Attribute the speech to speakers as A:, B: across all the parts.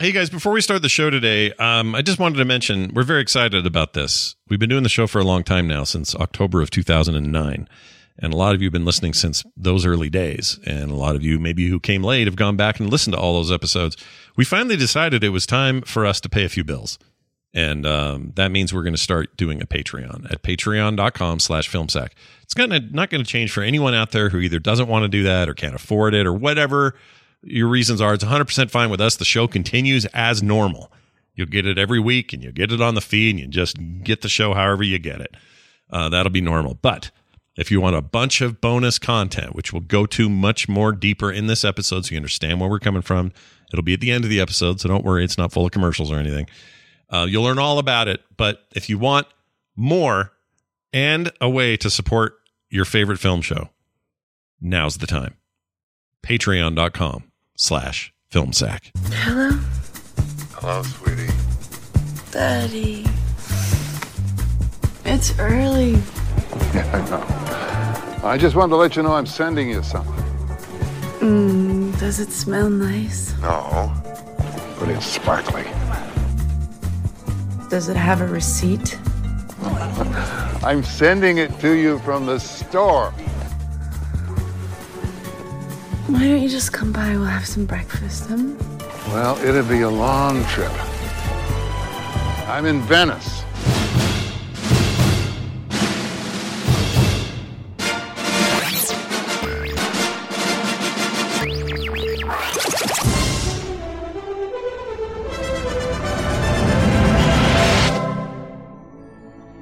A: Hey guys, before we start the show today, um, I just wanted to mention we're very excited about this. We've been doing the show for a long time now, since October of 2009. And a lot of you have been listening since those early days. And a lot of you, maybe who came late, have gone back and listened to all those episodes. We finally decided it was time for us to pay a few bills. And um, that means we're going to start doing a Patreon at patreon.com slash filmsack. It's gonna, not going to change for anyone out there who either doesn't want to do that or can't afford it or whatever your reasons are. It's 100% fine with us. The show continues as normal. You'll get it every week and you'll get it on the feed and you just get the show however you get it. Uh, that'll be normal. But if you want a bunch of bonus content, which we'll go to much more deeper in this episode so you understand where we're coming from, it'll be at the end of the episode. So don't worry, it's not full of commercials or anything. Uh, you'll learn all about it. But if you want more and a way to support your favorite film show, now's the time. Patreon.com slash filmsack.
B: Hello,
C: Hello, sweetie.
B: Daddy. It's early.
C: Yeah, I know. I just wanted to let you know I'm sending you something.
B: Mm, does it smell nice?
C: No, but it's sparkly.
B: Does it have a receipt?
C: I'm sending it to you from the store.
B: Why don't you just come by? We'll have some breakfast. Um,
C: Well, it'll be a long trip. I'm in Venice.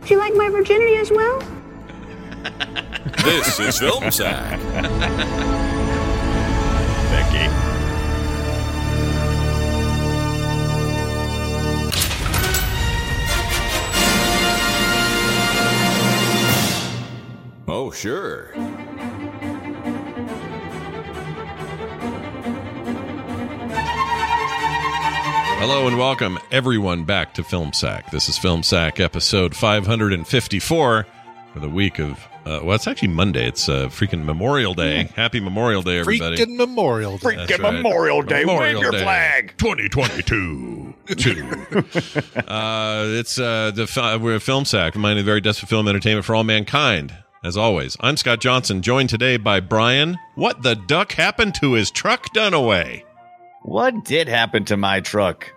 D: Would you like my virginity as well?
E: This is Film Sack.
A: Becky.
E: Oh, sure.
A: Hello and welcome everyone back to Film Sack. This is Film Sack episode 554 for the week of uh, well, it's actually Monday. It's uh, freaking Memorial Day. Happy Memorial Day, everybody!
F: Hmm. Freaking Memorial Day.
A: That's right. Memorial Day. Wave your flag. 2022. Two. uh, it's uh, the fi- we're Film Sack, reminding the very best of film entertainment for all mankind. As always, I'm Scott Johnson, joined today by Brian. What the duck happened to his truck, Dunaway?
G: What did happen to my truck?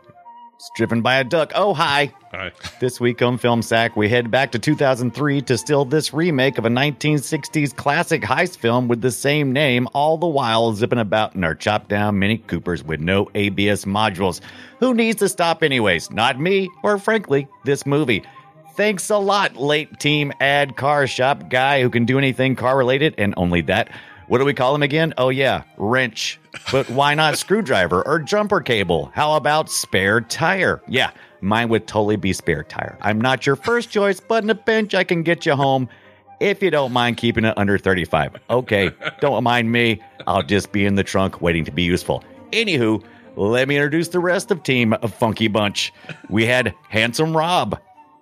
G: It's driven by a duck. Oh, hi.
A: Hi.
G: This week on Film Sack, we head back to 2003 to steal this remake of a 1960s classic heist film with the same name, all the while zipping about in our chopped down Mini Coopers with no ABS modules. Who needs to stop, anyways? Not me, or frankly, this movie. Thanks a lot, late team ad car shop guy who can do anything car related and only that. What do we call him again? Oh, yeah, wrench. But why not screwdriver or jumper cable? How about spare tire? Yeah, mine would totally be spare tire. I'm not your first choice, but in a pinch, I can get you home if you don't mind keeping it under 35. Okay, don't mind me. I'll just be in the trunk waiting to be useful. Anywho, let me introduce the rest of Team Funky Bunch. We had Handsome Rob.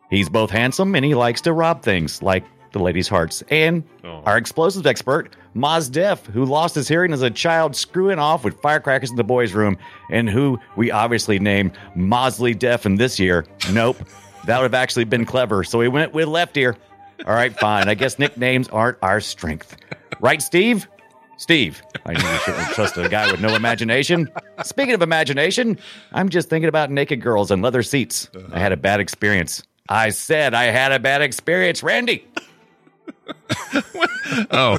G: He's both handsome and he likes to rob things like the ladies' hearts. And our explosives expert, Maz Def, who lost his hearing as a child screwing off with firecrackers in the boys' room, and who we obviously named Mosley Def in this year. Nope. that would have actually been clever. So we went with left ear. All right, fine. I guess nicknames aren't our strength. Right, Steve? Steve, I knew you shouldn't trust a guy with no imagination. Speaking of imagination, I'm just thinking about naked girls and leather seats. I had a bad experience. I said I had a bad experience, Randy.
A: oh,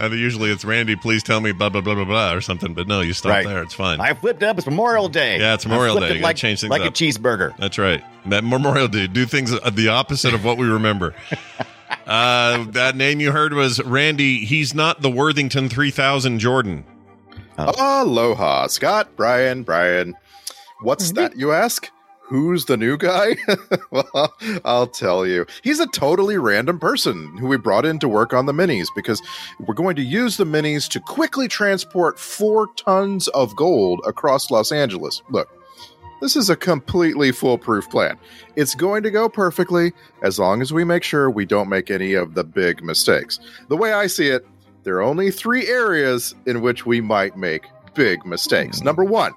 A: uh, usually it's Randy. Please tell me blah blah blah blah blah or something. But no, you stop
G: Right.
A: there. It's fine.
G: I flipped up. It's Memorial Day.
A: Yeah, it's
G: I
A: Memorial
G: flipped
A: Day.
G: it
A: You gotta
G: like,
A: change things
G: like a
A: up.
G: cheeseburger.
A: That's right. That Memorial Day. Do things uh, the opposite of what we remember. uh, that name you heard was Randy. He's not the Worthington 3000 Jordan.
F: Aloha, Scott, Brian, Brian. What's that, you ask? Who's the new guy? well, I'll tell you. He's a totally random person who we brought in to work on the minis because we're going to use the minis to quickly transport four tons of gold across Los Angeles. Look, this is a completely foolproof plan. It's going to go perfectly as long as we make sure we don't make any of the big mistakes. The way I see it, there are only three areas in which we might make big mistakes. Number one,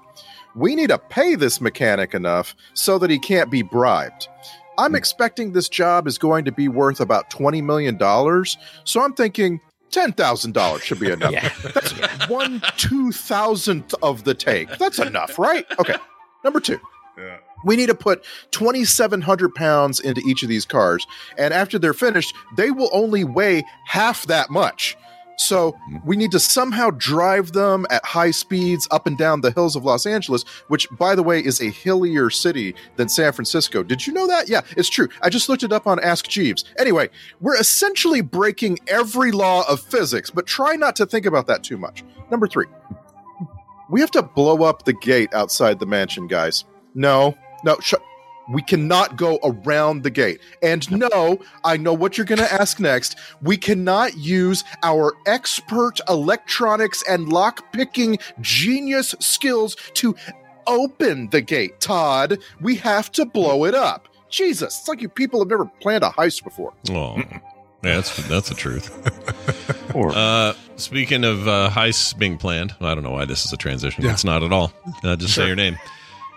F: we need to pay this mechanic enough so that he can't be bribed. I'm expecting this job is going to be worth about $20 million, so I'm thinking $10,000 should be enough. That's one two thousandth of the take. That's enough, right? Okay. Number two. We need to put 2,700 pounds into each of these cars. And after they're finished, they will only weigh half that much. So we need to somehow drive them at high speeds up and down the hills of Los Angeles, which, by the way, is a hillier city than San Francisco. Did you know that? Yeah, it's true. I just looked it up on Ask Jeeves. Anyway, we're essentially breaking every law of physics, but try not to think about that too much. Number three we have to blow up the gate outside the mansion, guys. No, no, sh- we cannot go around the gate. And no, I know what you're going to ask next. We cannot use our expert electronics and lock picking genius skills to open the gate, Todd. We have to blow it up. Jesus, it's like you people have never planned a heist before.
A: Oh, yeah, that's that's the truth.
G: Or
A: Uh, speaking of uh, heists being planned, I don't know why this is a transition.
H: Yeah.
A: It's not at all. Uh, just say your name.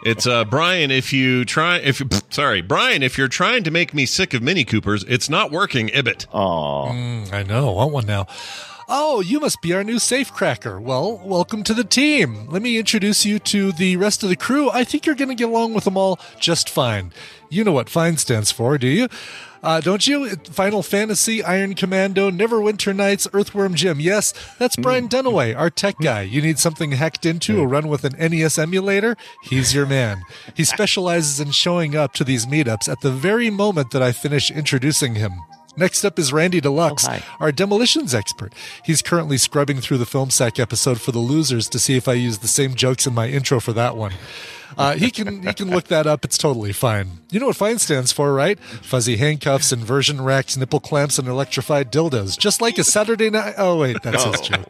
A: It's uh, Brian. If you try, if you, sorry, Brian, if you're trying to make me sick of Mini Coopers, it's not working. Ibit.
G: Aw.
H: Mm, I know. I want one now. Oh, you must be our new safecracker. Well, welcome to the team. Let me introduce you to the rest of the crew. I think you're going to get along with them all just fine. You know what fine stands for, do you? Uh, don't you? It- Final Fantasy, Iron Commando, Neverwinter Nights, Earthworm Jim. Yes, that's Brian Dunaway, our tech guy. You need something hacked into a run with an NES emulator? He's your man. He specializes in showing up to these meetups at the very moment that I finish introducing him. Next up is Randy Deluxe,
G: hi.
H: our demolitions expert. He's currently scrubbing through the film sack episode for the losers to see if I use the same jokes in my intro for that one. Uh, he can he can look that up. It's totally fine. You know what fine stands for, right? Fuzzy handcuffs, inversion racks, nipple clamps, and electrified dildos, just like a Saturday night. Oh wait, that's his joke.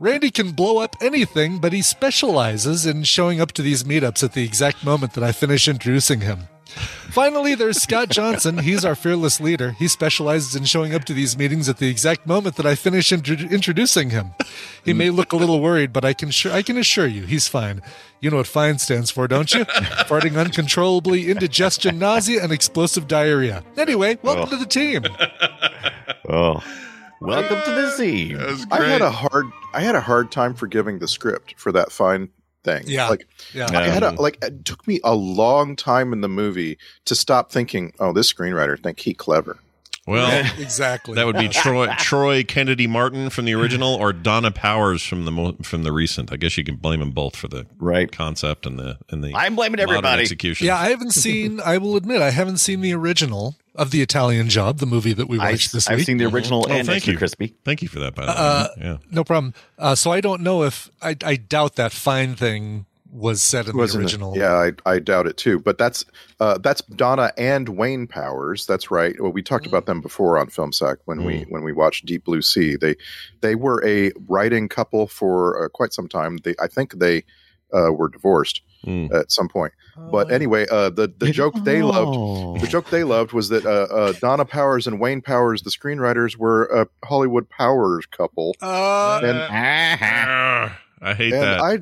H: Randy can blow up anything, but he specializes in showing up to these meetups at the exact moment that I finish introducing him. Finally, there's Scott Johnson. He's our fearless leader. He specializes in showing up to these meetings at the exact moment that I finish intro- introducing him. He may look a little worried, but I can sure I can assure you he's fine. You know what fine stands for, don't you? Farting uncontrollably, indigestion, nausea, and explosive diarrhea. Anyway, welcome to the team.
G: Oh. Welcome to the sea.
F: I had a hard I had a hard time forgiving the script for that fine thing.
H: Yeah.
F: Like
H: Yeah.
F: I had a,
G: Um,
F: like it took me a long time in the movie to stop thinking, oh, this screenwriter think he clever.
A: Well,
H: Exactly.
A: that would be Troy Troy Kennedy Martin from the original, or Donna Powers from the mo- from the recent. I guess you can blame them both for the
G: Right.
A: concept and the and the
G: I'm blaming
A: modern
G: everybody.
A: execution.
H: Yeah, I haven't seen. I will admit, I haven't seen the original of the Italian Job, the movie that we
G: I,
H: watched this
G: I've
H: week. Mm-hmm.
G: seen the original
A: Oh,
G: and
A: thank
G: extra
A: you.
G: crispy.
A: Thank you for that, by the
H: Uh,
A: way. Yeah.
H: no problem. Uh, so I don't know if I, I doubt that fine thing was said in the
F: Wasn't it?
H: original.
F: Yeah, I, I doubt it too. But that's uh, that's Donna and Wayne Powers. That's right. Well, we talked about them before on FilmSack when we
H: Mm.
F: when we watched Deep Blue Sea. They they were a writing couple for uh, quite some time. They I think they uh, were divorced
A: Mm.
F: at some point. But
H: Oh.
F: anyway, uh, the the joke they loved the joke they loved was that uh, uh, Donna Powers and Wayne Powers, the screenwriters, were a Hollywood Powers couple,
H: Uh,
F: and
A: Ah, I hate
F: and
A: that. I,
F: I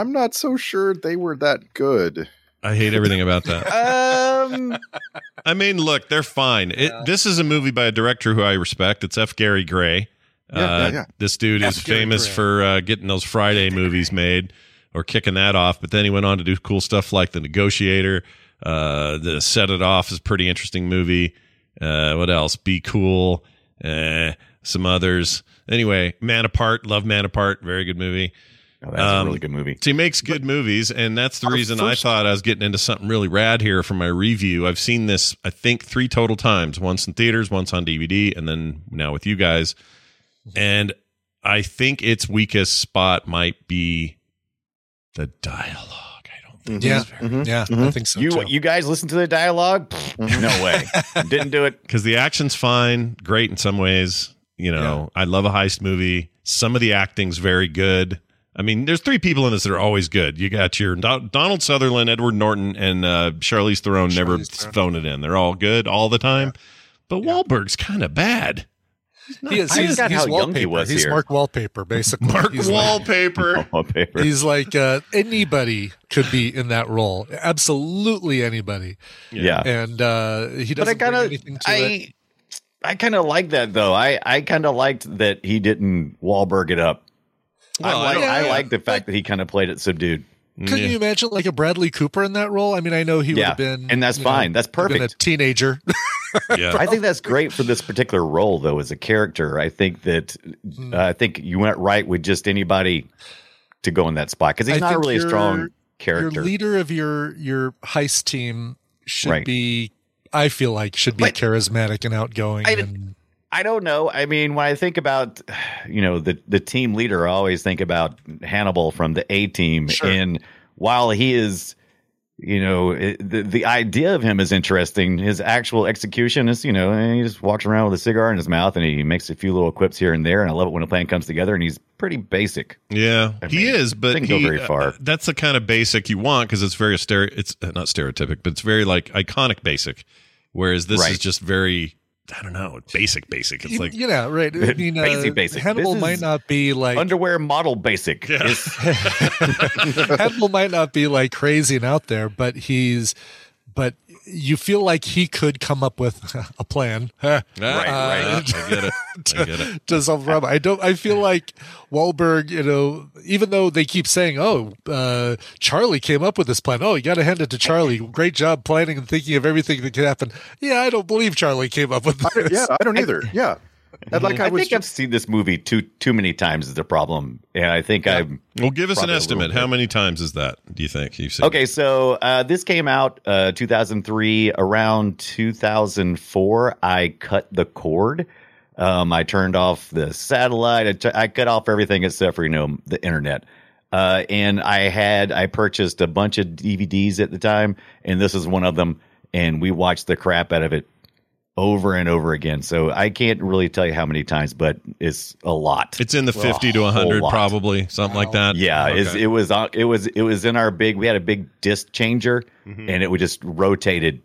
F: I'm not so sure they were that good.
A: hate everything about that.
G: um,
A: I mean, look, they're fine. It, this is a movie by a director who I respect. It's F. Gary Gray. Uh, yeah, yeah, yeah. This dude is F. famous for uh, getting those Friday movies made or kicking that off. But then he went on to do cool stuff like The Negotiator. Uh, the Set It Off is a pretty interesting movie. Uh, what else? Be Cool. Uh, some others. Anyway, Man Apart. Love Man Apart. Very good movie.
G: Oh, that's um, a really good movie.
A: So he makes good but, movies, and that's the reason I thought I was getting into something really rad here for my review. I've seen this, I think, three total times: once in theaters, once on DVD, and then now with you guys. And I think its weakest spot might be the dialogue. I don't think.
F: Yeah, mm-hmm. yeah, mm-hmm. I think so.
G: You
F: too.
G: you guys listen to the dialogue? no way. Didn't do it
A: because the action's fine, great in some ways. You know, yeah. I love a heist movie. Some of the acting's very good. I mean, there's three people in this that are always good. You got your Do- Donald Sutherland, Edward Norton, and uh, Charlize Theron Charlize never Theron. thrown it in. They're all good all the time. Yeah. But yeah. Wahlberg's kind of bad.
F: Not, he is. I he's, he's wallpaper. He was he's here. Mark Wallpaper, basically.
A: Mark
F: he's
A: Wallpaper.
F: Like, he's like uh, anybody could be in that role. Absolutely anybody.
G: Yeah.
F: And uh, he doesn't but I kinda, anything to I, it.
G: I kind of like that though. I I kind of liked that he didn't Wahlberg it up. Well, I, like, yeah, I yeah. like the fact that he kind of played it subdued.
F: Couldn't yeah. you imagine like a Bradley Cooper in that role? I mean, I know he would have been,
G: and that's fine. Know, that's perfect.
F: a teenager.
G: yeah. I think that's great for this particular role, though, as a character. I think that uh, I think you went right with just anybody to go in that spot because he's I not really your, a strong character.
F: Your leader of your your heist team should right. be, I feel like, should be but, charismatic and outgoing. I, and,
G: I don't know. I mean, when I think about, you know, the the team leader, I always think about Hannibal from the A team. Sure. And while he is, you know, it, the the idea of him is interesting. His actual execution is, you know, and he just walks around with a cigar in his mouth and he makes a few little quips here and there. And I love it when a plan comes together. And he's pretty basic.
A: Yeah, I mean, he is, but
G: didn't
A: he,
G: go very far. Uh,
A: that's the kind of basic you want because it's very stere- It's uh, not stereotypic, but it's very like iconic basic. Whereas this right. is just very I don't know, basic, basic. It's like
F: yeah, right. I mean, uh, basic, basic. Hannibal might not be like
G: underwear model basic. Yeah.
F: Hannibal might not be like crazy and out there, but he's but you feel like he could come up with a plan.
G: right,
A: ah,
G: right. Uh, I get it.
F: I get it. To, to solve the problem. I don't. I feel like Wahlberg. You know, even though they keep saying, "Oh, uh, Charlie came up with this plan." Oh, you got to hand it to Charlie. Great job planning and thinking of everything that could happen. Yeah, I don't believe Charlie came up with this.
I: I, yeah, I don't either. yeah.
G: And like I, I think just, I've seen this movie too too many times is the problem, and I think yeah. I'm.
A: Well, give us an estimate. How many times is that? Do you think you've seen?
G: Okay, it? so uh, this came out uh, 2003. Around 2004, I cut the cord. Um, I turned off the satellite. I, t- I cut off everything except for you know the internet. Uh, and I had I purchased a bunch of DVDs at the time, and this is one of them. And we watched the crap out of it over and over again. So I can't really tell you how many times, but it's a lot.
A: It's in the well, fifty to hundred, probably something wow. like that.
G: Yeah, okay. it was uh, it was it was in our big. We had a big disc changer, mm-hmm. and it would just rotated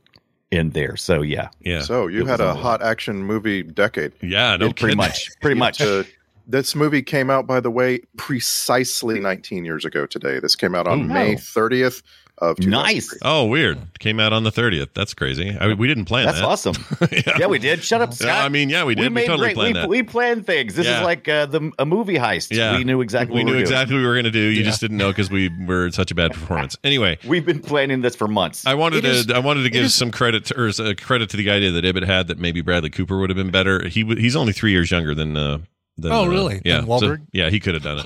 G: in there. So yeah,
A: yeah.
I: So you had a hot action movie decade.
A: Yeah, no,
G: it, pretty much, pretty much. uh,
I: this movie came out, by the way, precisely 19 years ago today. This came out on Ooh,
F: Oh,
I: May no. 30th,
G: nice.
A: Oh, weird. Came out on the thirtieth. That's crazy. I mean, we didn't plan
G: That's
A: that.
G: awesome. yeah. yeah. we did. Shut up, Scott.
A: Yeah, Uh, I mean, yeah, we did. We, we totally planned
G: we,
A: that.
G: We planned things. This yeah. is like uh, the a movie heist. Yeah, we knew exactly.
A: We,
G: we
A: knew
G: we
A: exactly
G: doing.
A: what we were going to do. You just didn't know because we were such a bad performance. Anyway,
G: we've been planning this for months.
A: I wanted it to. Is, I wanted to give is, some credit to, or uh, credit to the idea that Ibbett had that maybe Bradley Cooper would have been better. He w- he's only three years younger than. Uh, than
F: oh, really?
A: yeah,
F: so,
A: yeah, he could have done it.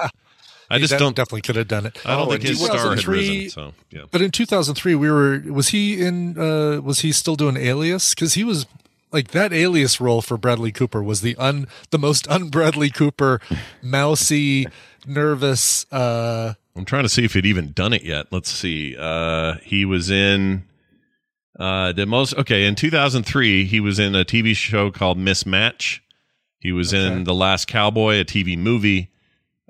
A: I
F: he
A: just don't
F: definitely could have done it.
A: I don't oh, think his star had risen. So, yeah.
F: But in 2003, we were was he in uh, was he still doing Alias? Because he was like that Alias role for Bradley Cooper was the un the most un Bradley Cooper, mousy, nervous. Uh,
A: I'm trying to see if he'd even done it yet. Let's see. Uh, he was in uh, the most okay in 2003. He was in a TV show called Mismatch. He was okay. in The Last Cowboy, a TV movie.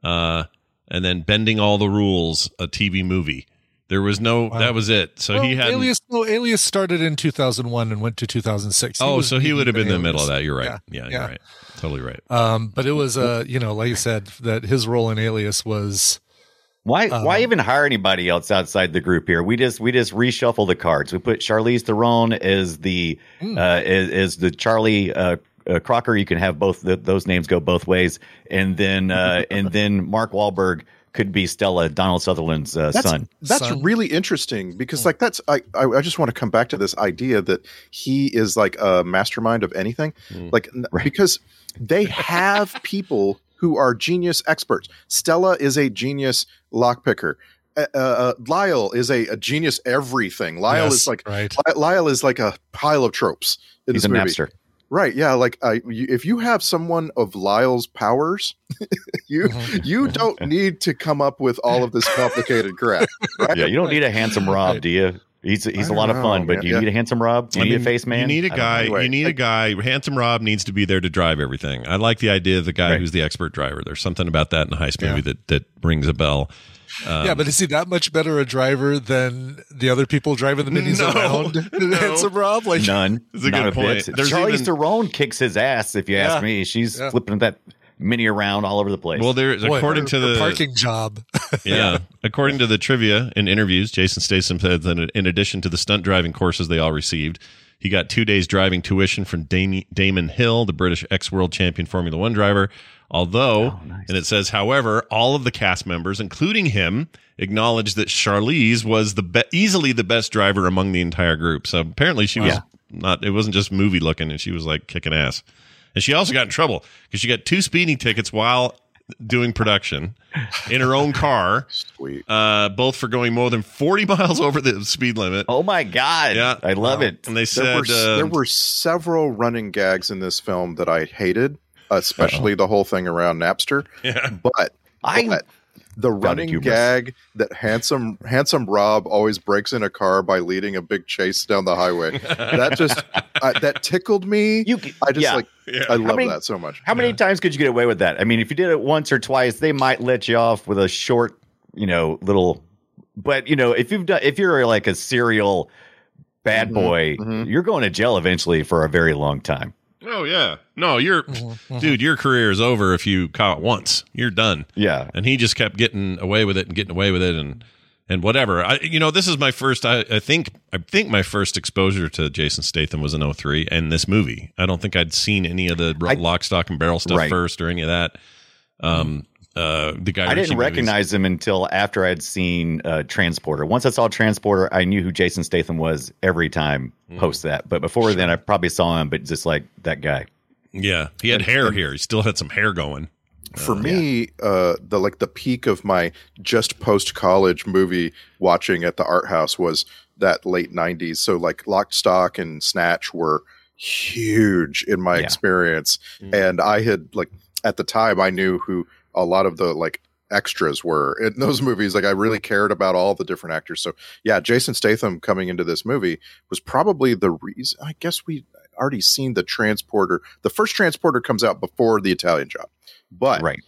A: Uh, and then Bending All the Rules, a TV movie. There was no wow. that was it. So
F: well,
A: he had
F: Alias no Alias started in 2001 and went to 2006.
A: He oh, so he would have been in the middle of that. You're right. Yeah, yeah, yeah. right. Totally right.
F: Um but it was uh you know like you said that his role in Alias was
G: why um,
A: Uh-huh.
G: why even hire anybody else outside the group here? We just we just
A: Hmm.
G: reshuffle the cards. We put Charlize Theron as the mm. uh as, as the Charlie uh uh, Crocker, you can have both th- those names go both ways, and then uh, and then Mark Wahlberg could be Stella Donald Sutherland's uh,
F: that's,
G: son.
F: That's
G: son.
F: really interesting because like that's I, I I just want to come back to this idea that he is like a mastermind of anything,
G: Hmm.
F: like n- because they have people who are genius experts. Stella is a genius lockpicker. Uh, uh, Lyle is a, a genius everything. Lyle
H: Yes,
F: is like
H: right.
F: Ly- Lyle is like a pile of tropes in
G: He's
F: this
G: a
F: movie.
G: Napster.
F: Right, yeah, like I, you, if you have someone of Lyle's powers, you
H: Mm-hmm.
F: you don't need to come up with all of this complicated crap. Right?
G: Yeah, you don't need a handsome Rob, do you? He's he's a
F: I
G: lot of
F: don't
G: fun,
F: know,
G: but
F: man.
G: you
F: Yeah.
G: need a handsome Rob. Do you need a face man.
A: You need a
G: I don't know.
A: guy. You need a guy. Handsome Rob needs to be there to drive everything. I like the idea of the guy who's the expert driver. There's something about that in a heist movie that that rings a bell. Um,
H: yeah, but is he that much better a driver than the other people driving the minis
A: No,
H: around?
A: no.
H: Handsome Rob, like
G: None.
A: That's a
G: Not
A: good
G: bit.
A: point. There's
G: Charlize
A: even-
G: Theron kicks his ass, if you
H: Yeah.
G: ask me. She's
H: Yeah.
G: flipping that mini around all over the place.
A: well, there's
H: Boy,
A: according
H: her-
A: to
H: her
A: the
H: parking job.
A: yeah. According to the trivia and interviews, Jason Statham said that in addition to the stunt driving courses they all received, he got two days driving tuition from Dam- Damon Hill, the British ex world champion Formula One driver. Although, and it says, however, all of the cast members, including him, acknowledged that Charlize was the be- easily the best driver among the entire group. So apparently, she was
G: Wow.
A: not. It wasn't just movie looking, and she was like kicking ass. And she also got in trouble because she got two speeding tickets while doing production in her own car,
F: Sweet.
A: uh, both for going more than 40 miles over the speed limit.
G: oh my god,
A: Yeah.
G: I love it.
A: And they
F: There,
A: said,
F: were, there
A: um,
F: were several running gags in this film that I hated, especially the whole thing around Napster.
A: Yeah.
F: But,
G: I-
F: but the running
G: humorous.
F: gag that handsome handsome Rob always breaks in a car by leading a big chase down the highway that just I, that tickled me.
G: You-
F: I just
G: yeah.
F: like
A: Yeah.
F: I love
G: many-
F: that so much.
G: How many times could you get away with that? I mean, if you did it once or twice, they might let you off with a short, you know, little. But you know, if you've done, if you're like a serial bad
A: Mm-hmm.
G: boy, you're going to jail eventually for a very long time.
A: oh, yeah. No, you're, dude, your career is over if you caught once. You're done.
G: Yeah,
A: and he just kept getting away with it and getting away with it and and whatever i you know this is my first i, I think i think my first exposure to jason statham was in 03 and this movie i don't think i'd seen any of the
G: I-
A: lock stock and barrel stuff
G: Right.
A: first or any of that um uh the guy
G: I
A: Ritchie
G: didn't
A: movies.
G: recognize him until after I'd seen uh, Transporter. Once I saw Transporter, I knew who Jason Statham was every time
A: Mm.
G: post that. But before then, I probably saw him, but just like that guy.
A: yeah he had hair here he still had some hair going
F: for me uh the like the peak of my just post college movie watching at the art house was that late 90s so like lock stock and snatch were huge in my
G: Yeah. Mm.
F: experience and i had like at the time i knew who a lot of the like extras were in those movies like i really cared about all the different actors so yeah jason statham coming into this movie was probably the reason i guess we already seen the transporter the first transporter comes out before the italian job but
G: Right.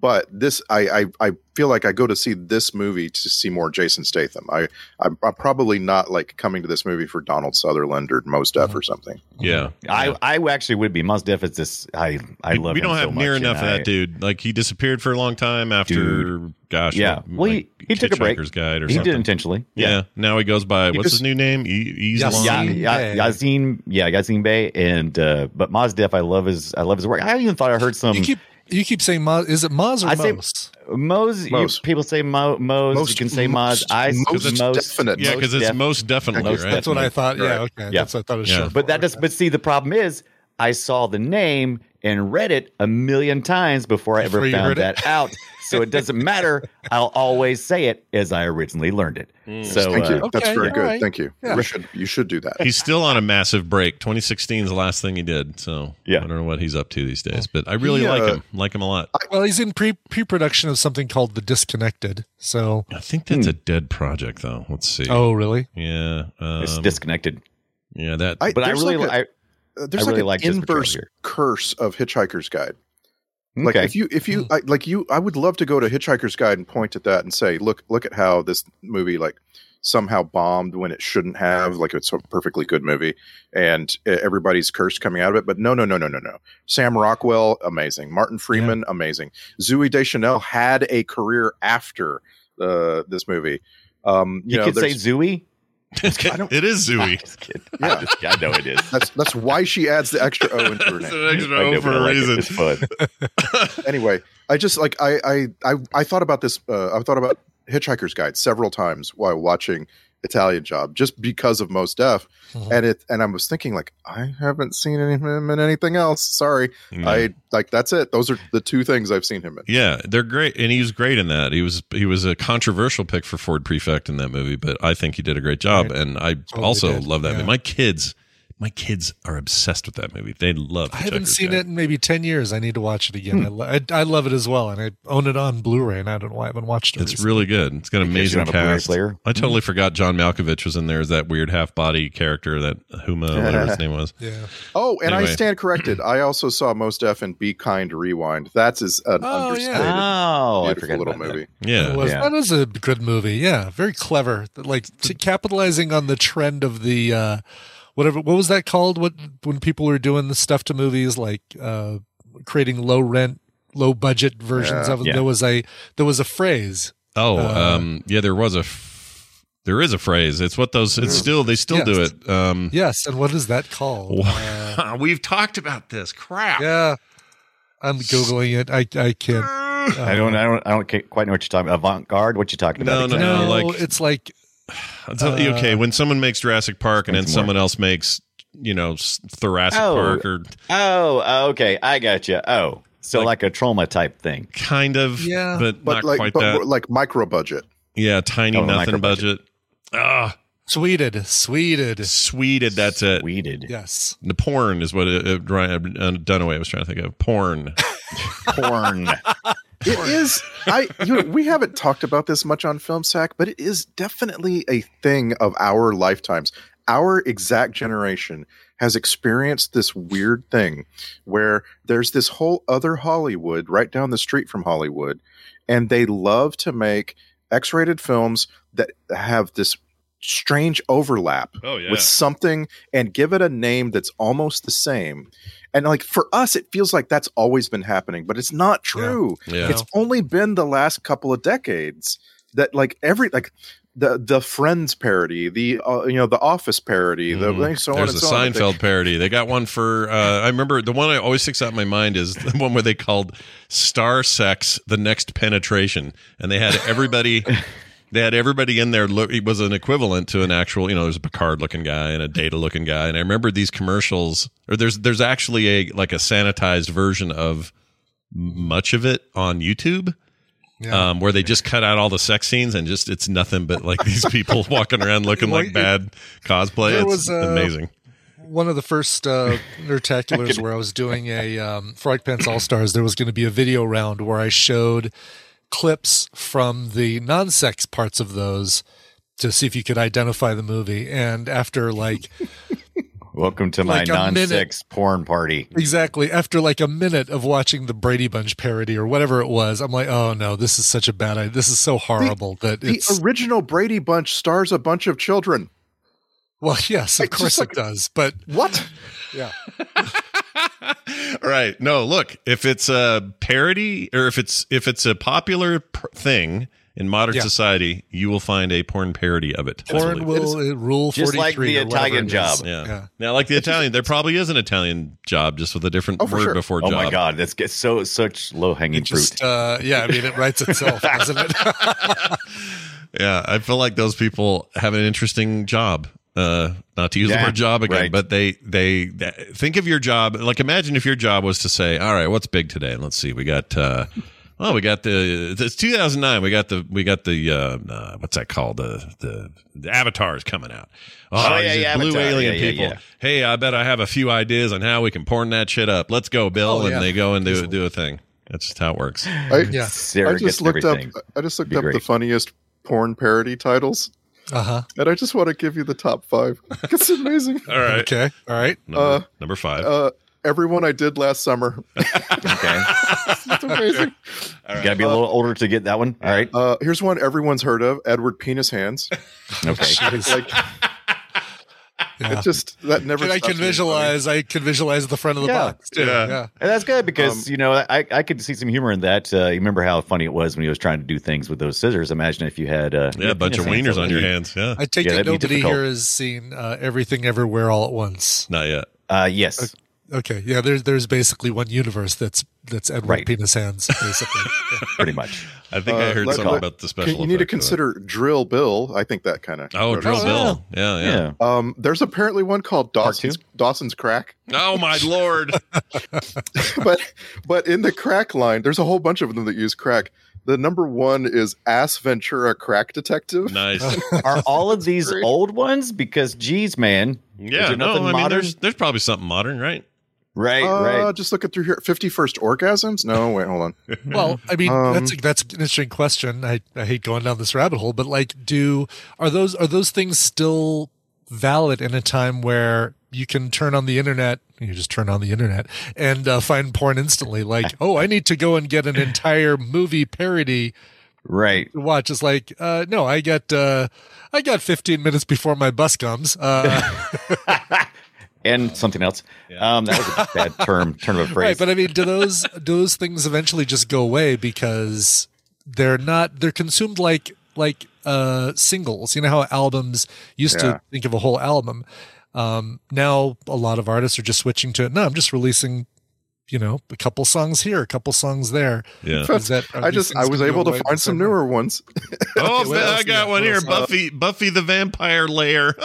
F: but this I, I I feel like I go to see this movie to see more Jason Statham. I I'm, I'm probably not like coming to this movie for Donald Sutherland or Mos Def or something.
A: yeah
G: Mhm. I, I actually would be. Mos Def is this. I, I
A: we,
G: love
A: we
G: him
A: don't
G: so
A: have near
G: much,
A: enough of
G: and
A: that
G: I-
A: dude like he disappeared for a long time after gosh
G: Yeah. Well, he, he took a break.
A: Hitchhiker's guide or
G: he
A: something
G: did intentionally.
A: yeah. now he goes by what's his
F: just-
A: new name e-
H: Yeah,
A: Easlon?
H: Yazin
G: Yeah, yeah,
H: Bey.
G: Yazin, yeah, Yazin Bey, and uh, but Mos Def, I love his, I love his work. I even thought I heard some
H: you keep you keep saying Moz. Is it Moz or
G: I say-
H: Mos?
G: Mo's. You,
F: Most.
G: people say Mo, Mo's. you can say Moz. I
F: most,
G: most,
F: definite.
A: Yeah, because it's
G: def-
A: most definitely
G: most
A: right.
H: That's what I thought. Yeah,
F: Right.
H: okay.
G: Yeah.
H: That's what I thought it was
A: Yeah.
H: short
G: But that
H: for.
G: does. But see, the problem is, I saw the name and read it a million times before I ever
H: Before you
G: found
H: heard it.
G: that out. So it doesn't matter. I'll always say it as I originally learned it. So
F: Mm. Thank you.
G: uh,
F: That's
H: Okay,
F: very
H: all
F: good.
H: right.
F: Thank you. You should you should do that.
A: He's still on a massive break. 2016 is the last thing he did. So
G: Yeah.
A: I don't know what he's up to these days, but I really
F: He,
A: like
F: uh,
A: him. Like him a lot.
H: well, he's in pre pre production of something called The Disconnected. So,
A: I think that's a dead project, though. Let's see.
H: hmm. oh really?
A: yeah, um,
G: it's disconnected.
A: yeah. That
F: I-
G: But I
F: there's
G: really,
F: like a-
G: I,
F: Uh, there's
G: I really
F: like
G: like
F: an
G: his portrayal
F: inverse
G: here.
F: curse of Hitchhiker's Guide. Like
G: okay.
F: if you if you I, like you I would love to go to Hitchhiker's Guide and point at that and say look look at how this movie like somehow bombed when it shouldn't have like it's a perfectly good movie and uh, everybody's cursed coming out of it but no no no no no no Sam Rockwell amazing Martin Freeman amazing Zooey Deschanel had a career after uh, this movie um you,
G: you
F: know,
G: could say
F: there's-
G: Zooey.
A: it is Zooey.
G: Yeah. I, just, I know it is.
F: That's that's why she adds the extra O into her name.
A: an extra O for a reason.
G: It's fun.
F: anyway, I just like I I I, I thought about this. Uh, I thought about Hitchhiker's Guide several times while watching Italian Job, just because of Most Def,
H: Mm-hmm.
F: and it and I was thinking like I haven't seen him in anything else. Sorry, I like that's it. Those are the two things I've seen him in.
A: Yeah, they're great, and he was great in that. He was he was a controversial pick for Ford Prefect in that movie, but I think he did a great job,
H: Right.
A: and I also
H: did,
A: love that
H: yeah.
A: movie. My kids, my kids are obsessed with that movie. They love.
H: I haven't
A: Hitchhiker's
H: seen
A: Guide.
H: it in maybe 10 years. I need to watch it again. I, lo- I, I love it as well. And I own it on Blu ray, and I don't know why I haven't watched it.
A: It's
H: recently.
A: really good. It's got an
G: In case you
A: amazing
G: don't have a Blu-ray
A: cast.
G: player. Mm-hmm.
A: I totally forgot John Malkovich was in there as that weird half body character that Huma, whatever his name was.
H: Yeah.
F: Oh, and I
A: Anyway.
F: stand corrected. I also saw Most Def and Be Kind Rewind. That's is an
H: Oh, yeah.
F: understated
G: Oh, I
F: beautiful
G: forgot
F: little
G: about
F: movie.
A: Yeah.
H: It was.
G: Yeah.
H: That was a good movie. Yeah, very clever. Like t- capitalizing on the trend of the uh, whatever. What was that called? What when people were doing the stuff to movies, like uh, creating low rent, low budget versions
F: Yeah.
H: of it.
G: Yeah.
H: There was a there was a phrase.
A: Oh,
H: Uh,
A: um, yeah, there was a, f- there is a phrase. It's what those. It's still they still do
H: Yes.
A: it. Um,
H: Yes, and what is that called? Uh,
A: we've talked about this. Crap.
H: yeah, I'm googling it. I I can't.
G: I don't. I don't. I don't ca- quite know what you're talking. about. Avant garde. What you talking
A: No,
G: about?
A: no,
G: exactly?
A: no.
H: No,
A: like-
H: it's like
A: I'll tell you,
H: Uh,
A: okay, when someone makes Jurassic Park and then
G: Explain some more.
A: someone else makes, you know, s- Thoracic
G: Oh.
A: Park or
G: Oh, okay. I got you. Oh, so like, a trauma type thing.
A: kind of,
H: Yeah.
A: but,
F: But
A: not
F: like
A: quite
F: but
A: that.
F: like micro budget.
A: yeah, tiny
G: Oh, the
A: nothing
G: micro
A: budget.
G: budget.
A: Ah,
H: sweeted, sweeted.
A: sweeted. That's it.
G: Weeded.
H: Yes.
A: The porn is what it, it, Ryan- uh, Dunaway was trying to think of. Porn.
G: Porn.
F: It is. I. You know, we haven't talked about this much on Film Sack, but it is definitely a thing of our lifetimes. Our exact generation has experienced this weird thing where there's this whole other Hollywood right down the street from Hollywood, and they love to make X-rated films that have this strange overlap
A: Oh, yeah.
F: with something and give it a name that's almost the same. And like for us, it feels like that's always been happening, but it's not true.
A: Yeah.
F: It's only been the last couple of decades that like every like the the Friends parody, the uh, you know the Office parody, the
G: Mm.
A: Mhm.
F: so on
A: There's
F: and
A: a
F: so on.
A: Seinfeld parody. They got one for. Uh, I remember the one I always sticks out in my mind is the one where they called "Star Sex" the next penetration, and they had everybody. They had everybody in there. Look, it was an equivalent to an actual. You know, there's a Picard looking guy and a Data looking guy, and I remember these commercials. Or there's there's actually a like a sanitized version of much of it on YouTube.
H: Yeah.
A: Um, where they just cut out all the sex scenes and just it's nothing but like these people walking around looking like bad cosplay.
H: There
A: It's
H: was, uh,
A: amazing.
H: one of the first uh, Nerdtaculars where I was doing a um, Frog Pants All Stars, there was going to be a video round where I showed clips from the non sex parts of those to see if you could identify the movie. And after like,
G: Welcome to my
H: Like a
G: non-sex porn party.
H: exactly, after like a minute of watching the Brady Bunch parody or whatever it was, I'm like, oh no, this is such a bad idea. This is so horrible that
F: The
H: it's.
F: original Brady Bunch stars a bunch of children.
H: well, yes, of
F: It's
H: course
F: just
H: it does. But
F: What?
H: yeah.
A: right no look if it's a parody or if it's if it's a popular pr- thing in modern
H: Yeah.
A: society you will find a porn parody of it That's
H: Porn
A: what
H: will uh, rule
G: Just
H: 43
G: like the
H: or whatever
G: Italian
H: it is.
G: job.
A: it- yeah.
H: Yeah.
A: now like the italian there probably is an italian job just with a different
F: Oh, for
A: word
F: sure.
A: before
G: Oh
A: job
G: my god, that's get so such low hanging fruit.
H: Just, uh, yeah, I mean, it writes itself, doesn't it?
A: yeah i feel like those people have an interesting job uh not to use the
G: Yeah,
A: word job again
G: right.
A: but they they th- think of your job like imagine if your job was to say all right what's big today let's see we got uh well, we got the it's 2009. We got the we got the uh, uh what's that called the the, the avatars coming out.
G: Oh, yeah,
A: these
G: yeah,
A: blue
G: Avatar.
A: alien
G: Yeah, yeah,
A: people.
G: yeah.
A: Hey, I bet I have a few ideas on how we can porn that shit up. Let's go, Bill,
H: Oh, yeah.
A: and they go and do do a thing. That's just how it works.
F: I,
H: Yeah.
F: I
G: Surrogates
F: just
G: and
F: looked
G: everything.
F: up. I just looked
G: Be
F: up the
G: great.
F: funniest porn parody titles,
H: Uh huh.
F: and I just want to give you the top five. It's amazing.
A: All right,
H: Okay. All right.
A: number,
F: Uh,
A: number five.
G: Oh,
F: Uh, everyone I did last summer.
G: Okay,
F: It's amazing.
G: you gotta be a little older to get that one. All right,
F: Uh, here's one everyone's heard of: Edward Penis Hands.
G: okay.
H: Jeez.
F: Like It just that never.
H: And I
F: stops
H: can
F: being
H: visualize. I can visualize the front of the
G: Yeah.
H: box. Too. Yeah.
G: Yeah. And that's good because
F: Um,
G: you know I, I could see some humor in that. Uh, you remember how funny it was when he was trying to do things with those scissors. Imagine if you had uh,
A: Yeah, a bunch of
G: penis
A: wieners
G: hands.
A: on your hands. Yeah.
H: I take
G: Yeah,
H: it
G: that'd be
H: nobody
G: difficult.
H: here has seen uh, everything everywhere all at once.
A: Not yet.
G: Uh, yes,
H: Okay, yeah. There's there's basically one universe that's that's Edward
G: Right.
H: Penis Hands basically. Yeah.
G: pretty much.
A: I think I
F: Uh,
A: heard
F: let-
A: something
F: let-
A: about the
F: Can-
A: special.
F: you need to
A: effect, uh,
F: consider Drill Bill. I think that kind of.
A: Oh, Drill
H: Oh,
A: Bill. Yeah, yeah.
G: Yeah.
F: Um, there's apparently one called
G: two?
F: Dawson's Dawson's Crack,
A: Oh my lord.
F: but but in the crack line, there's a whole bunch of them that use crack. The number one is Ass Ventura Crack Detective.
A: nice.
G: Are all of these
F: Great.
G: old ones? Because geez, man. Is
A: Yeah.
G: there
A: No,
G: nothing
A: I mean,
G: modern?
A: there's, there's probably something modern, right?
G: Right,
F: uh,
G: right.
F: Just looking through here, Fifty First Orgasms. No, wait, hold on.
H: Well, I mean
F: Um,
H: that's that's an interesting question. I, I hate going down this rabbit hole, but like, do are those are those things still valid in a time where you can turn on the internet? You just turn on the internet and uh, find porn instantly. Like, oh, I need to go and get an entire movie parody
G: Right.
H: to watch. It's like, uh, no, I got uh, I got 15 minutes before my bus comes. Uh,
G: And something else. Um, that was a bad term, turn of a
H: right,
G: phrase.
H: but I mean, do those do those things eventually just go away because they're not they're consumed like like uh, singles? You know how albums used
F: Yeah.
H: to think of a whole album. Um, now a lot of artists are just switching to no, I'm just releasing. You know, a couple songs here, a couple songs there.
A: Yeah.
H: Is that- are
F: I
H: these
F: just
H: things
F: I was
H: gonna go
F: able to
H: away the
F: find some
H: same way?
F: newer ones.
A: Oh,
H: what else
A: I
H: you
A: got
H: got?
A: one
H: What
A: here.
H: else?
A: Buffy, Buffy the Vampire Lair.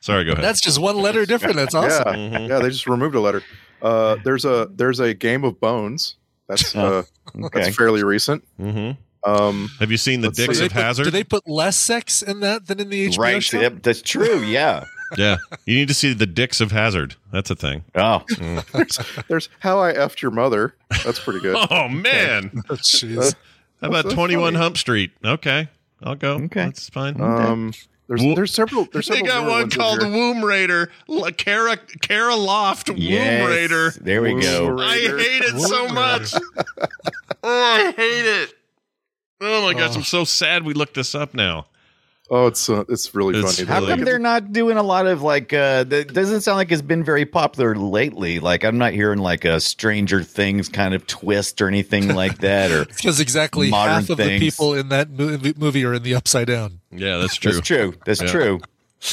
A: Sorry, go ahead.
H: That's just one letter different. That's awesome.
F: Yeah,
A: Mhm.
F: yeah. They just removed a letter. Uh, there's a there's a Game of Bones. That's uh,
A: Oh,
G: okay.
F: that's fairly recent.
A: Mhm.
F: Um,
A: Have you seen the
F: Let's see.
A: Dicks
H: Do they
A: of
H: put-
A: Hazard?
H: Do they put less sex in that than in the HBO
G: Right.
H: show?
G: Yep, that's true. Yeah.
A: yeah, you need to see the Dicks of Hazard. That's a thing.
G: Oh,
F: there's How I Effed Your Mother. That's pretty good.
A: Oh man,
H: Oh, Jeez.
A: how about
F: That's
A: Twenty One
F: funny.
A: Hump Street? Okay, I'll go.
G: Okay.
A: that's fine.
F: Um, there's
A: Wo-
F: there's several. There's
A: they
F: several
A: got
F: newer
A: one
F: ones
A: called
F: over here.
A: Womb Raider. La- Kara Kara Loft Womb
G: yes.
A: Raider.
G: There we go.
F: Womb
A: I
F: Raider.
A: hate it so
H: Womb
A: much. oh, I hate it. Oh my gosh,
H: Oh.
A: I'm so sad we looked this up now.
F: Oh, it's uh, it's really
A: It's
F: funny.
G: How
A: really
G: come they're not doing a lot of like? uh That doesn't sound like it's been very popular lately. Like I'm not hearing like a Stranger Things kind of twist or anything like that. Or
H: Because exactly
G: Modern
H: half of the
G: things.
H: people in that movie, movie are in the upside down.
A: Yeah, that's true.
G: that's true. That's
A: Yeah.
G: true.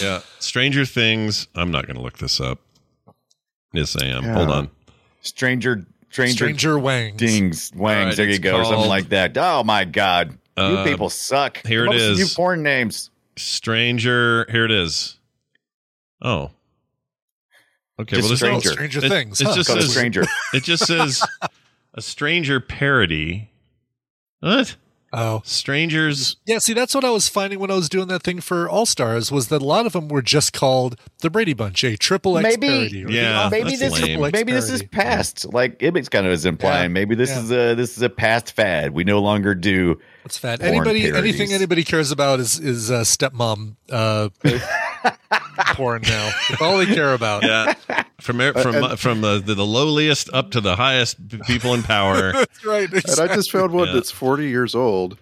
A: Yeah. Stranger Things. I'm not going to look this up. Yes, I am.
F: Yeah.
A: Hold on.
G: Stranger, stranger,
H: Stranger Wangs.
G: dings, wangs.
A: Alright,
G: there you
A: it's
G: go, or
A: called-
G: something like that. Oh my god,
A: Uh,
G: you people suck.
A: here it
G: Most of You
A: is.
G: porn names.
A: Stranger. Here it is. Oh. Okay.
G: Just
A: well, there's no-
G: Stranger.
H: Stranger
A: it-
H: Things,
A: It
H: huh?
A: just
G: Called a
A: says
G: stranger.
A: It just says a stranger parody. What?
H: Oh.
A: Strangers.
H: Yeah, see, that's what I was finding when I was doing that thing for All Stars was that a lot of them were just called the Brady Bunch, a triple X
G: Maybe-
H: parody. or the
A: Yeah,
H: Office
G: maybe this,
A: that's lame.
H: triple X
G: maybe this is
H: parody.
G: past. Like Ibix kind of is implying.
H: Yeah.
G: Maybe this
H: Yeah.
G: is a this is a past fad. We no longer do.
H: That's fat.
G: porn
H: Anybody,
G: parodies.
H: anything anybody cares about is is uh, stepmom uh, porn now. That's all they care about.
A: Yeah. From er- from from the, the, the lowliest up to the highest p- people in power.
H: That's right.
F: And I just found one
A: Yeah.
F: that's 40 years old.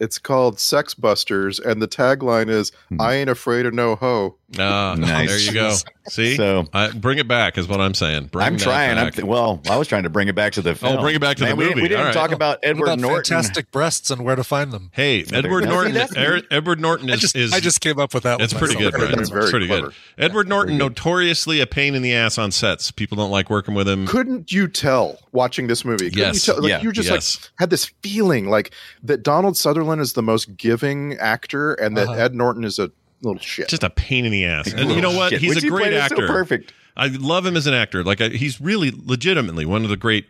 F: It's called Sex Busters, and the tagline is
A: Hmm.
F: "I ain't afraid of no hoe."
A: Ah,
G: Nice.
A: There you go. See,
G: So-
A: I, bring it back is what I'm saying. Bring
G: I'm
A: that
G: trying. I'm
A: back.
G: th- well, I was trying to bring it back to the
H: Oh,
G: film.
A: bring it back to
G: Man,
A: the
G: we didn't-
A: movie.
G: We didn't
A: All right.
G: talk about
H: What
G: Edward
H: about
G: Norton.
H: fantastic breasts and where to find them.
A: Hey, Edward
G: you go.
A: Norton.
G: See, that's-
A: Er- Edward Norton
H: I
A: is.
H: just,
A: is
H: I just came up with that.
A: It's
H: one
A: pretty good,
H: myself.
A: right?
F: That's
A: It's
F: very
A: pretty good.
F: clever.
A: Edward Norton,
G: good.
A: notoriously a pain in the ass on sets. People don't like working with him.
F: Couldn't you tell watching this movie? Couldn't
A: Yes.
F: you, tell, like,
G: Yeah.
F: you just
A: Yes.
F: like had this feeling like that Donald Sutherland is the most giving actor, and that
H: Uh-huh.
F: Ed Norton is a little shit.
A: Just a pain in the ass. And you know what?
G: oh, Shit,
A: He's
G: would
A: a
G: you play
A: great
G: this so
A: actor.
G: perfect.
A: I love him as an actor. Like I, he's really legitimately one of the great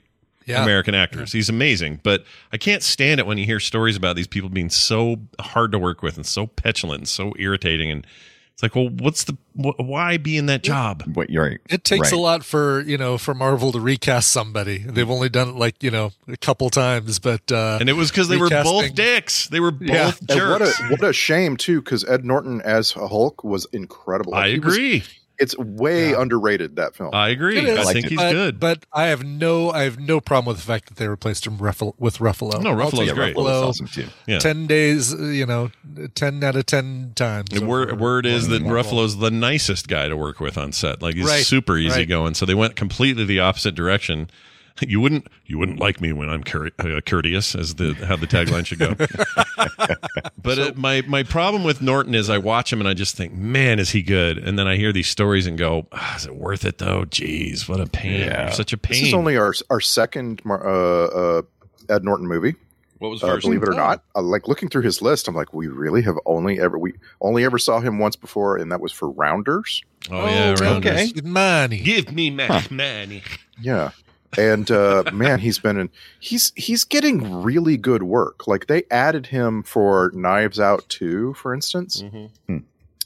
H: Yeah.
A: American actors. He's amazing, but I can't stand it when you hear stories about these people being so hard to work with and so petulant and so irritating and it's like, "Well, what's the wh- why be in that job?"
G: What you're right.
H: It takes
G: Right.
H: a lot for you know for Marvel to recast somebody. They've only done it like you know a couple times, but uh,
A: And it was cuz they were both
H: recasting-
A: dicks. They were both
H: Yeah.
F: And what a
A: jerks.
F: what a shame too, because Ed Norton as Hulk was incredible.
A: I
F: He was-
A: agree.
F: It's way yeah. underrated that film.
A: I agree. I like think it. he's
H: but,
A: good.
H: But I have no I have no problem with the fact that they replaced him Ruffalo, with Ruffalo.
A: No, Ruffalo's yeah, great.
H: Ruffalo's awesome too. Yeah. 10 days, you know, 10 out of 10 times.
A: Word, word is that Ruffalo's the nicest guy to work with on set. Like he's right, super easy right. going. So they went completely the opposite direction you wouldn't you wouldn't like me when I'm cur- uh, courteous, as the how the tagline should go. but so, uh, my my problem with Norton is I watch him and I just think, man, is he good? And then I hear these stories and go, oh, is it worth it though? Jeez, what a pain! Yeah. You're such a pain.
F: This is only our our second uh, Ed Norton movie.
A: What was first?
F: Uh, believe it or not, like looking through his list, I'm like, we really have only ever we only ever saw him once before, and that was for Rounders.
A: Oh, yeah, oh, Rounders. Okay,
H: Give money.
A: Give me my huh. money.
F: Yeah, and uh, man, he's been in. He's he's getting really good work. Like they added him for Knives Out two, for instance. Mm-hmm.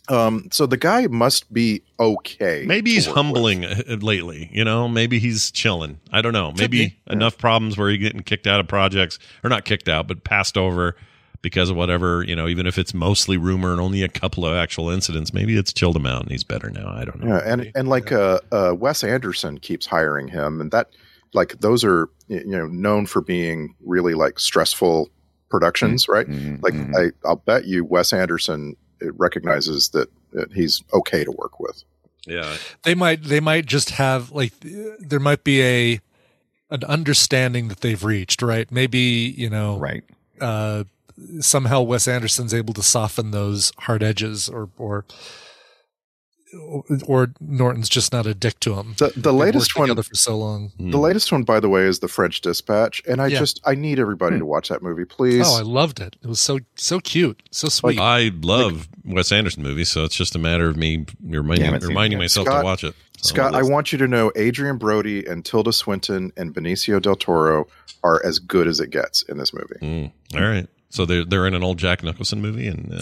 F: Um, so the guy must be okay.
A: Maybe he's humbling with. lately. You know, maybe he's chilling. I don't know. Maybe enough yeah. problems where he's getting kicked out of projects, or not kicked out, but passed over because of whatever. You know, even if it's mostly rumor and only a couple of actual incidents, maybe it's chilled him out and he's better now. I don't know.
F: Yeah, and and like uh, uh, Wes Anderson keeps hiring him, and that like those are you know known for being really like stressful productions right mm-hmm, like mm-hmm. I, i'll bet you wes anderson recognizes that, that he's okay to work with
A: yeah
H: they might they might just have like there might be a an understanding that they've reached right maybe you know
G: right
H: uh somehow wes anderson's able to soften those hard edges or or or Norton's just not a dick to him.
F: The, the latest one
H: for so long.
F: The mm. latest one, by the way, is the French Dispatch, and I yeah. just I need everybody mm. to watch that movie, please.
H: Hmm. Oh, I loved it. It was so so cute, so sweet.
A: I love like, Wes Anderson movies, so it's just a matter of me reminding, yeah, reminding myself Scott, to watch it.
F: So Scott, I want you to know Adrian Brody and Tilda Swinton and Benicio del Toro are as good as it gets in this
A: Mm.
F: movie.
A: All right. So they're they're in an old Jack Nicholson movie, and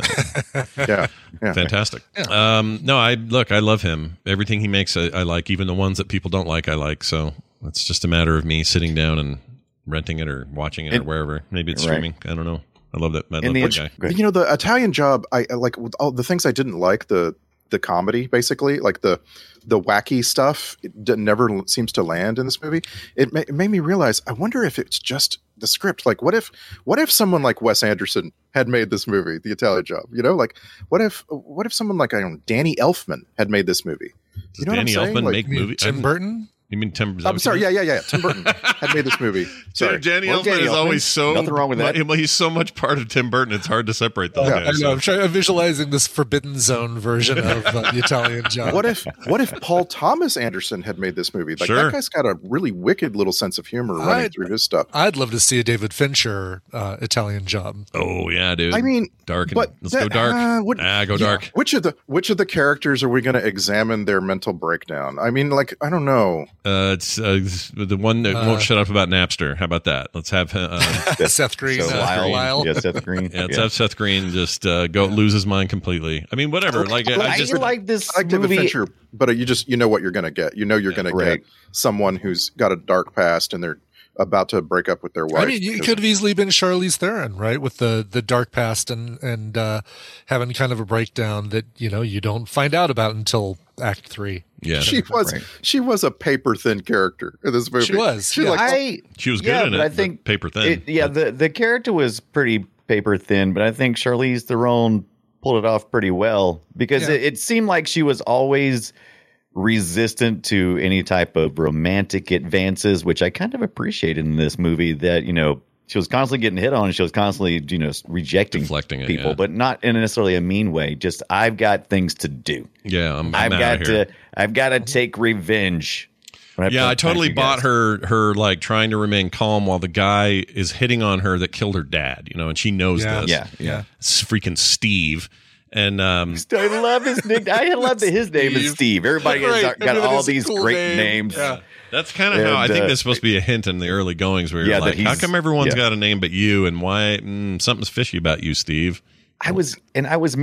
F: uh, yeah, yeah,
A: fantastic. Yeah. Um, no, I look, I love him. Everything he makes, I, I, like. Even the ones that people don't like, I like. So it's just a matter of me sitting down and renting it or watching it, it or wherever. Maybe it's right. streaming. I don't know. I love that. I love
F: the,
A: that guy.
F: Which, you know, the Italian Job. I, I like all the things I didn't like. The the comedy basically like the the wacky stuff it never seems to land in this movie it, ma- it, made me realize i wonder if it's just the script like what if what if someone like wes anderson had made this movie the italian job you know like what if what if someone like i don't know danny elfman had made this movie
A: Does you know danny elfman like, make movies
H: tim burton
A: you mean Tim?
F: I'm sorry. Yeah, yeah, yeah. Tim Burton had made this movie.
A: Sorry. Danny well, Elfman Danny is Elfman. always so
G: nothing wrong with that.
A: He's so much part of Tim Burton. It's hard to separate those. Yeah,
H: guys, I know. So. I'm, trying, I'm visualizing this Forbidden Zone version of uh, the Italian Job.
F: What if What if Paul Thomas Anderson had made this movie? Like sure. that guy's got a really wicked little sense of humor running I'd, through his stuff.
H: I'd love to see a David Fincher uh, Italian Job.
A: Oh yeah, dude.
F: I mean,
A: dark. And, but let's that, go dark. Uh, what, ah, go yeah. dark.
F: Which of the Which of the characters are we going to examine their mental breakdown? I mean, like I don't know.
A: Uh, it's uh, the one that uh, won't shut up about Napster. How about that? Let's have uh,
H: Seth Green. uh, So
G: Seth Lyle. Lyle. Yeah, Seth Green.
A: Yeah, let's yeah. have Seth Green just uh, go yeah. lose his mind completely. I mean, whatever. Like
G: I,
A: I just
G: like this I like David movie. Fincher,
F: but you just you know what you're going to get. You know you're going right. to get someone who's got a dark past and they're about to break up with their wife. I
H: mean, it could have easily been Charlize Theron, right, with the the dark past and and uh, having kind of a breakdown that you know you don't find out about until Act Three.
A: Yeah,
F: she was right. she was a paper thin character in this movie.
H: She was.
F: She,
G: yeah. like, I,
A: she was good yeah, in it. I think paper thin.
G: It, yeah, the the character was pretty paper thin, but I think Charlize Theron pulled it off pretty well because yeah. it, it seemed like she was always resistant to any type of romantic advances, which I kind of appreciated in this movie that, you know, she was constantly getting hit on and she was constantly, you know, rejecting
A: Deflecting
G: people,
A: it, yeah.
G: but not in necessarily a mean way. Just I've got things to do.
A: Yeah, I'm,
G: i
A: have
G: got to I've got to take revenge.
A: I yeah, I totally bought guys. her her like trying to remain calm while the guy is hitting on her that killed her dad, you know, and she knows
G: yeah.
A: this.
G: Yeah, yeah.
A: It's freaking Steve. And um,
G: I love his name. I love that his name is Steve. Everybody right. has got all these cool great name. names. Yeah.
A: That's kind of and, how I think uh, there's supposed to be a hint in the early goings where you're yeah, like, how come everyone's yeah. got a name but you, and why mm, something's fishy about you, Steve?
G: I was and I was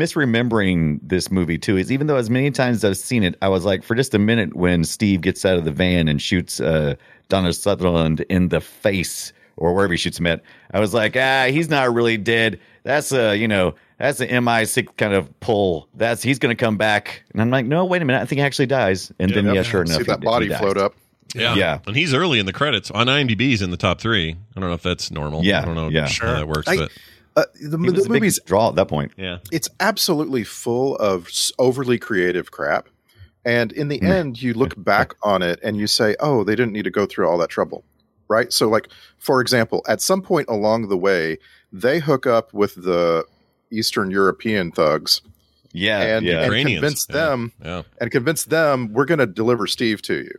G: misremembering this movie too. Is even though as many times as I've seen it, I was like, for just a minute when Steve gets out of the van and shoots uh, Donna Sutherland in the face or wherever he shoots him at, I was like, ah, he's not really dead that's a you know that's an MI6 kind of pull. That's he's going to come back, and I'm like, no, wait a minute, I think he actually dies. And then
F: Yep.
G: yeah, sure
F: See
G: enough, he
F: that
G: d-
F: body
G: he dies.
F: float up.
A: Yeah.
G: Yeah.
A: And he's early in the credits on IMDb's in the top three. I don't know if that's normal.
G: Yeah.
A: I don't know
G: Yeah.
A: how
G: Sure.
A: that works,
F: I-
A: but
F: Uh, the,
G: He was
F: the
G: a big
F: movie's
G: draw at that point.
A: yeah.
F: it's absolutely full of s- overly creative crap. And in the end, you look back on it and you say, oh, they didn't need to go through all that trouble. Right. So, like, for example, at some point along the way, they hook up with the Eastern European thugs
G: Yeah,
F: and,
G: yeah.
F: and
A: Ukrainians.
F: convince
A: Yeah.
F: them
A: Yeah. Oh,
F: and convince them we're going to deliver Steve to you.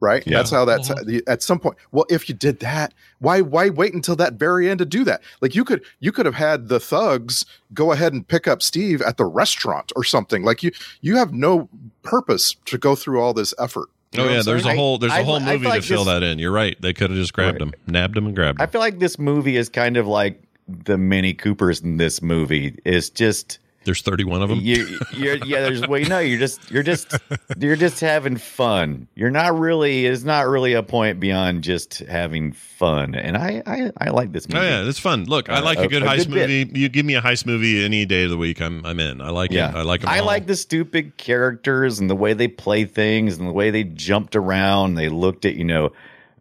F: Right.
G: Yeah.
F: That's how that's the- at some point. Well, if you did that, why why wait until that very end to do that? Like you could you could have had the thugs go ahead and pick up Steve at the restaurant or something. Like you you have no purpose to go through all this effort.
A: Oh
F: You know what
A: yeah,
F: I'm
A: there's
F: saying?
A: a whole there's
G: I-
A: a whole
G: I feel
A: movie
G: like
A: to fill
G: this-
A: that in. You're right. They could have just grabbed him, nabbed him, and grabbed
G: I
A: him.
G: feel like this movie is kind of like the Mini Coopers in this movie. It's just
A: There's 31 of them.
G: you, you're yeah. There's well, you know, you're just you're just you're just having fun. You're not really. It's not really a point beyond just having fun. And I I, I like this movie.
A: Oh yeah, it's fun. Look, I
G: Uh,
A: like
G: a-
A: a good
G: a
A: heist
G: good bit.
A: movie. You give me a heist movie any day of the week, I'm I'm in. I like it. I like them
G: I
A: all.
G: like the stupid characters and the way they play things and the way they jumped around. They looked at you know,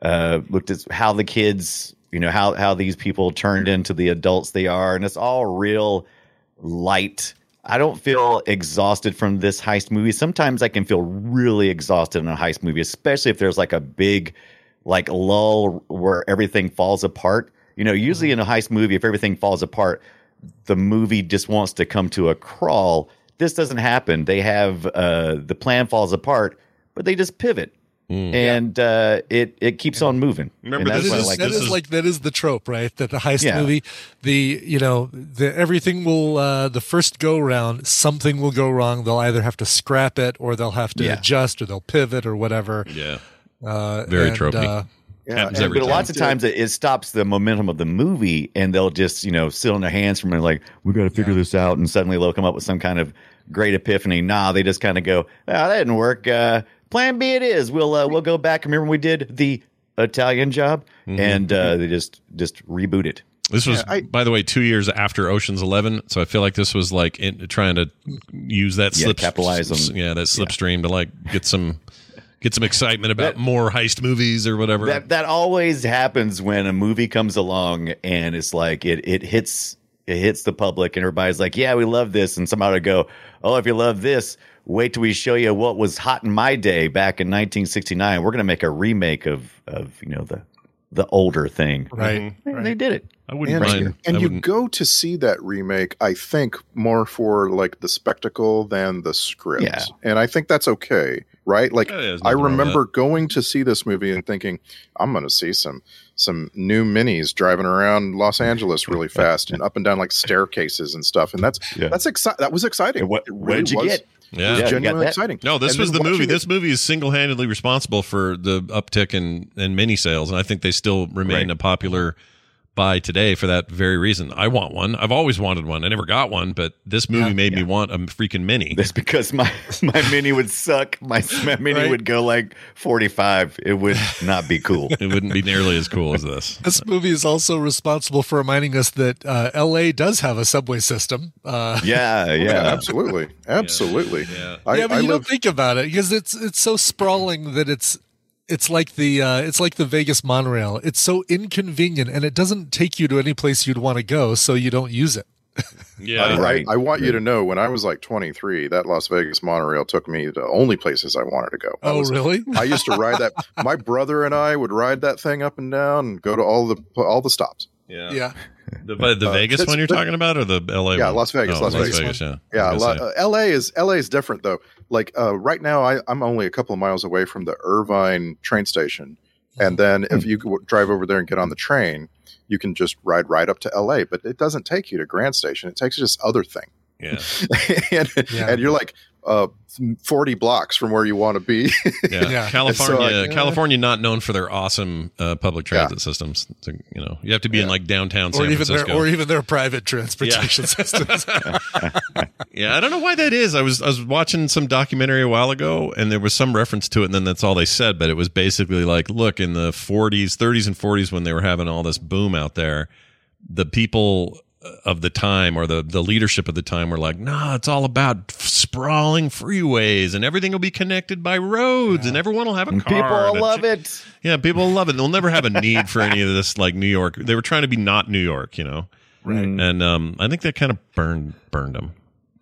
G: uh, looked at how the kids, you know, how how these people turned into the adults they are, and it's all real light. I don't feel exhausted from this heist movie. Sometimes I can feel really exhausted in a heist movie, especially if there's like a big like lull where everything falls apart. You know, usually in a heist movie, if everything falls apart, the movie just wants to come to a crawl. This doesn't happen. They have uh, the plan falls apart, but they just pivot,
H: Hmm.
G: and uh, it it keeps on moving.
A: Remember,
G: and
A: this
G: what I
A: is-
G: like
A: this
H: that
G: about
H: is,
A: is-
H: like that is the trope, right? That the heist
G: Yeah.
H: movie, the you know, the everything will uh, the first go round, something will go wrong. They'll either have to scrap it, or they'll have to
G: Yeah.
H: adjust, or they'll pivot, or whatever.
A: yeah.
H: Uh,
A: Very
H: and,
A: tropey.
H: uh,
F: Yeah,
A: Happens
F: and-
A: every
G: but
A: time.
G: lots of times it, it stops the momentum of the movie and they'll just you know sit on their hands from it like we got to figure this out and suddenly they'll come up with some kind of great epiphany nah they just kind of go ah, that didn't work uh, plan b it is we'll uh, we'll go back remember when we did the italian job and uh, they just just reboot it
A: This was,
F: I-
A: by the way, two years after Ocean's Eleven, so I feel like this was like in, trying to use that
G: Yeah,
A: slip,
G: capitalize on-
A: s- yeah, that slipstream to like get some get some excitement about more heist movies or whatever.
G: that that always happens when a movie comes along and it's like it it hits it hits the public and everybody's like, yeah, we love this, and somebody would go, oh, if you love this, wait till we show you what was hot in my day back in 1969. We're gonna make a remake of of you know the the older thing.
H: Right.
G: And They did it.
A: Mm-hmm. I wouldn't
F: and,
A: mind.
F: and
A: I
F: you
A: wouldn't-
F: go to see that remake, I think, more for like the spectacle than the script.
G: Yeah.
F: And I think that's okay, right? Like
A: Yeah, there's
F: I
A: nothing wrong with
F: remember going to see this movie and thinking, I'm gonna see some some new minis driving around Los Angeles really fast and up and down like staircases and stuff. And that's
G: Yeah.
F: that's exciting. That was exciting.
G: And what-
F: It
G: what'd you
F: was.
A: yeah.
G: get?
F: It was
G: Yeah, you got
F: genuinely
G: that.
F: exciting.
A: No, this
F: And
A: was
F: then
A: the movie.
F: watching it-
A: This movie is single-handedly responsible for the uptick in in mini sales, and I think they still remain
G: Right.
A: a popular buy today for that very reason. I want one. I've always wanted one. I never got one, but this movie made me want a freaking mini.
G: That's because my my mini would suck. My, my mini
H: Right.
G: would go like 45. It would not be cool.
A: It wouldn't be nearly as cool as this.
H: This movie is also responsible for reminding us that uh, L.A. does have a subway system. Uh,
G: yeah,
F: Yeah,
G: yeah.
F: absolutely. Absolutely.
A: Yeah.
F: I,
H: yeah, but
F: I
H: you
F: live
H: don't think about it because it's it's so sprawling that it's it's like the uh, it's like the Vegas monorail. It's so inconvenient and it doesn't take you to any place you'd want to go, so you don't use it.
A: Yeah.
F: I-
G: Right.
F: I, want you to know when I was like 23, that Las Vegas monorail took me to only places I wanted to go. I
H: Oh,
F: was-
H: really?
F: I used to ride that. My brother and I would ride that thing up and down and go to all the all the stops.
A: Yeah.
H: Yeah,
A: The, but the Vegas
F: Uh, that's-
A: one you're
F: but-
A: talking about, or the L.A.
F: Yeah,
A: one?
F: Las Vegas,
A: Oh,
F: Las Vegas
A: yeah,
F: Yeah,
A: I was
F: La-
A: gonna say.
F: uh, L.A. is L.A. is different though. Like uh, right now, I, I'm only a couple of miles away from the Irvine train station, and then if you go- drive over there and get on the train, you can just ride right up to L.A. But it doesn't take you to Grand Station; it takes you to this other thing.
A: yeah,
F: and,
H: Yeah.
F: and you're like uh, 40 blocks from where you want to be.
A: yeah.
H: Yeah.
A: California,
F: So, like, uh,
A: California, not known for their awesome uh, public
F: Yeah.
A: transit systems. It's like, you know, you have to be in like downtown San
H: or even
A: Francisco.
H: their or even their private transportation systems.
A: yeah, I don't know why that is. I was I was watching some documentary a while ago, and there was some reference to it, and then that's all they said. But it was basically like, look, in the 40s, 30s, and 40s, when they were having all this boom out there, the people uh, of the time or the the leadership of the time were like, nah, it's all about f- sprawling freeways and everything will be connected by roads and everyone will have a car.
G: People
A: and a
G: will love
A: chi-
G: it.
A: Yeah, people will love it. They'll never have a need for any of this like New York. They were trying to be not New York, you know.
G: Right.
H: Mm.
A: And um, I think that kind of burned burned them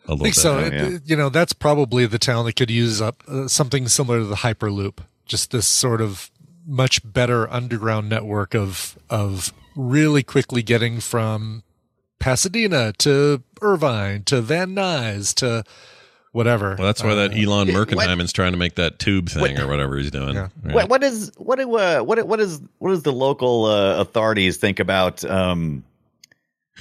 A: a
H: I
A: little
H: think
A: bit.
G: Oh,
H: so. Oh, It- You know, that's probably the town that could use up uh, something similar to the Hyperloop. Just this sort of much better underground network of of really quickly getting from Pasadena to Irvine to Van Nuys to whatever.
A: Well, that's why that Elon
G: Yeah, what-
A: Merkenheim is trying to make that tube thing
G: What-
A: or whatever he's doing.
H: Yeah.
A: Yeah.
G: What, what is what do, uh, what what is what does the local uh, authorities think about um,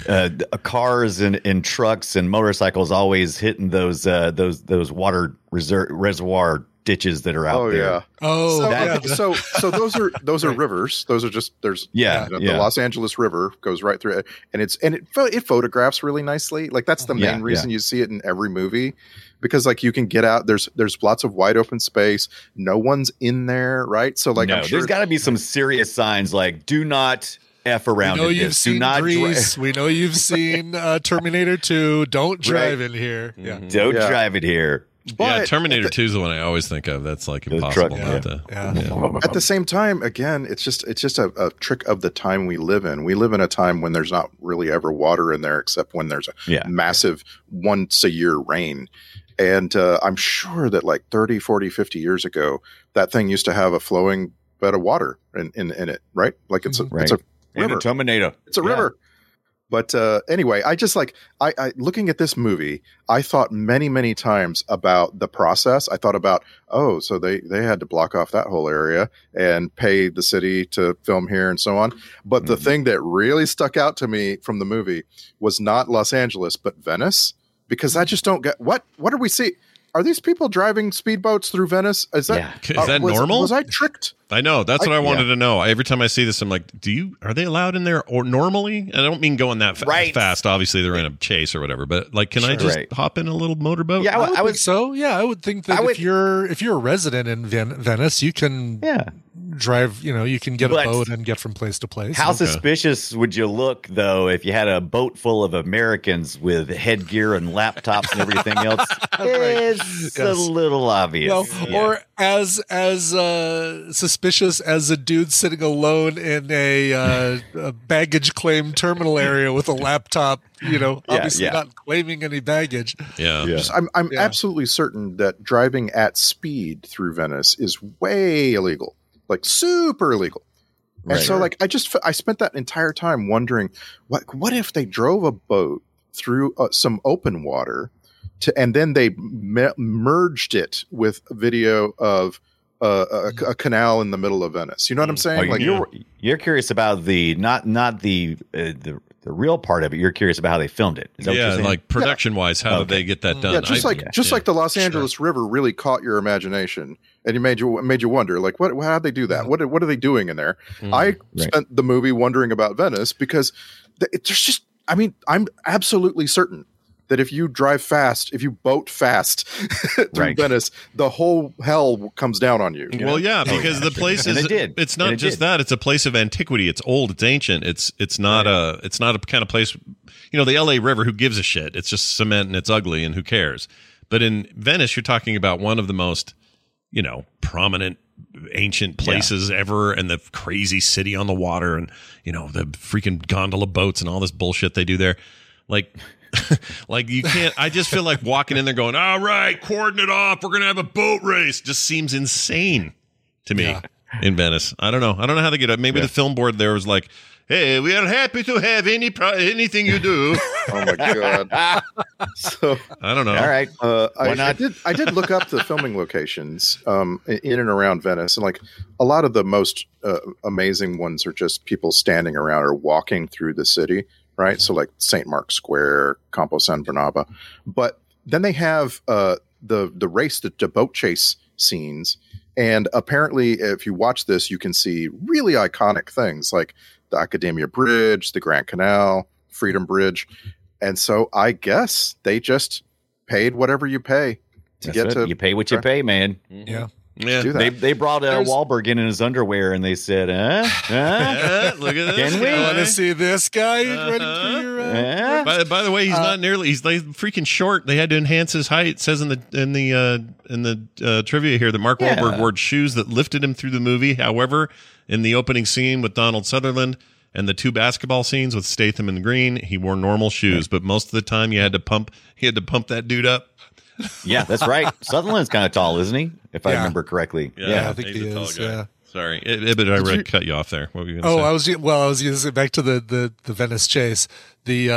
G: uh, d- cars and, and trucks and motorcycles always hitting those uh, those those water reser- reservoir ditches that are out
F: Oh
G: there?
F: yeah.
H: Oh,
F: so,
H: yeah.
F: okay, so so those are those are rivers. Those are just there's
G: Yeah,
F: you know,
G: yeah.
F: the Los Angeles River goes right through it, and it's and it pho- it photographs really nicely. Like that's the main
G: Yeah, yeah.
F: reason you see it in every movie, because like you can get out. There's there's lots of wide open space. No one's in there, right? So like
G: no,
F: I'm sure
G: there's got to be some serious signs like do not f
H: we
G: around.
H: know
G: in
H: you've
G: this. do
H: seen
G: not dri-
H: Grease. we know you've seen uh, Terminator 2. Don't drive in here. Yeah.
A: Mm-hmm.
G: don't
F: Yeah.
G: drive it here.
A: Yeah,
F: but-
A: Terminator Two is the one I always think of. That's like
G: The truck,
A: impossible
G: yeah.
A: not to.
H: Yeah.
F: at the same time again it's just it's just a, a trick of the time we live in we live in a time when there's not really ever water in there except when there's a
G: Yeah.
F: massive once a year rain and uh, i'm sure that like 30 40 50 years ago that thing used to have a flowing bed of water in in, in it right like it's a,
G: Mm-hmm.
F: it's a
G: And a
F: river
G: Terminator.
F: it's a river but uh, anyway i just like I, I looking at this movie i thought many many times about the process i thought about oh so they they had to block off that whole area and pay the city to film here and so on but the thing that really stuck out to me from the movie was not los angeles but venice because i just don't get what what are we see are these people driving speedboats through venice is that
G: Yeah.
A: Is that
F: was-
A: normal?
F: was i tricked
A: I know. That's what I,
F: I-
A: wanted to know. I, every time I see this, I'm like, do you are they allowed in there or normally? And I don't mean going that fa-
G: Right.
A: fast. Obviously, they're in a chase or whatever. But like, can I
G: Sure.
A: just
G: Right.
A: hop in a little motorboat?
G: Yeah, I,
H: I,
G: w- I
H: would think
G: was.
H: so. Yeah, I would think
G: I
H: that
G: would-
H: if you're if you're a resident in Ven- Venice, you can
G: Yeah.
H: drive. You know, you can get
G: But-
H: a boat and get from place to place.
G: How
H: And-
G: suspicious would you look though if you had a boat full of Americans with headgear and laptops and everything else? It's a
H: Yes.
G: little obvious.
H: Well,
G: Yeah.
H: or as as uh, suspicious as a dude sitting alone in a, uh, a baggage claim terminal area with a laptop, you know,
G: Yeah,
H: obviously
G: yeah.
H: not claiming any baggage.
A: yeah.
F: Just- I'm, I'm
H: Yeah.
F: absolutely certain that driving at speed through Venice is way illegal, like super illegal. And so, like, I just f- I spent that entire time wondering, what what if they drove a boat through uh, some open water, to and then they me- merged it with video of uh, a, a canal in the middle of Venice. You know what I'm
G: Oh,
F: saying? Like,
G: you're you're curious about the not not the uh, the the real part of it. You're curious about how they filmed it. Is that what you're
A: Yeah,
G: saying?
A: like production wise, how did
G: Okay.
A: they get that done?
F: yeah, just
A: I-
F: like just
A: yeah.
F: like the Los Angeles River really caught your imagination, and it made you made you wonder, like, what how would they do that?
A: Mm.
F: What what are they doing in there? I spent the movie wondering about Venice because th- it, there's just, I mean, I'm absolutely certain that if you drive fast, if you boat fast through
G: Right.
F: Venice, the whole hell comes down on you. you know?
A: Well, yeah, because the place
G: And
A: is
G: it did.
A: it's not
G: And it
A: just
G: did. Oh,
A: that, it's a place of antiquity. It's old, it's ancient. It's it's not a it's not a kind of place you know, the LA River, who gives a shit? It's just cement and it's ugly and who cares? But in Venice, you're talking about one of the most, you know, prominent ancient places ever and the crazy city on the water and you know, the freaking gondola boats and all this bullshit they do there. Like like you can't i just feel like walking in there going all right cordon it off we're gonna have a boat race just seems insane to me in venice i don't know i don't know how they get it maybe the film board there was like hey we are happy to have any pro- anything you do
F: oh my god! so
A: i don't know
G: all right,
F: Uh,
G: Why
F: I, I
G: not?
F: did. I did look up the filming locations um, in and around Venice, and like a lot of the most uh, amazing ones are just people standing around or walking through the city, right? So like Saint Mark's Square, Campo San Bernaba, but then they have uh, the the race, the, the boat chase scenes, and apparently, if you watch this, you can see really iconic things like the Academia Bridge, the Grand Canal, Freedom Bridge. And so I guess they just paid whatever you pay to
G: That's
F: get
G: it.
F: to
G: you pay what you pay, man.
H: Yeah.
A: yeah
F: do that.
G: They they brought uh,
H: There's-
G: Wahlberg in in his underwear and they said, "Uh, "Huh, huh,
A: Eh, look at this
G: Can we?
A: guy.
H: Want to see this guy running
A: Uh-huh.
H: through your? Uh,
G: Eh?
A: By, by the way, he's not nearly. He's like freaking short. They had to enhance his height. It says in the in the uh, in the uh, trivia here that Mark
G: Yeah.
A: Wahlberg wore shoes that lifted him through the movie. However, in the opening scene with Donald Sutherland and the two basketball scenes with Statham and Green, he wore normal shoes. But most of the time, you had to pump. He had to pump that dude up.
G: Yeah, that's right. Sutherland's kind of tall, isn't he? If I
H: Yeah.
G: remember correctly. Yeah.
H: I think
A: he's
H: he
A: a tall
H: is,
A: guy.
H: yeah.
A: Sorry, I- I- but I
H: Did
A: read,
H: you-
A: cut you off there. What were you going
H: Oh,
A: to
H: I
A: say?
H: was well. I was going to say back to the the the Venice chase. The uh,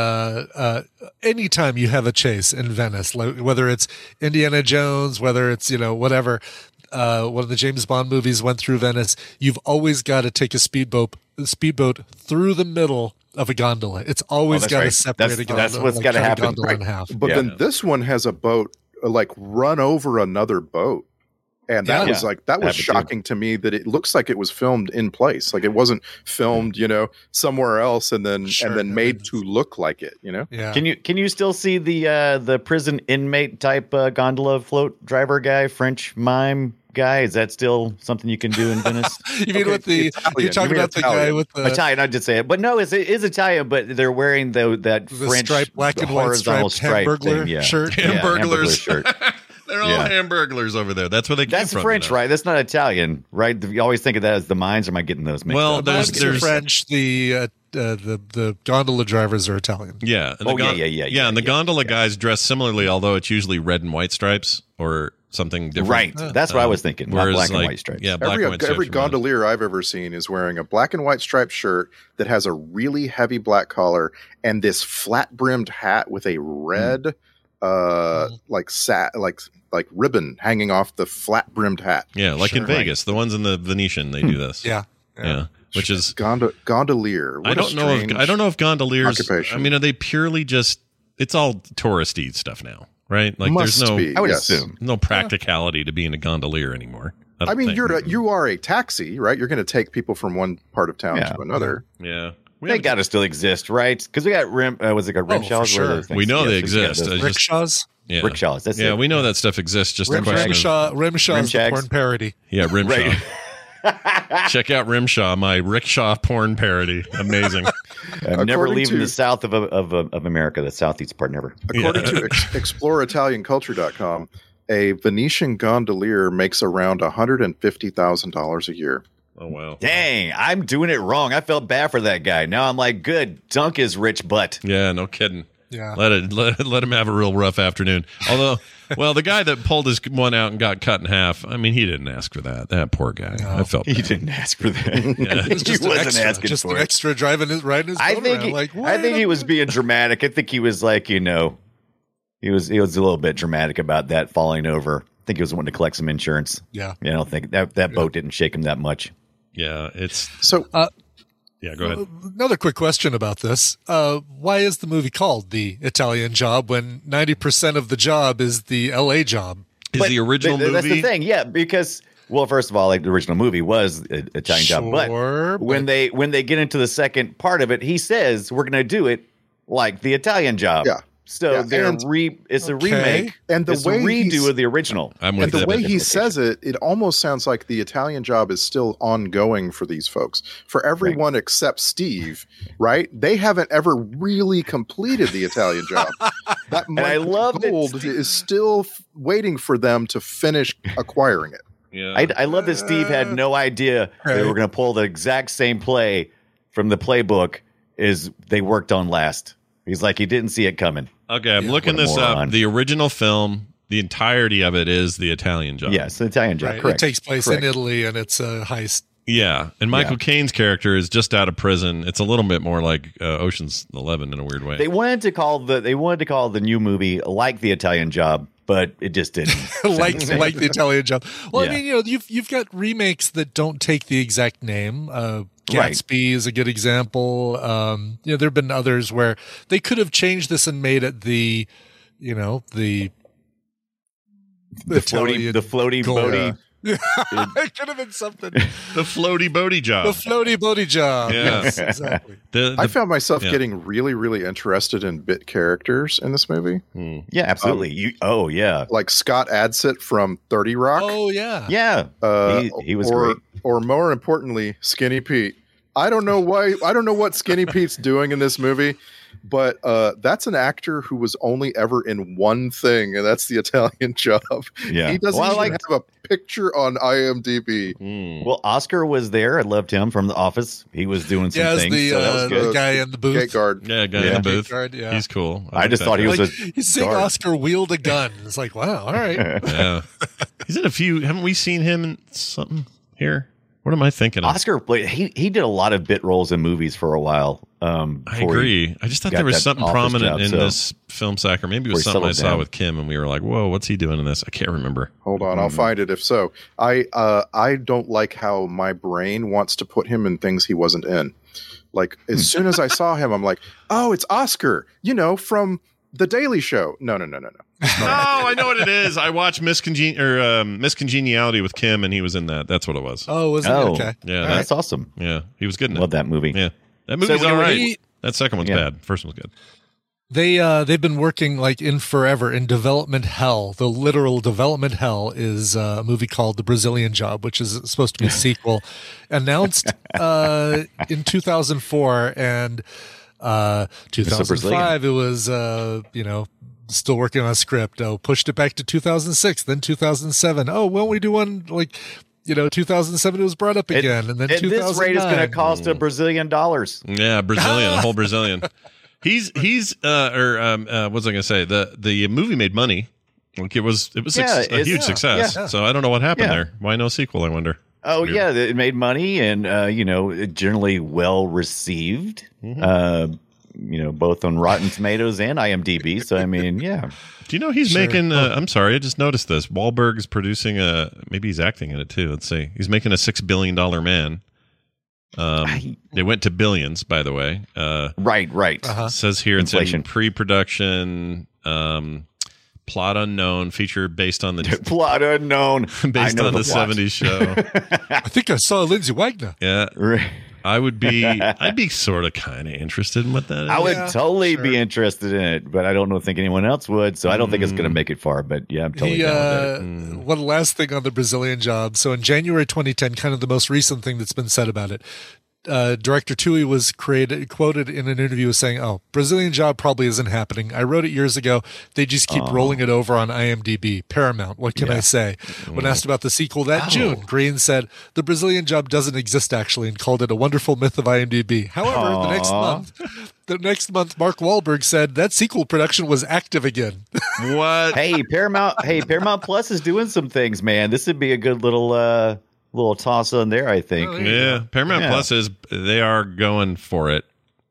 H: uh, anytime you have a chase in Venice, like, whether it's Indiana Jones, whether it's you know whatever, uh, one of the James Bond movies went through Venice. You've always got to take a speedboat speedboat through the middle of a gondola. It's always
G: Oh, that's
H: got to
G: right.
H: separate
G: That's-
H: a gondola.
G: that's what's gotta
H: cut a
G: happen.
H: gondola in half.
F: But
G: Yeah.
F: then this one has a boat uh, like run over another boat. And that
G: Yeah.
F: was like that
G: Yeah,
F: was
G: but dude-
F: shocking to me that it looks like it was filmed in place. Like it wasn't filmed, you know, somewhere else and then
H: Sure,
F: and then
H: that
F: made
H: makes
F: to look like it, you know?
H: Yeah.
G: Can you can you still see the uh, the prison inmate type uh, gondola float driver guy, French mime guy? Is that still something you can do in Venice?
H: you mean
F: Okay,
H: with the
F: Italian.
H: you're talking
F: You mean
H: about the guy
F: Italian.
H: with the
G: Italian, I did say it, but no, it's, it is Italian, but they're wearing though that
H: The
G: French
H: striped black and white
G: horizontal
H: striped hamburglar
G: thing, yeah.
H: shirt.
G: Yeah,
A: Hamburglers.
G: shirt.
A: They're all
G: Yeah.
A: hamburglers over there. That's where they
G: That's
A: came from.
G: French,
A: you know.
G: right? That's not Italian, right? You always think of that as the mines. Or am I getting those mixed
A: Well,
G: up?
A: there's-
H: Mobs are
A: there's-
H: French. The uh, uh, the the gondola drivers are Italian.
A: Yeah. And
G: Oh, yeah, yeah, yeah,
A: Yeah, and the
G: yeah,
A: gondola guys dress similarly, although it's usually red and white stripes or something different.
G: right. That's what I was thinking. Not
A: Whereas,
G: black and
A: like,
G: white stripes.
A: Yeah, black
F: Every,
A: and white stripes are
F: every
A: red.
F: gondolier I've ever seen is wearing a black and white striped shirt that has a really heavy black collar and this flat brimmed hat with a red
A: Mm.
F: uh
A: Mm-hmm.
F: like sat like like ribbon hanging off the flat brimmed hat.
A: Yeah, like in
H: Sure.
A: Vegas, the ones in the Venetian,
F: Hmm.
A: they do this.
H: Yeah.
A: Yeah. Which is
F: Gondo- gondolier. What
A: I
F: a
A: don't know if
F: strange-
A: I don't know if gondoliers
F: occupation.
A: I mean, are they purely just it's all touristy stuff now, right? Like
F: Must
A: there's no
F: be,
G: I would
F: yes.
G: assume.
A: no practicality to being a gondolier anymore.
F: I
A: don't
F: mean,
A: think.
F: you're a, you are a taxi, right? You're going to take people from one part of town
G: Yeah.
F: to another.
A: Yeah. We
G: They
A: have-
G: got to still exist, right? Because we got rim. Uh, was it a rim
H: for
G: shells?
H: sure.
A: We know they exist. I just-
H: Rickshaws.
A: yeah.
G: rickshaws, that's
A: yeah,
G: it.
A: we know that stuff exists. Just a
H: Rim,
A: question. of-
H: rimshaw, rimshaw is the
G: Rimshacks.
H: porn parody.
A: Yeah, Rimshaw.
G: Right.
A: Check out Rimshaw, my rickshaw porn parody. Amazing.
G: I'm never
F: According
G: leaving
F: to-
G: the south of, of, of, of America, the southeast part, never.
F: According to ex- exploreitalianculture.com, a Venetian gondolier makes around $150,000 a year.
A: Oh wow.
G: Dang, I'm doing it wrong. I felt bad for that guy. Now I'm like, good, dunk his rich butt.
A: Yeah, no kidding.
H: Yeah.
A: Let it let, let him have a real rough afternoon. Although, well, the guy that pulled his one out and got cut in half. I mean, he didn't ask for that. That poor guy. I felt
G: He
A: bad.
G: didn't ask for that.
A: It was
G: he
H: an
G: wasn't
H: extra,
G: asking
H: just
G: for
H: an
G: it.
H: extra driving his riding his
G: I
H: boat
G: think
H: around,
G: he,
H: like
G: I think
H: "Wait
G: he
H: a
G: was being dramatic. I think he was like, you know, he was he was a little bit dramatic about that falling over. I think he was wanting to collect some insurance.
H: Yeah.
G: I don't think that that boat didn't shake him that much.
A: Yeah, it's
F: So
H: Uh,
A: yeah. Go ahead.
H: Another quick question about this. Uh, why is the movie called The Italian Job when 90% of the job is the LA job?
A: Is
G: But-
A: the original
G: but
A: movie?
G: That's the thing, yeah, because well, first of all, like the original movie was I- Italian Job, but,
H: Sure, but-
G: when they when they get into the second part of it, he says we're going to do it like the Italian Job.
F: Yeah.
G: So
F: Yeah,
G: they're
F: and-
G: re it's a
H: Okay.
G: remake
F: And the
G: it's
F: way
G: a redo
F: he's-
G: of the original.
A: I'm
F: and
A: with
F: the
A: that.
F: way he
G: Different
F: says it, it almost sounds like the Italian job is still ongoing for these folks. For everyone except Steve, right? They haven't ever really completed the Italian job. That
G: I
F: money
G: love that
F: gold
G: Steve-
F: is still f- waiting for them to finish acquiring it.
A: yeah.
G: I, I love that Steve had no idea they were going to pull the exact same play from the playbook is they worked on last. He's like he didn't see it coming.
A: okay, I'm looking
G: what a
A: this
G: moron.
A: up. The original film, the entirety of it is the Italian Job.
G: Yes, the Italian job.
H: Right. It
G: Correct.
H: takes place
G: Correct.
H: in Italy and it's a heist.
A: Yeah, and Michael Caine's character is just out of prison. It's a little bit more like uh, Ocean's Eleven in a weird way.
G: They wanted to call the they wanted to call the new movie like the Italian job, but it just didn't.
H: like
G: Sound
H: like the Italian job. Well,
G: Yeah.
H: I mean, you know, you've you've got remakes that don't take the exact name. Uh,
G: Right.
H: Gatsby is a good example. Um, you know, there have been others where they could have changed this and made it the, you know, the
G: the floaty
H: Italian
G: the floaty
H: gold.
G: boaty.
H: it could have been something. the
A: the floaty boaty job.
H: floaty boaty job.
A: Yeah.
H: Yes, exactly.
A: The-
F: I
A: the-
F: found myself
A: yeah.
F: getting really, really interested in bit characters in this movie,
G: Yeah, absolutely.
H: Um,
G: you oh yeah.
F: like Scott Adsit from Thirty Rock.
H: Oh yeah.
G: Yeah.
F: uh,
G: he, he was
F: or,
G: great.
F: or more importantly, Skinny Pete. I don't know why. I don't know what Skinny Pete's doing in this movie, but uh, that's an actor who was only ever in one thing, and that's the Italian Job.
G: Yeah.
F: he doesn't
G: Well, I
F: even
G: like-
F: have a picture on IMDb.
A: Hmm.
G: Well, Oscar was there. I loved him from The Office. He was doing some
H: Yeah, as
G: things.
H: the,
G: so that
H: uh,
G: was good.
H: the guy in the booth.
F: Gate guard.
A: Yeah, guy in
G: Yeah.
A: the booth.
H: Guard, yeah.
A: He's cool.
G: I just thought he was
H: Like,
G: a
H: he's seeing
G: guard.
H: Oscar wield a gun. It's like, wow, all right.
A: Yeah. He's in a few. Haven't we seen him in something here? What am I thinking? Of?
G: Oscar played. He he did a lot of bit roles in movies for a while. Um,
A: I
G: before he
A: agree. I just thought
G: got
A: there was
G: that
A: something
G: office
A: prominent
G: job,
A: in
G: so-
A: this film sacker. Maybe it
G: Where
A: was
G: he
A: something I
G: settled
A: saw
G: down.
A: with Kim, and we were like, "Whoa, what's he doing in this?" I can't remember.
F: Hold on, I'll
H: Mm-hmm.
F: find it if so. I uh, I don't like how my brain wants to put him in things he wasn't in. Like as
H: Hmm.
F: soon as I saw him, I'm like, oh, it's Oscar, you know, from The Daily Show. No, no, no, no, no.
A: oh, I know what it is. I watched Miss Congen- or um, Miss Congeniality with Kim, and he was in that. That's what it was.
H: Oh, was it?
G: Oh.
H: Okay.
A: yeah,
G: Yeah,
A: that,
G: that's awesome.
A: yeah, he was good in it.
G: Love that movie.
A: Yeah, that movie's
G: So
A: all right.
H: he-
A: that second one's
G: Yeah.
A: bad. First one's good.
H: They uh they've been working like in forever in development hell. The literal development hell is uh, a movie called The Brazilian Job, which is supposed to be a sequel, announced uh in 2004 and uh
G: a Brazilian.
H: 2005 it was uh you know still working on a script. Oh, pushed it back to 2006, then 2007. Oh, won't we do one like you know 2007 it was brought up
G: At,
H: again and then
G: at this rate, it's going to
H: 2009.
G: cost a Brazilian dollars.
A: Yeah, Brazilian, a whole Brazilian. He's he's uh or um uh, what was I gonna say? The the movie made money. Like it was it was
G: Yeah,
A: suc- a
G: it's-
A: huge
G: yeah,
A: success.
G: yeah.
A: So I don't know what happened
G: Yeah.
A: there. Why no sequel? I wonder.
G: Oh
A: Weird.
G: yeah, it made money and uh, you know it generally well received.
H: Mm-hmm.
G: Uh, you know both on Rotten Tomatoes and IMDb. So I mean, yeah,
A: Do you know he's making? Uh, I'm sorry, I just noticed this. Wahlberg's producing a. Maybe he's acting in it too. Let's see. He's making a six billion dollar man. Um,
G: I-
A: they went to billions, by the way. Uh,
G: right, right.
H: Uh-huh.
A: says here it's in
G: Inflation.
A: pre-production. Um, plot unknown. Feature based on the
G: Plot unknown. I
A: based
G: know
A: on the,
G: plot.
A: 70s show.
H: I think I saw Lindsay Wagner.
A: yeah,
G: Right.
A: I would be. I'd be sort of kind of interested in what that is.
G: I would
H: Yeah,
G: totally
H: sure.
G: be interested in it, but I don't know think anyone else would. So I don't think it's going to make it far. But yeah, I'm totally
H: He,
G: down with
H: uh,
G: it.
H: One last thing on the Brazilian job. So in January 2010, kind of the most recent thing that's been said about it, uh, director Tui was created quoted in an interview as saying, "Oh, Brazilian job probably isn't happening. I wrote it years ago. They just keep rolling it over on IMDb, Paramount. What can I say?" When
G: Mm.
H: asked about the sequel
G: Oh.
H: that June, Green said, "The Brazilian job doesn't exist actually," and called it a wonderful myth of IMDb. However, the next
G: Aw.
H: month. The next month, Mark Wahlberg said that sequel production was active again.
A: What?
G: Hey, Paramount. hey, Paramount Plus is doing some things, man. This would be a good little uh, little toss on there. I think.
A: Oh, Yeah, Paramount
G: Yeah.
A: Plus is they are going for it.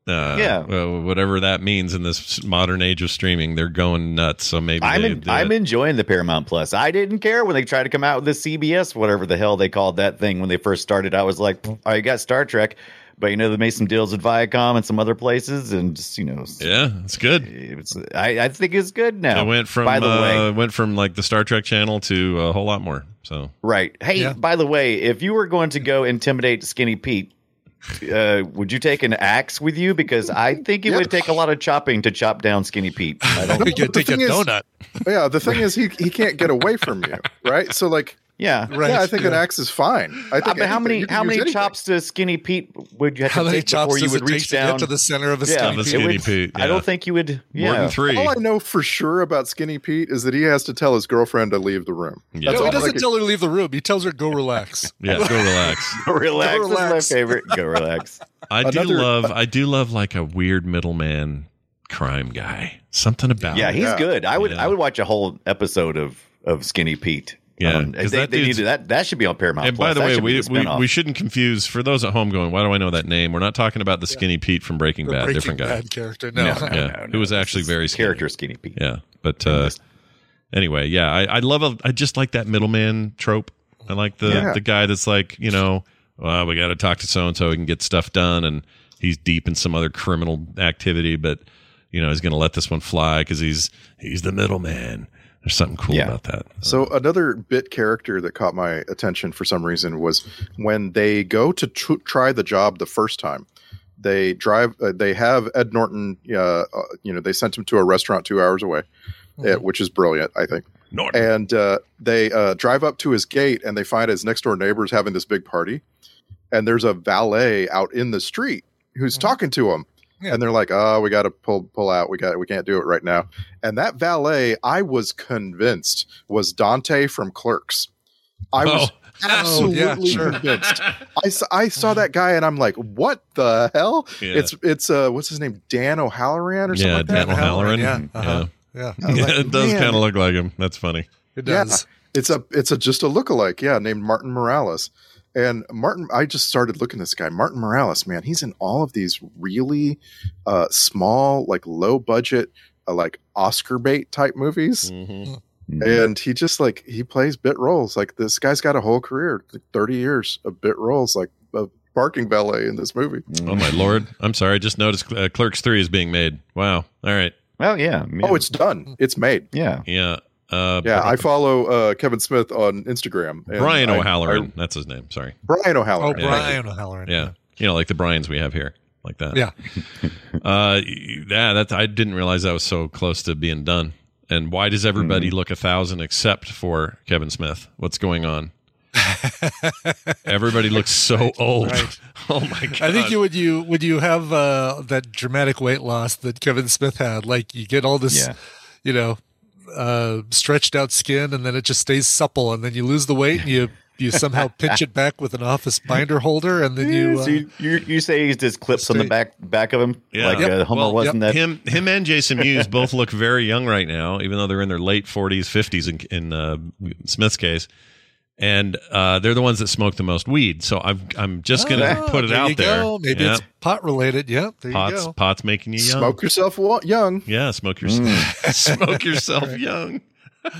A: Uh,
G: Yeah.
A: well, whatever that means in this modern age of streaming, they're going nuts. So maybe
G: I'm
A: they
G: in,
A: do
G: I'm
A: it.
G: enjoying the Paramount Plus. I didn't care when they tried to come out with the CBS, whatever the hell they called that thing when they first started. I was like, "Pff, I got Star Trek, but you know they made some deals with Viacom and some other places, and just you know,
A: Yeah, it's good.
G: it was, I, I think it's good now.
A: It went from
G: by the way,
A: uh, went from like the Star Trek channel to a whole lot more. So
G: Right. Hey,
H: Yeah.
G: by the way, if you were going to go intimidate Skinny Pete, uh, would you take an axe with you? Because I think it would take a lot of chopping to chop down Skinny Pete. I don't.
H: We could
F: The
H: take a
F: thing is-
H: donut.
F: Yeah, the thing is, he he can't get away from you, right? So like,
G: yeah.
H: Right.
F: yeah, I think an
H: yeah.
F: axe is fine. I
G: Uh,
F: think
G: but how
F: anything-
G: many
F: you can
G: how
F: use
G: many
F: anything.
G: chops does Skinny Pete would you have
H: How
G: to
H: many
G: take before
H: chops
G: you
H: does
G: would
H: it take
G: reach
H: to
G: down
H: get to the center of a skinny
A: Of a
H: pea?
A: Skinny
G: it would-
A: Pete,
G: I
A: yeah.
G: don't think you would. Yeah.
A: more than three.
F: All I know for sure about Skinny Pete is that he has to tell his girlfriend to leave the room.
A: Yeah.
H: No,
F: all
H: he
F: I
H: doesn't
F: can-
H: tell her to leave the room. He tells her go relax.
A: yeah, go relax.
G: Go relax,
H: Go relax.
G: is my favorite. Go relax.
A: I do
F: Another-
A: love I do love like a weird middleman crime guy. Something about
G: yeah,
A: it.
G: he's
F: yeah.
G: good. I would
A: Yeah.
G: I would watch a whole episode of of Skinny Pete.
A: Yeah,
G: Um,
A: 'cause
G: they,
A: that
G: they need
A: dude's-
G: to, that that should be on Paramount.
A: And by
G: Plus.
A: the
G: That
A: way,
G: should be
A: we,
G: the
A: we,
G: spinoff.
A: we shouldn't confuse for those at home going, why do I know that name? We're not talking about the skinny Pete from Breaking
H: The
A: Bad,
H: Breaking
A: different guy.
H: Bad character. No.
G: No,
A: yeah, who was
G: This
A: actually
G: is
A: very skinny.
G: character skinny Pete.
A: Yeah, but uh, anyway, yeah, I, I love a, I just like that middleman trope. I like the
F: Yeah.
A: the guy that's like, you know, well, we got to talk to so and so, we can get stuff done, and he's deep in some other criminal activity, but you know, he's going to let this one fly because he's he's the middleman. There's something cool
G: Yeah.
A: about that.
F: So another bit character that caught my attention for some reason was when they go to tr- try the job the first time. They drive. Uh, they have Ed Norton. Uh, uh, you know, they sent him to a restaurant two hours away,
H: Mm-hmm.
F: uh, which is brilliant, I think.
A: Norton.
F: And uh, they uh, drive up to his gate, and they find his next door neighbor's having this big party, and there's a valet out in the street who's talking to him, Mm-hmm. Yeah. And they're like, "Oh, we got to pull pull out. We got we can't do it right now." And that valet, I was convinced was Dante from Clerks. I was oh. absolutely oh, yeah, sure. convinced. I saw, I saw that guy and I'm like, "What the hell?" Yeah. It's it's uh what's his name? Dan O'Halloran or something like
A: Dan
F: that?
A: O'Halloran.
H: Yeah. Uh-huh. Yeah.
A: Yeah. Like, it does kind of look like him. That's funny.
H: It does.
F: It's a it's a just a lookalike, yeah, named Martin Morales. And Martin, I just started looking at this guy, Martin Morales. Man, he's in all of these really uh, small, like low budget, uh, like Oscar bait type movies. Mm-hmm.
A: Mm.
F: And he just like he plays bit roles. Like this guy's got a whole career, like thirty years of bit roles, like a parking valet in this movie.
A: Oh my lord! I'm sorry, I just noticed uh, Clerks Three is being made. Wow. All right.
G: Well, yeah. yeah.
F: Oh, it's done. It's made.
G: Yeah.
A: Yeah.
F: Uh, yeah, I follow uh, Kevin Smith on Instagram.
A: Brian O'Halloran, I, I, that's his name. Sorry,
F: Brian O'Halloran.
H: Oh, yeah. Brian O'Halloran.
A: Yeah. yeah. you know, like the Brian's we have here, like that.
H: Yeah,
A: uh, yeah. That's I didn't realize that was so close to being done. And why does everybody mm-hmm. look a thousand except for Kevin Smith? What's going on? Everybody looks so right, old. Right. Oh my god!
H: I think you would you would you have uh, that dramatic weight loss that Kevin Smith had? Like you get all this, yeah. you know, uh, stretched out skin and then it just stays supple and then you lose the weight and you you somehow pinch it back with an office binder holder and then you
G: uh, so you, you, you, say he's just clips stay. on the back back of him yeah. like yep. uh, Hummer well, wasn't yep. that
A: him him and Jason Mewes both look very young right now even though they're in their late 40s 50s in, in uh, Smith's case and uh, they're the ones that smoke the most weed. So I'm I'm just gonna oh, put it
H: there
A: out there.
H: Go. Maybe yeah. it's pot related. Yep, yeah,
A: pots
H: you
A: pots making you young.
F: Smoke yourself young.
A: Yeah, smoke yourself mm. smoke yourself young.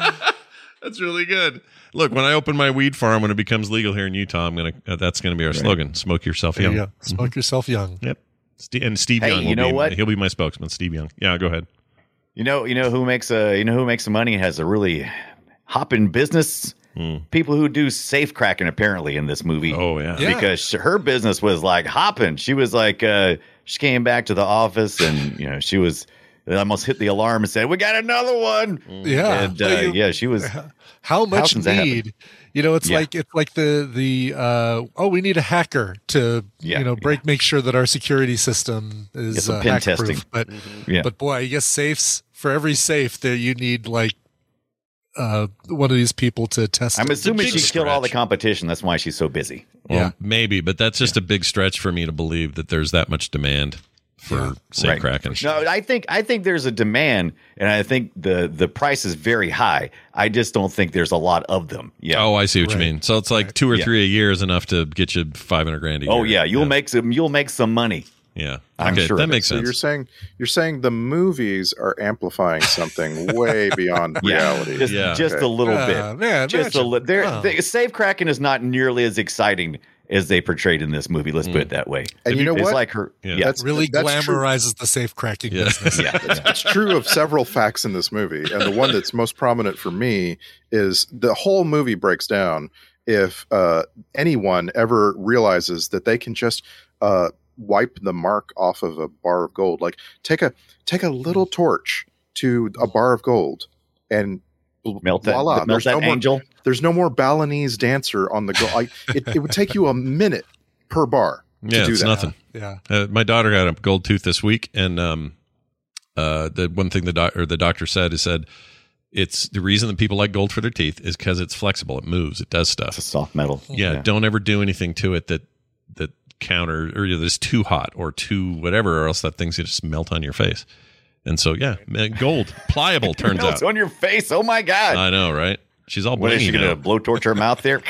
A: that's really good. Look, when I open my weed farm when it becomes legal here in Utah, I'm gonna uh, that's gonna be our right. slogan: smoke yourself young. You
H: smoke mm-hmm. yourself young.
A: Yep. And Steve hey, Young,
G: you know
A: be,
G: what?
A: He'll be my spokesman. Steve Young. Yeah, go ahead.
G: You know, you know who makes a you know who makes money has a really hopping business Mm. People who do safe cracking apparently in this movie.
A: Hmm. Oh yeah,
G: yeah. because her business was like hopping. She was like, uh, she came back to the office and you know she was almost hit the alarm and said, "We got another one."
H: Yeah,
G: and, uh, you, yeah, she was.
H: How much need? You know, it's yeah. like it's like the the uh, oh, we need a hacker to yeah, you know break, make sure that our security system is uh,
G: pin testing. Proof.
H: But mm-hmm. but boy, I guess safes for every safe there you need like uh, one of these people to test.
G: I'm assuming she stretch. killed all the competition. That's why she's so busy.
A: Well, yeah, maybe, but that's just yeah. a big stretch for me to believe that there's that much demand for yeah. safe right. cracking.
G: No, I think I think there's a demand, and I think the the price is very high. I just don't think there's a lot of them. Yeah.
A: Oh, I see what right. you mean. So it's like right. two or yeah. three a year is enough to get you 500 grand a year.
G: Oh yeah, you'll make some. You'll make some money.
A: Yeah,
G: I'm okay, sure
A: that makes
F: so
A: sense.
F: You're saying you're saying the movies are amplifying something way beyond
G: yeah.
F: reality.
G: Just, yeah. just okay. a little bit. Uh, man, just imagine. a little. They, Save Kraken is not nearly as exciting as they portrayed in this movie. Let's mm. put it that way.
F: And you know
G: it's
F: what?
G: Like her,
H: yeah, yeah. That's, really that's glamorizes true. the safe cracking
G: yeah.
H: business.
G: yeah,
F: it's true of several facts in this movie, and the one that's most prominent for me is the whole movie breaks down if uh, anyone ever realizes that they can just. Uh, wipe the mark off of a bar of gold. Like take a take a little torch to a bar of gold and
G: melt that, voila, melt that
F: no
G: angel.
F: More, there's no more Balinese dancer on the go. I, it, it, would take you a minute per bar.
A: Yeah,
F: it's that.
A: nothing.
H: Yeah,
A: uh, my daughter got a gold tooth this week, and um, uh, the one thing the doc- or the doctor said is said it's the reason that people like gold for their teeth is because it's flexible, it moves, it does stuff.
G: It's a soft metal.
A: Yeah, yeah. don't ever do anything to it that that counter or you know, that's too hot or too whatever, or else that thing's gonna just melt on your face. And so, yeah, gold pliable turns out
G: on your face. Oh my god!
A: I know, right? She's all
G: what is she gonna blow torch her mouth there?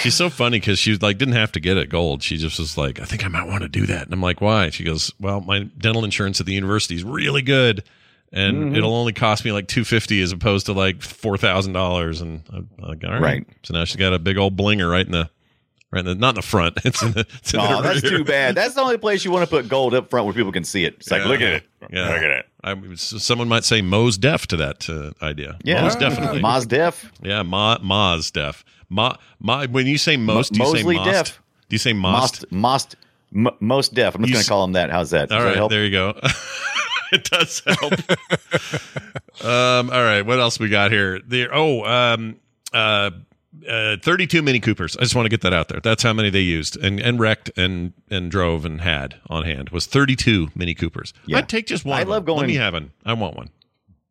A: She's so funny because she like didn't have to get it gold. She just was like, I think I might want to do that. And I'm like, why? She goes, Well, my dental insurance at the university is really good. And mm-hmm. it'll only cost me like two fifty as opposed to like four thousand dollars, and I'm like, all right. right. So now she's got a big old blinger right in the right? The, not in the front. It's in the. It's in
G: oh, that's rear. too bad. That's the only place you want to put gold up front where people can see it. It's like, yeah. look at it. Yeah. Look at it.
A: I, someone might say Mo's deaf to that uh, idea.
G: Yeah,
A: Mo's definitely.
G: Mo's deaf.
A: Yeah, Ma Ma's deaf. Ma, Ma When you say most, do you
G: Mosley
A: say most?
G: deaf.
A: Do you say most?
G: Most, most, most deaf. I'm just going to call him that. How's that?
A: All
G: Does
A: right,
G: that
A: there you go. it does help. um, all right, what else we got here? There. Oh, um, uh, uh, 32 Mini Coopers. I just want to get that out there. That's how many they used and, and wrecked and and drove and had on hand was 32 Mini Coopers. Yeah. I'd take just one. I love going. Let me have one. I want one.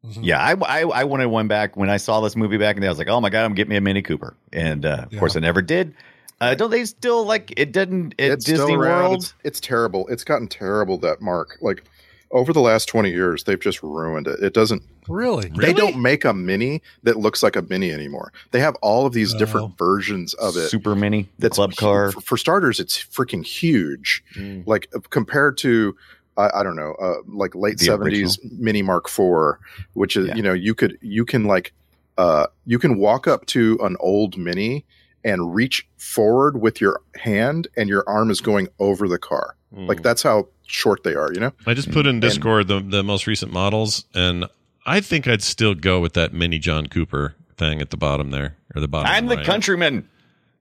G: Mm-hmm. Yeah, I, I, I wanted one back when I saw this movie back, and I was like, "Oh my god, I'm getting me a Mini Cooper," and uh, of yeah. course, I never did. Uh, don't they still like it? Didn't at it's Disney World?
F: It's, it's, terrible. It's gotten terrible. That mark, like over the last twenty years, they've just ruined it. It doesn't
H: really.
F: They really? don't make a mini that looks like a mini anymore. They have all of these oh. different versions of it.
G: Super mini, the club huge. car.
F: For, for, starters, it's freaking huge. Mm. Like compared to I, I, don't know, uh, like late seventies Mini Mark Four, which is yeah. you know you could you can like uh, you can walk up to an old Mini and reach forward with your hand, and your arm is going over the car. Mm. Like that's how short they are. You know.
A: I just put in Discord and, the the most recent models, and I think I'd still go with that Mini John Cooper thing at the bottom there or the bottom.
G: I'm the right. countryman.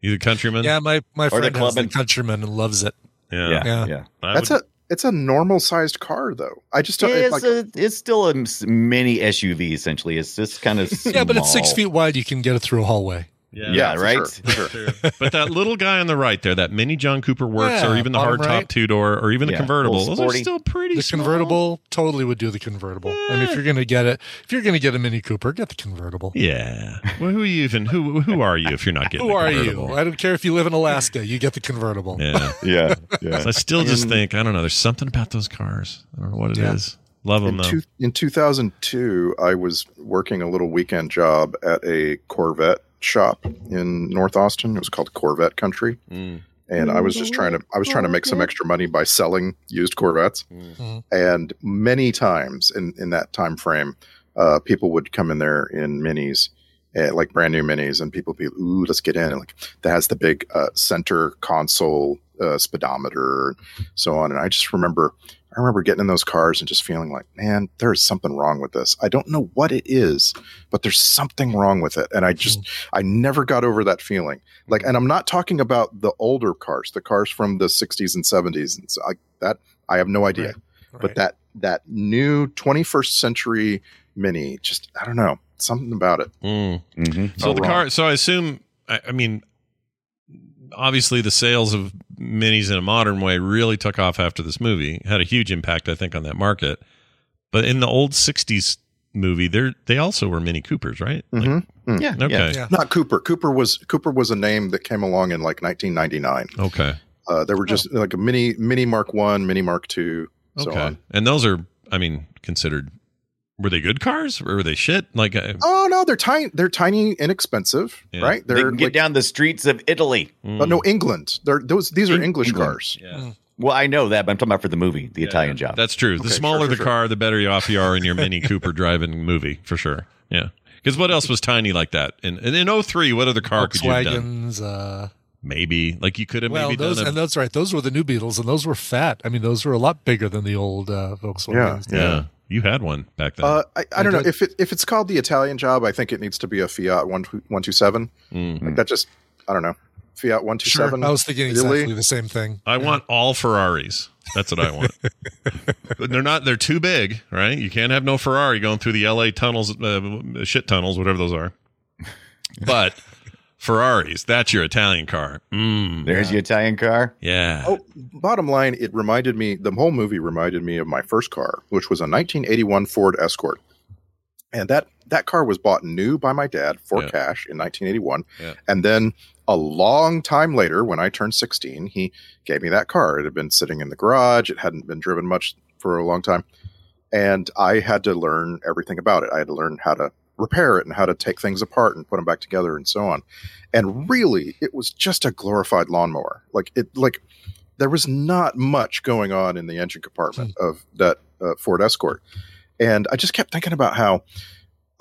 A: You the countryman?
H: Yeah, my my friend or the has the countryman and loves it.
A: Yeah,
G: yeah. yeah. yeah.
F: That's would, a it's a normal sized car though. I just don't.
G: Yeah, it's,
F: like,
G: a, it's still a mini SUV essentially. It's just kind of
H: yeah, but it's six feet wide. You can get it through a hallway.
G: Yeah, yeah right.
A: Sure, sure. but that little guy on the right there, that mini John Cooper works, yeah, or even the hardtop right. two door, or even the convertible. Those are still pretty.
H: The
A: small.
H: convertible totally would do the convertible. I mean, if you're gonna get it, if you're gonna get a mini Cooper, get the convertible.
A: Yeah. Well, who are you even? Who who are you if you're not getting?
H: who are you? I don't care if you live in Alaska. You get the convertible.
A: Yeah.
G: yeah. Yeah.
A: So I still just and, think I don't know. There's something about those cars. I don't know what it yeah. is. Love them
F: in
A: though.
F: Two, in 2002, I was working a little weekend job at a Corvette shop in North Austin. It was called Corvette Country. Mm. And I was just trying to I was trying to make some extra money by selling used Corvettes. Mm-hmm. And many times in in that time frame, uh, people would come in there in minis. Uh, like brand new minis, and people be, ooh, let's get in. And like that has the big uh, center console uh, speedometer, and so on. And I just remember I remember getting in those cars and just feeling like, man, there's something wrong with this. I don't know what it is, but there's something wrong with it. And I just, I never got over that feeling. Like, and I'm not talking about the older cars, the cars from the 60s and 70s. And so I, that, I have no idea. Right. Right. But that, that new 21st century Mini, just, I don't know, something about it.
A: Mm. Mm-hmm. So oh, the wrong. car, so I assume, I, I mean, obviously the sales of minis in a modern way really took off after this movie had a huge impact i think on that market but in the old 60s movie there they also were mini coopers right
F: like, mm-hmm.
G: yeah
A: okay
G: yeah.
F: not cooper cooper was cooper was a name that came along in like 1999
A: okay
F: uh, there were just oh. like a mini mini mark one mini mark two okay. so uh, on.
A: and those are i mean considered were they good cars or were they shit? Like, I,
F: oh no, they're tiny, they're tiny, inexpensive, yeah. right?
G: They're, they can get like, down the streets of Italy.
F: Mm. Oh, no, England. They're those. These are English England. cars.
G: Yeah. Mm. Well, I know that, but I'm talking about for the movie, the yeah, Italian job.
A: That's true. The okay, smaller sure, the sure. car, the better you off you are in your Mini Cooper driving movie for sure. Yeah, because what else was tiny like that? And, and in 03, what other car Volkswagens, could you have done?
H: Uh,
A: maybe like you could have well, maybe
H: those,
A: done
H: a, and that's right. Those were the new Beatles, and those were fat. I mean, those were a lot bigger than the old uh, Volkswagens.
A: yeah. yeah. You had one back then.
F: Uh, I, I, don't know if it, if it's called the Italian job. I think it needs to be a Fiat one one two seven. Mm-hmm. Like that just I don't know Fiat one two sure. seven.
H: I was thinking exactly Italy. the same thing.
A: I yeah. want all Ferraris. That's what I want. but they're not. They're too big, right? You can't have no Ferrari going through the L.A. tunnels, uh, shit tunnels, whatever those are. But. Ferraris. That's your Italian car. Mm.
G: There's yeah. your Italian car.
A: Yeah.
F: Oh, bottom line, it reminded me. The whole movie reminded me of my first car, which was a 1981 Ford Escort, and that that car was bought new by my dad for yeah. cash in 1981, yeah. and then a long time later, when I turned 16, he gave me that car. It had been sitting in the garage. It hadn't been driven much for a long time, and I had to learn everything about it. I had to learn how to repair it and how to take things apart and put them back together and so on. And really, it was just a glorified lawnmower. Like it, like there was not much going on in the engine compartment of that uh, Ford Escort. And I just kept thinking about how,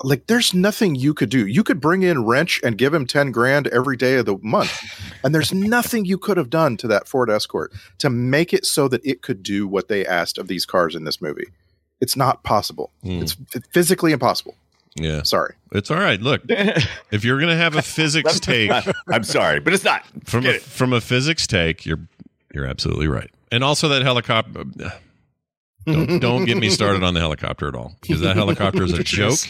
F: like, there's nothing you could do. You could bring in wrench and give him ten grand every day of the month, and there's nothing you could have done to that Ford Escort to make it so that it could do what they asked of these cars in this movie. It's not possible. Mm. It's physically impossible.
A: Yeah.
F: Sorry.
A: It's all right. Look, if you're gonna have a physics take,
G: I'm sorry, but it's not
A: from Get a, it. from a physics take. You're you're absolutely right. And also that helicopter. uh, Don't don't get me started on the helicopter at all because that helicopter is a joke.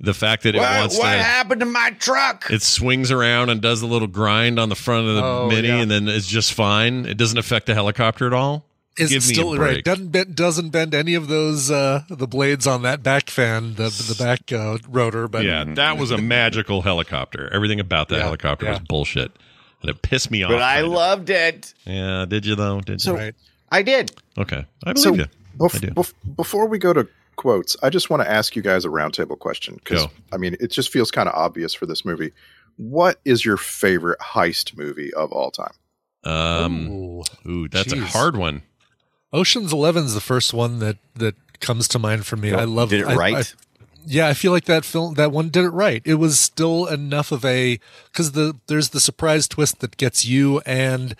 A: the fact that it
G: what,
A: wants
G: what
A: to
G: happened to my truck?
A: it swings around and does the little grind on the front of the
H: Oh,
A: mini
H: yeah.
A: and then it's just fine it doesn't affect the helicopter at all
H: Is
A: give me
H: still
A: a
H: right.
A: break
H: Doesn't bend, doesn't bend any of those uh, the blades on that back fan, the the back uh, rotor. But
A: yeah that was a magical helicopter everything about that
H: Yeah,
A: helicopter was
H: yeah.
A: bullshit and it pissed me off
G: But I
A: kind of.
G: loved it.
A: yeah did you though did you
H: right.
G: I did.
A: okay i believe you
F: bef-
A: I do.
F: bef- before we go to quotes, I just want to ask you guys a roundtable question because
A: Go.
F: I mean it just feels kind of obvious for this movie. What is your favorite heist movie of all time?
A: um ooh, that's a
H: Jeez.
A: hard one
H: Ocean's Eleven's the first one that that comes to mind for me. I love
G: Did it
H: I-
G: right?
H: I- yeah, I feel like that film that one did it right. It was still enough of a because the there's the surprise twist that gets you and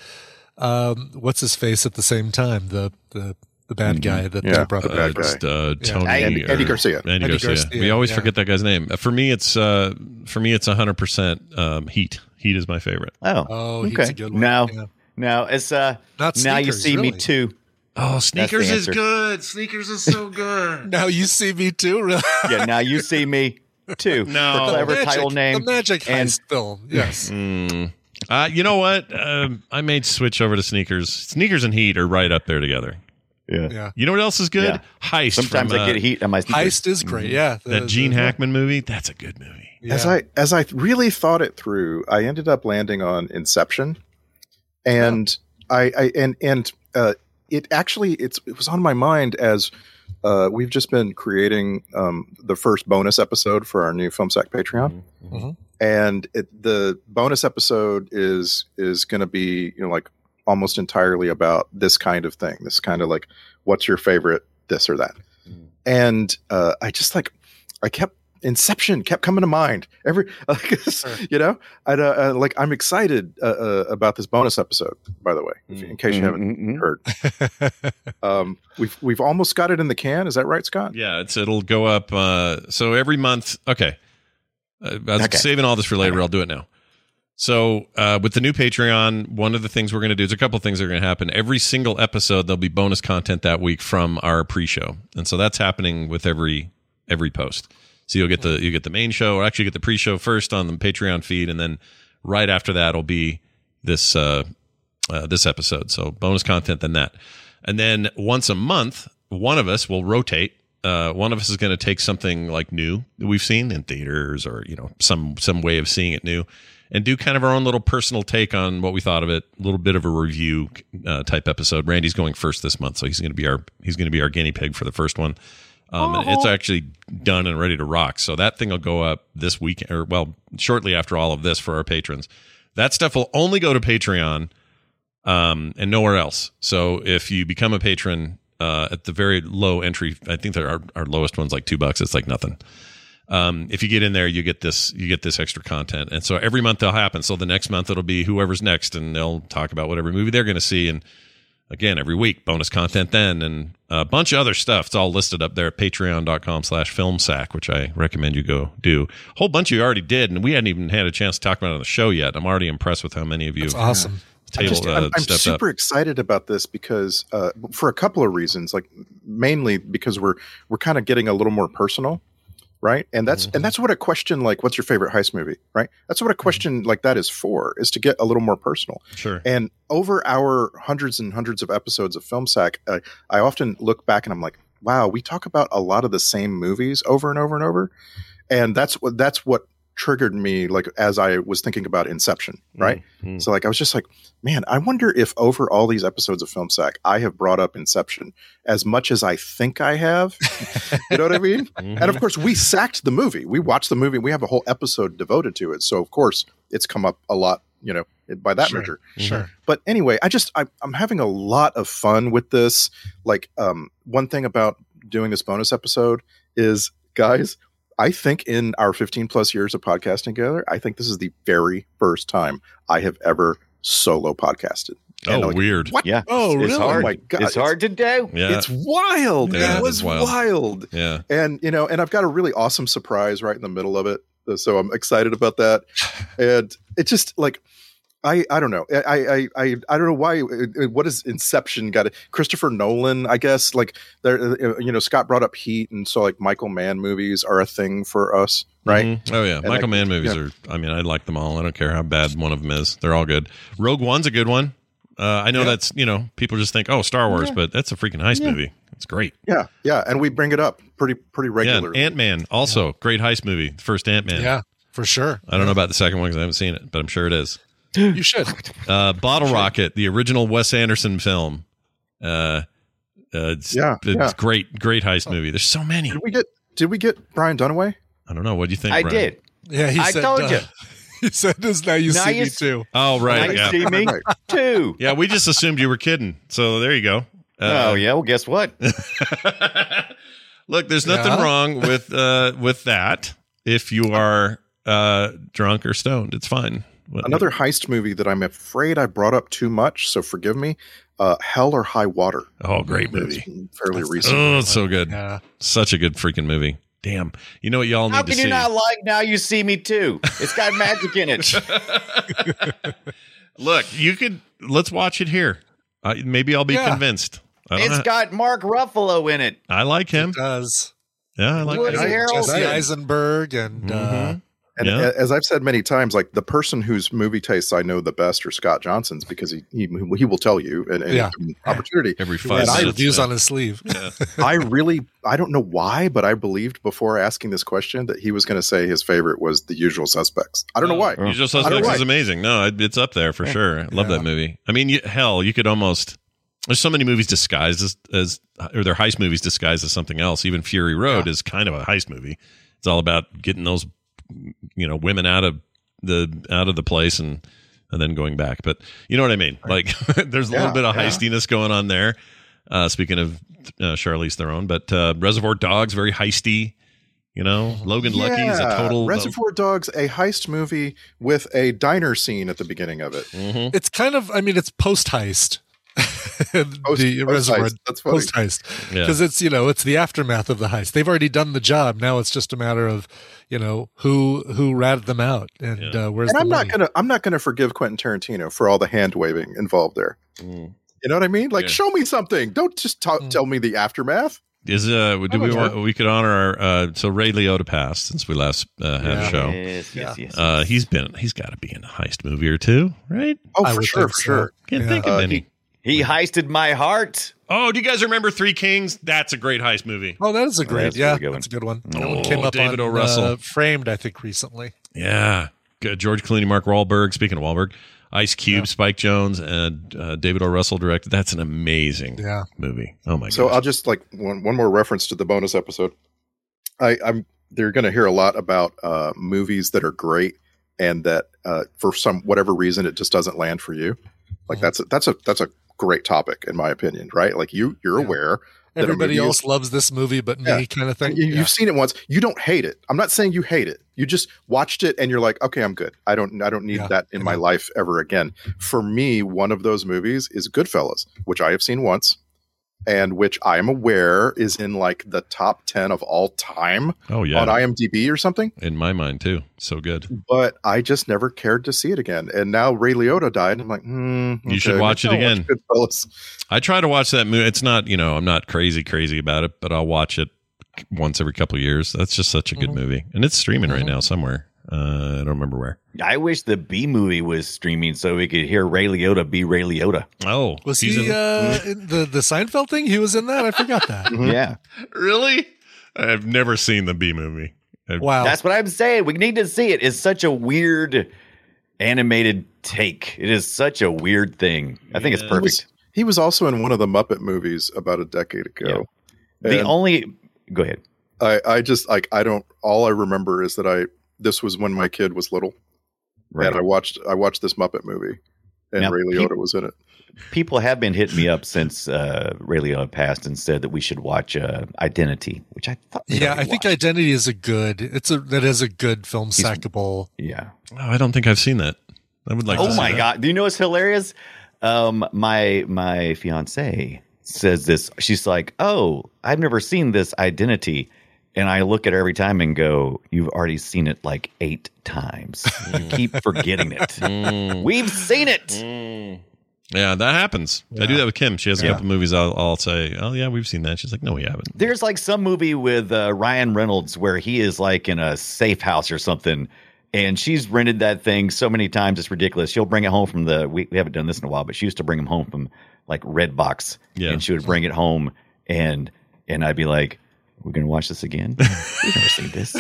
H: um, what's his face at the same time the the the
G: Mm-hmm.
H: bad guy that
F: Yeah,
H: they brought
F: the
H: up.
F: bad
A: Uh,
F: guy.
A: just, uh, Tony
G: Andy-
A: or-
F: Andy Garcia.
A: Andy,
H: Andy
A: Garcia.
H: Garcia,
A: We always
H: yeah.
A: forget that guy's name. Uh, For me, it's uh, for me, it's hundred percent um, Heat. Heat is my favorite.
G: Oh,
H: Oh,
G: okay.
H: he's a good one.
G: No,
H: Yeah.
G: no, it's uh,
H: Not
G: now you
H: Sneakers,
G: see me
H: really.
G: too.
A: Oh, sneakers is
G: answer.
A: good. Sneakers is so good.
H: Now you see me too. Really?
G: Yeah, now you see me too.
A: No.
G: For clever
H: The magic-
G: title name.
H: The magic
G: and
H: heist film. Yes.
A: Mm. Uh, you know what? Um, I may switch over to sneakers. Sneakers and Heat are right up there together.
G: yeah.
H: Yeah.
A: You know what else is good?
G: Yeah.
A: Heist.
G: Sometimes
A: from,
G: I get
A: uh,
G: heat on my sneakers. Mm-hmm.
H: Heist is great. Yeah. The-
A: That Gene
H: the-
A: Hackman movie. That's a good movie.
H: yeah.
F: As I as I really thought it through, I ended up landing on Inception, and I, I and and uh, it actually it's it was on my mind as uh, we've just been creating um, the first bonus episode for our new film sack Patreon,
H: Mhm.
F: and it, the bonus episode is is going to be you know like almost entirely about this kind of thing, this kind of like what's your favorite this or that, and uh, I just like I kept Inception kept coming to mind every, you know, I uh, uh, like I'm excited uh, uh, about this bonus episode. By the way, if, in
A: Mm-hmm.
F: case you haven't
G: Mhm, mhm.
F: heard, um, we've we've almost got it in the can. Is that right, Scott?
A: Yeah, it's it'll go up. Uh, so every month, okay. Uh, I was
G: Okay.
A: saving all this for later. I'll do it now. So uh, with the new Patreon, one of the things we're going to do is a couple things that are going to happen. Every single episode, there'll be bonus content that week from our pre-show, and so that's happening with every every post. So you'll get the you get the main show, or actually get the pre-show first on the Patreon feed, and then right after that will be this uh, uh, this episode. So bonus content than that. And then once a month, one of us will rotate. Uh, one of us is going to take something like new that we've seen in theaters or you know some some way of seeing it new, and do kind of our own little personal take on what we thought of it. A little bit of a review uh, type episode. Randy's going first this month, so he's going to be our he's going to be our guinea pig for the first one. Um, and it's actually done and ready to rock. So that thing will go up this weekend, or well, shortly after all of this for our patrons. That stuff will only go to Patreon um, and nowhere else. So if you become a patron uh, at the very low entry, I think there are our lowest ones like two bucks. It's like nothing. Um, if you get in there, you get this you get this extra content, and so every month they'll happen. So the next month it'll be whoever's next, and they'll talk about whatever movie they're going to see, and again every week bonus content then and a bunch of other stuff it's all listed up there at patreon.com slash filmsack which i recommend you go do a whole bunch you already did and we hadn't even had a chance to talk about it on the show yet i'm already impressed with how many of you
H: It's
A: have
H: awesome.
A: table,
F: just-
A: uh,
F: I'm, I'm
A: stepped
F: super
A: up
F: excited about this because uh, for a couple of reasons, like mainly because we're we're kind of getting a little more personal, right? And that's
A: Mm-hmm.
F: and that's what a question like "What's your favorite heist movie?" Right? That's what a question like that is for is to get a little more personal.
A: sure
F: And over our hundreds and hundreds of episodes of Film Sack, uh, I often look back and I'm like, wow, we talk about a lot of the same movies over and over and over. And that's what that's what triggered me like as I was thinking about Inception, right?
A: Mhm.
F: So like I was just like, man, I wonder if over all these episodes of Film Sack, I have brought up Inception as much as I think I have. you know what I mean? And of course, we sacked the movie. We watched the movie. We have a whole episode devoted to it. So of course, it's come up a lot, you know, by that
H: Sure. Mm-hmm.
F: measure
H: Sure.
F: but anyway i just I, i'm having a lot of fun with this like um one thing about doing this bonus episode is guys i think in our 15 plus years of podcasting together i think this is the very first time i have ever solo podcasted
A: oh
F: And, like,
A: weird
F: what
G: Yeah.
H: Oh,
G: it's
H: really?
G: Hard.
F: Oh my God,
G: It's hard to do.
A: yeah
F: it's wild
A: Yeah, it
F: it
A: is
F: was
A: wild.
F: wild
A: yeah
F: and you know and i've got a really awesome surprise right in the middle of it uh, so i'm excited about that and it just like i i don't know i i i, I don't know why uh, what is inception got it christopher nolan i uh, guess like there you know scott brought up heat and so like michael mann movies are a thing for us right?
A: Mm-hmm. Oh yeah, and Michael like, Mann movies yeah. are. I mean, I like them all. I don't care how bad one of them is; they're all good. Rogue One's a good one. Uh, I know yeah. that's you know people just think oh Star Wars, yeah. but that's a freaking heist movie. It's great.
F: Yeah, yeah, and we bring it up pretty pretty regularly.
A: Ant Man also great heist movie. The first Ant Man.
H: Yeah, for sure.
A: I don't know about the second one because I haven't seen it, but I'm sure it is.
H: you should.
A: Uh, Bottle Rocket, the original Wes Anderson film. Uh, it's, yeah, it's great, great heist movie. There's so many.
F: Did we get? Did we get Brian Dunaway?
A: I don't know. What do you think?
G: I
A: Brian?
G: did.
H: Yeah, he
G: I
H: said,
G: told
H: uh,
G: you.
H: He said this. Now you
G: now
H: see
G: you
H: me too.
A: Oh right,
G: now
A: yeah.
G: you see me too.
A: Yeah, we just assumed you were kidding. So there you go.
G: Uh, oh yeah. Well, guess what?
A: Look, there's nothing yeah. wrong with uh, with that. If you are uh, drunk or stoned, it's fine.
F: What, Another what? heist movie that I'm afraid I brought up too much, so forgive me. Uh, Hell or High Water.
A: Oh, great movie.
F: Fairly recent.
A: Oh, it's so good. Yeah. Such a good freaking movie. Damn. You know what y'all
G: How
A: need to
G: see? How can you not like Now You See Me Too? It's got magic in it.
A: Look, you could let's watch it here. Uh, maybe I'll be yeah. convinced.
G: It's know. got Mark Ruffalo in it.
A: I like him.
H: It does.
A: Yeah, I like
G: Woody
A: him.
H: Jesse Eisenberg and mm-hmm. uh,
F: and yeah. as I've said many times, like the person whose movie tastes I know the best are Scott Johnson's because he he, he will tell you and, and yeah. opportunity
A: every five
H: and reviews yeah. on his sleeve.
F: I really I don't know why, but I believed before asking this question that he was going to say his favorite was The Usual Suspects. I don't know why.
A: Usual Suspects is amazing. No, it's up there for sure. I love that movie. I mean, you, hell, you could almost. There's so many movies disguised as, as or their heist movies disguised as something else. Even Fury Road is kind of a heist movie. It's all about getting those you know women out of the out of the place and and then going back but you know what i mean like there's a yeah, little bit of yeah. heistiness going on there uh speaking of uh, charlize theron but uh reservoir dogs very heisty you know logan yeah. lucky is a total um,
F: reservoir dogs a heist movie with a diner scene at the beginning of it
A: mm-hmm.
H: it's kind of i mean it's post heist the
G: Oh,
H: post, reservoir
F: that's
H: post heist because yeah. it's you know it's the aftermath of the heist they've already done the job now it's just a matter of you know who who ratted them out and yeah. uh, where's
F: and
H: the
F: i'm
H: money?
F: not gonna i'm not gonna forgive quentin tarantino for all the hand waving involved there mm. you know what i mean like yeah. show me something don't just ta- mm. tell me the aftermath
A: is uh do we want, we could honor our uh so Ray Liotta passed since we last uh, had a show.
G: Yes, yes, yes,
A: uh, he's been he's got to be in a heist movie or two, right?
F: Oh, for sure, for so. sure.
A: Can't think
H: uh,
A: of any.
G: He, he heisted my heart.
A: Oh, do you guys remember Three Kings? That's a great heist movie.
H: Oh, that is a great, oh, that's yeah, a that's a good one. That
A: oh,
H: one came up
A: David
H: on,
A: O. Russell,
H: uh, framed, I think, recently.
A: Yeah, good. George Clooney, Mark Wahlberg. Speaking of Wahlberg, Ice Cube, yeah. Spike Jones, and uh, David O. Russell directed. That's an amazing
H: yeah.
A: movie. Oh my god!
F: So gosh. I'll just like one one more reference to the bonus episode. I, I'm they're going to hear a lot about uh, movies that are great and that uh, for some whatever reason it just doesn't land for you. Like mm-hmm. that's a, that's a that's a great topic in my opinion right like you you're yeah. aware
H: everybody else is, loves this movie but me yeah. kind of thing
F: you,
H: yeah.
F: you've seen it once you don't hate it i'm not saying you hate it you just watched it and you're like okay i'm good i don't i don't need that in my life ever again for me one of those movies is goodfellas which i have seen once and which i am aware is in like the top 10 of all time
A: oh yeah
F: on imdb or something
A: in my mind too so good
F: but i just never cared to see it again and now ray liotta died and i'm like hmm,
A: you okay, should watch it again watch i try to watch that movie it's not you know i'm not crazy crazy about it but i'll watch it once every couple years that's just such a good mm-hmm. movie and it's streaming mm-hmm. right now somewhere uh, I don't remember where.
G: I wish the B movie was streaming so we could hear Ray Liotta be Ray Liotta.
A: Oh,
H: was he in, uh, in the the Seinfeld thing? He was in that. I forgot that.
G: yeah,
A: really? I've never seen the B movie. I've,
H: wow,
G: that's what I'm saying. We need to see it. It's such a weird animated take. It is such a weird thing. I think yeah. it's perfect. He
F: was, he was, also in one of the Muppet movies about a decade ago.
G: Yeah. The only go ahead.
F: I, I just like I don't all I remember is that I this was when my kid was little, right. and I watched I watched this Muppet movie, and now, Ray Liotta pe- was in it.
G: People have been hitting me up since uh, Ray Liotta passed and said that we should watch uh, Identity, which I thought.
H: Yeah, I think Identity is a good. It's a that is a good film He's, sackable.
G: Yeah,
A: oh, I don't think I've seen that. I would like.
G: Oh my
A: that.
G: god! Do you know what's hilarious? Um, my my fiance says this. She's like, "Oh, I've never seen this Identity." and I look at her every time and go, "You've already seen it like eight times. You keep forgetting it. We've seen it."
A: Yeah, that happens. Yeah. I do that with Kim. She has a yeah. couple movies. I'll, I'll, say, "Oh yeah, we've seen that." She's like, "No, we haven't."
G: There's like some movie with uh, Ryan Reynolds where he is like in a safe house or something, and she's rented that thing so many times it's ridiculous. She'll bring it home from the. We, we haven't done this in a while, but she used to bring them home from like Redbox, yeah. and she would bring it home, and and I'd be like, "We're gonna watch this again. We've never seen this."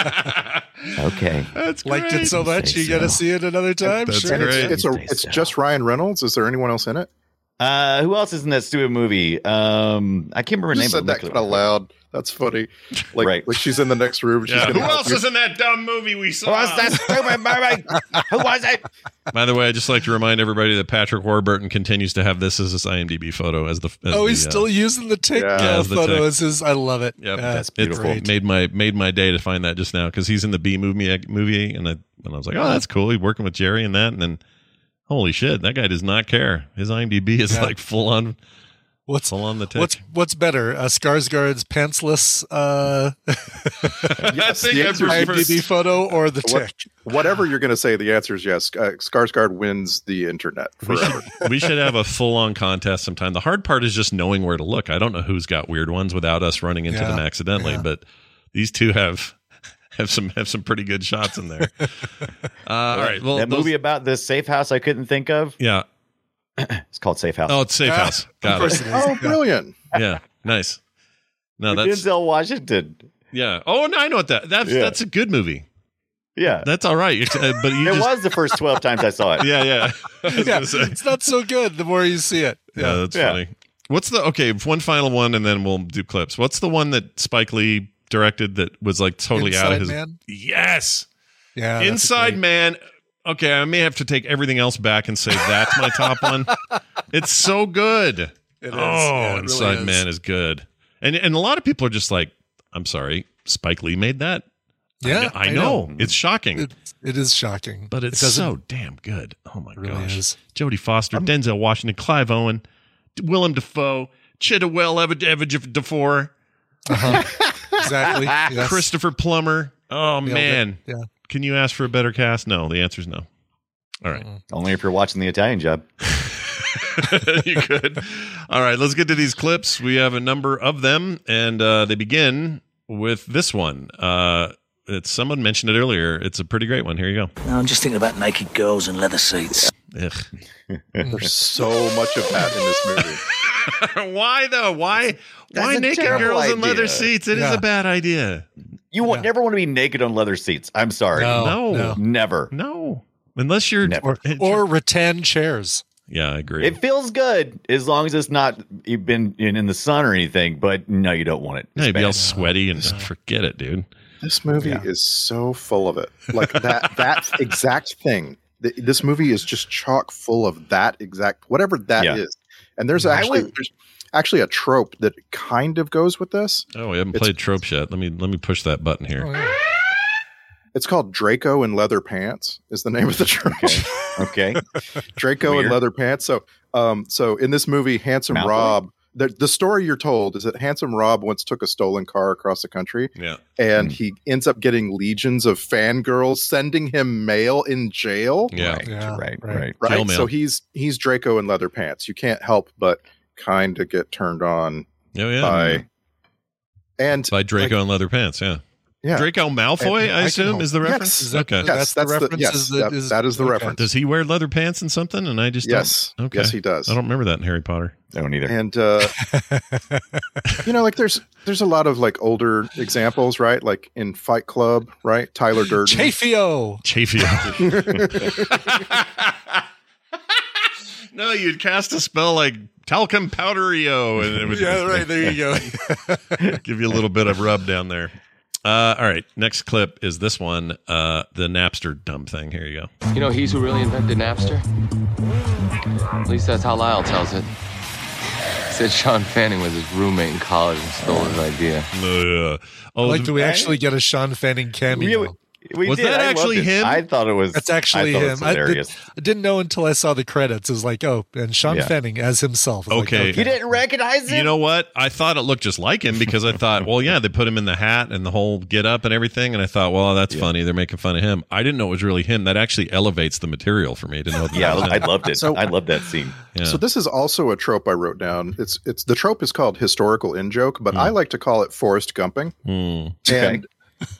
G: okay.
A: That's
H: great. Liked it so much, you so. got to see it another time.
A: That's sure. great.
F: It's, it's, a, it's so. just Ryan Reynolds. Is there anyone else in it?
G: Uh, who else is in that stupid movie? Um, I can't remember
F: you
G: name.
F: Said that kind of loud. That's funny. Like, right. like she's in the next room. She's
A: yeah. Who else you. is in that dumb movie we saw?
G: Who was that stupid movie? who was it?
A: By the way, I just like to remind everybody that Patrick Warburton continues to have this as his IMDb photo as the. As
H: oh,
A: the,
H: he's uh, still using the tick yeah, as the photo tick. as his. I love it.
A: Yep.
H: Yeah,
A: that's beautiful. Great. Made my made my day to find that just now because he's in the B movie movie and I and I was like, oh, that's cool. He's working with Jerry and that and then holy shit, that guy does not care. His IMDb is yeah. like full on.
H: What's
A: full on the tick.
H: What's what's better, uh, Skarsgård's pantsless uh,
A: yes, the answer
H: IMDb photo or the tick?
F: What, whatever you're going to say, the answer is yes. Uh, Skarsgård wins the internet
A: We
F: forever.
A: should, we should have a full on contest sometime. The hard part is just knowing where to look. I don't know who's got weird ones without us running into yeah, them accidentally, yeah. but these two have have some have some pretty good shots in there. Uh, all right, well,
G: that those, movie about the safe house I couldn't think of.
A: Yeah,
G: it's called Safe House.
A: Oh, it's Safe ah, House. Got it.
F: it oh, brilliant.
A: yeah, nice. No, that's
G: Denzel Washington.
A: Yeah. Oh, no, I know what that. That's yeah. that's a good movie.
G: Yeah,
A: that's all right. Uh, but
G: it
A: just,
G: was the first twelve times I saw it.
A: Yeah, yeah.
H: yeah it's not so good the more you see it.
A: Yeah, yeah that's yeah. funny. What's the okay? One final one, and then we'll do clips. What's the one that Spike Lee directed that was like totally
H: Inside
A: out of his
H: man?
A: yes
H: yeah
A: inside great... man okay i may have to take everything else back and say that's my top one it's so good it is. oh yeah, inside really is. man is good and and a lot of people are just like i'm sorry spike lee made that
H: yeah
A: i, I, I know. know. it's shocking
H: it's, it is shocking
A: but it's it so damn good oh my really gosh is. jodie foster I'm... denzel washington clive owen willem dafoe chidowell Ever Ever
H: uh-huh. exactly. Yes.
A: Christopher Plummer. Oh Nailed man. It. Yeah. Can you ask for a better cast? No. The answer is no. All right.
G: Only if you're watching the Italian job.
A: you could. All right. Let's get to these clips. We have a number of them, and uh, they begin with this one. Uh, it's someone mentioned it earlier. It's a pretty great one. Here you go.
J: No, I'm just thinking about naked girls and leather seats.
A: Ugh.
F: There's so much of that in this movie.
A: why though? Why That's why naked girls idea. in leather seats? It yeah. is a bad idea.
G: You yeah. never want to be naked on leather seats. I'm sorry.
A: No, no.
G: never.
A: No, unless you're
H: or, or, rattan chairs.
A: Yeah, I agree.
G: It feels good as long as it's not you've been in, in the sun or anything. But no, you don't want it.
A: It's no, you'd be all sweaty and just forget it, dude.
F: This movie yeah. is so full of it. Like that that exact thing. This movie is just chock full of that exact whatever that is. And there's actually would, there's actually a trope that kind of goes with this.
A: Oh, we haven't it's, played tropes yet. Let me let me push that button here. Oh, yeah.
F: It's called Draco in leather pants. Is the name of the trope?
G: Okay,
F: okay. Draco in leather pants. So, um, so in this movie, handsome Mountain. Rob. The, the story you're told is that handsome Rob once took a stolen car across the country.
A: Yeah,
F: and mm. he ends up getting legions of fangirls sending him mail in jail.
A: Yeah,
G: right, yeah, right, right. right.
F: right? So he's he's Draco in leather pants. You can't help but kind of get turned on.
A: Oh, yeah,
F: by yeah. and
A: by Draco like, in leather pants. Yeah. Yeah. Draco Malfoy, and, I, I assume, is the reference.
F: Yes.
A: Is
F: that, okay, yes, that's, that's the, reference. Yes, is the, that, is, that is the okay. reference.
A: Does he wear leather pants and something? And I just
F: yes,
A: don't? okay,
F: yes, he does.
A: I don't remember that in Harry Potter.
G: I don't either.
F: And uh, you know, like there's there's a lot of like older examples, right? Like in Fight Club, right? Tyler Durden,
H: Chafio,
A: Chafio. no, you'd cast a spell like talcum powderio, and it would
H: yeah, right there you
A: go. give you a little bit of rub down there. Uh, all right, next clip is this one, uh, the Napster dumb thing. Here you
K: go. You know, he's who really invented Napster. At least that's how Lyle tells it. He said Sean Fanning was his roommate in college and stole his idea.
A: Uh,
H: oh, like, do we actually get a Sean Fanning cameo?
G: Really? We
A: was
G: did.
A: that
G: I loved
A: actually
G: it.
A: him?
G: I thought it was.
H: That's actually
G: I thought it
H: him.
G: was
H: I, did,
G: hilarious.
H: not know until I saw the credits. It was like, oh, and Sean
A: Yeah.
H: Fanning as himself. I was like,
A: Okay. You
G: didn't recognize
A: You know what? I thought it looked just like him because I thought, well, yeah, they put him in the hat and the whole get up and everything, and I thought, well, that's funny. They're making fun of him. I didn't know it was really him. That actually elevates the material for me to know. That
G: yeah,
A: that was
G: I
A: him.
G: loved it.
F: So-
G: I loved that scene.
A: Yeah.
F: So this is also a trope I wrote down. It's it's the trope is called historical in joke, but I like to call it Forrest gumping.
A: Mm.
F: And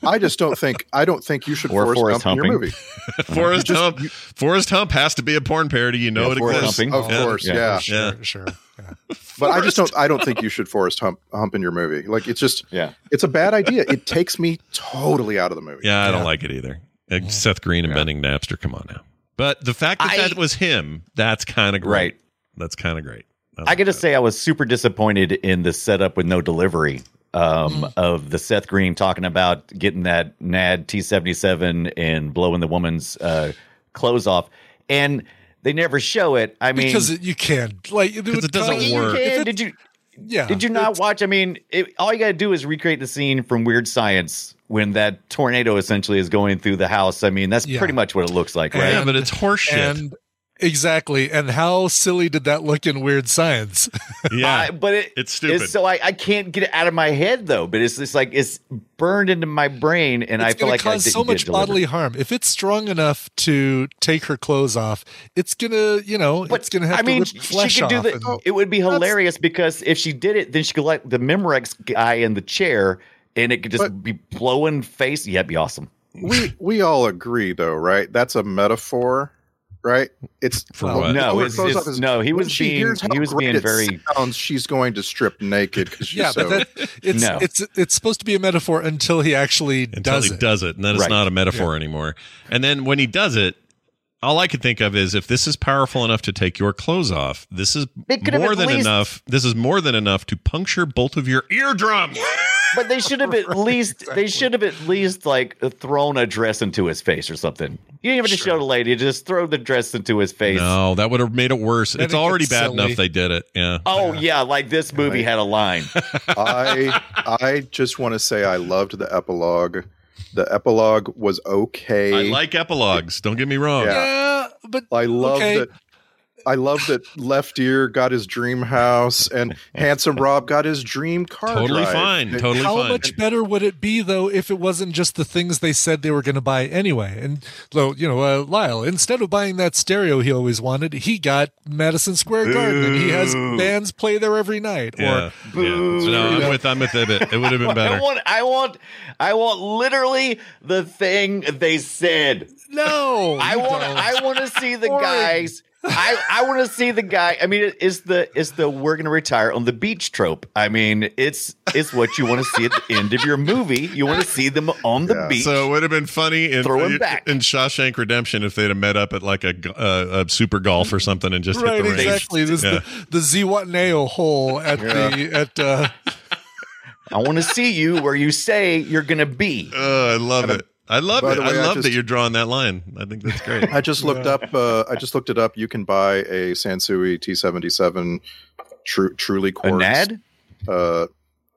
F: I just don't think I don't think you should
G: Or
F: Forrest,
G: Forrest
F: gump in your
G: humping.
F: movie.
A: Forrest Hump. Forrest Hump has to be a porn parody. You know
F: Yeah,
A: it
F: Forrest
A: exists.
F: Humping. Of course, yeah.
A: yeah.
H: sure, sure. Yeah.
F: But I just don't I don't think you should Forrest hump hump in your movie. Like it's just
G: Yeah.
F: it's a bad idea. It takes me totally out of the movie.
A: Yeah, I don't
H: Yeah.
A: like it either. Uh, Seth Green and Bending Napster. Come on now. But the fact that
G: I-
A: that was him, that's kind of great.
G: Right.
A: That's kind of great.
G: I got to say, I was super disappointed in the setup with no delivery
A: Mm.
G: um, of the Seth Green talking about getting that NAD T seventy seven and blowing the woman's uh, clothes off, and they never show it. I mean,
H: because you can't. Like, it, would
A: it doesn't
H: cause-
G: You
A: work.
G: can-
H: If it-
G: did you
H: Yeah.
G: did you not watch? I mean, it, all you got to do is recreate the scene from Weird Science when that tornado essentially is going through the house. I mean, that's
H: Yeah.
G: pretty much what it looks like, right?
A: yeah, but it's horseshit.
H: And exactly. And how silly did that look in Weird Science?
A: Yeah.
G: I, but it,
A: It's stupid.
G: so I, I can't get it out of my head though. But it's just like it's burned into my brain, and I
H: it's
G: feel
H: gonna
G: like I
H: cause
G: didn't
H: so much
G: get delivered.
H: bodily harm. If it's strong enough to take her clothes off, it's gonna, you know,
G: But
H: it's gonna have
G: I mean,
H: to
G: she
H: rip flesh
G: could do
H: off
G: the.
H: and-
G: It would be hilarious because if she did it, then she could let the Memorex guy in the chair, and it could just
F: But-
G: be blowing face. Yeah, it'd be awesome.
F: We we all agree though, right? That's a metaphor, right? It's
A: For what?
G: No,
F: Well,
G: it's-
F: close
G: it's-
F: up is-
G: no, he
F: when
G: was
F: she
G: being-
F: hears how
G: he was
F: great
G: being
F: it
G: very-
F: Sounds, she's going to strip naked because she's
H: yeah,
F: so.
H: but that, it's
G: No.
H: it's it's supposed to be a metaphor until he actually
A: until
H: does
A: he
H: it.
A: does it, and then it's
G: Right.
A: not a metaphor anymore. And then when he does it, all I could think of is if this is powerful enough to take your clothes off, this is
G: It could have
A: more
G: at
A: than
G: least-
A: enough. This is more than enough to puncture both of your eardrums.
G: But they should have at least they should have at least like thrown a dress into his face or something. You didn't even just show the lady; just throw the dress into his face.
A: no, that would have made it worse.
H: Then
A: it's
H: it gets
A: already bad
H: silly.
A: enough they did it. Yeah.
G: Oh yeah, like this movie had a line.
F: I I just want to say I loved the epilogue. The epilogue was okay.
A: I like epilogues. Don't get me wrong.
F: Yeah.
H: Yeah, but
F: I love
H: okay.
F: that. I love that Left Ear got his dream house and Handsome Rob got his dream car.
A: Totally
F: drive.
A: fine.
F: And
A: Totally
H: How
A: fine.
H: much better would it be though if it wasn't just the things they said they were going to buy anyway? And though you know, uh, Lyle, instead of buying that stereo he always wanted, he got Madison Square Garden, and he has bands play there every night.
A: yeah.
H: Or
A: yeah. No, I'm with I'm with it. It would have been
G: I
A: better.
G: want, I want, I want literally the thing they said.
H: no,
G: I
H: you
G: want,
H: don't.
G: I want to see the
H: Boring.
G: guys. I, I want to see the guy. I mean, it's the it's the we're gonna retire on the beach trope. I mean, it's it's what you want to see at the end of your movie. You want to see them on the
F: Yeah.
G: beach.
A: So it would have been funny in,
G: Throw him back.
A: in Shawshank Redemption if they'd have met up at like a, g- uh, a super golf or something and just hit
H: Right,
A: the range.
H: exactly. This
A: Yeah.
H: is the, the Ziwatneo hole at the at uh,
G: I want to see you where you say you're gonna be.
A: Uh, I love it. I love
F: By
A: it.
F: the
A: I
F: way, I
A: love that
F: just-
A: you're drawing that line. I think that's great.
F: I just looked up. Uh, I just looked it up. You can buy a Sansui T seventy seven, truly
G: A
F: quartz.
G: nad?
F: Uh,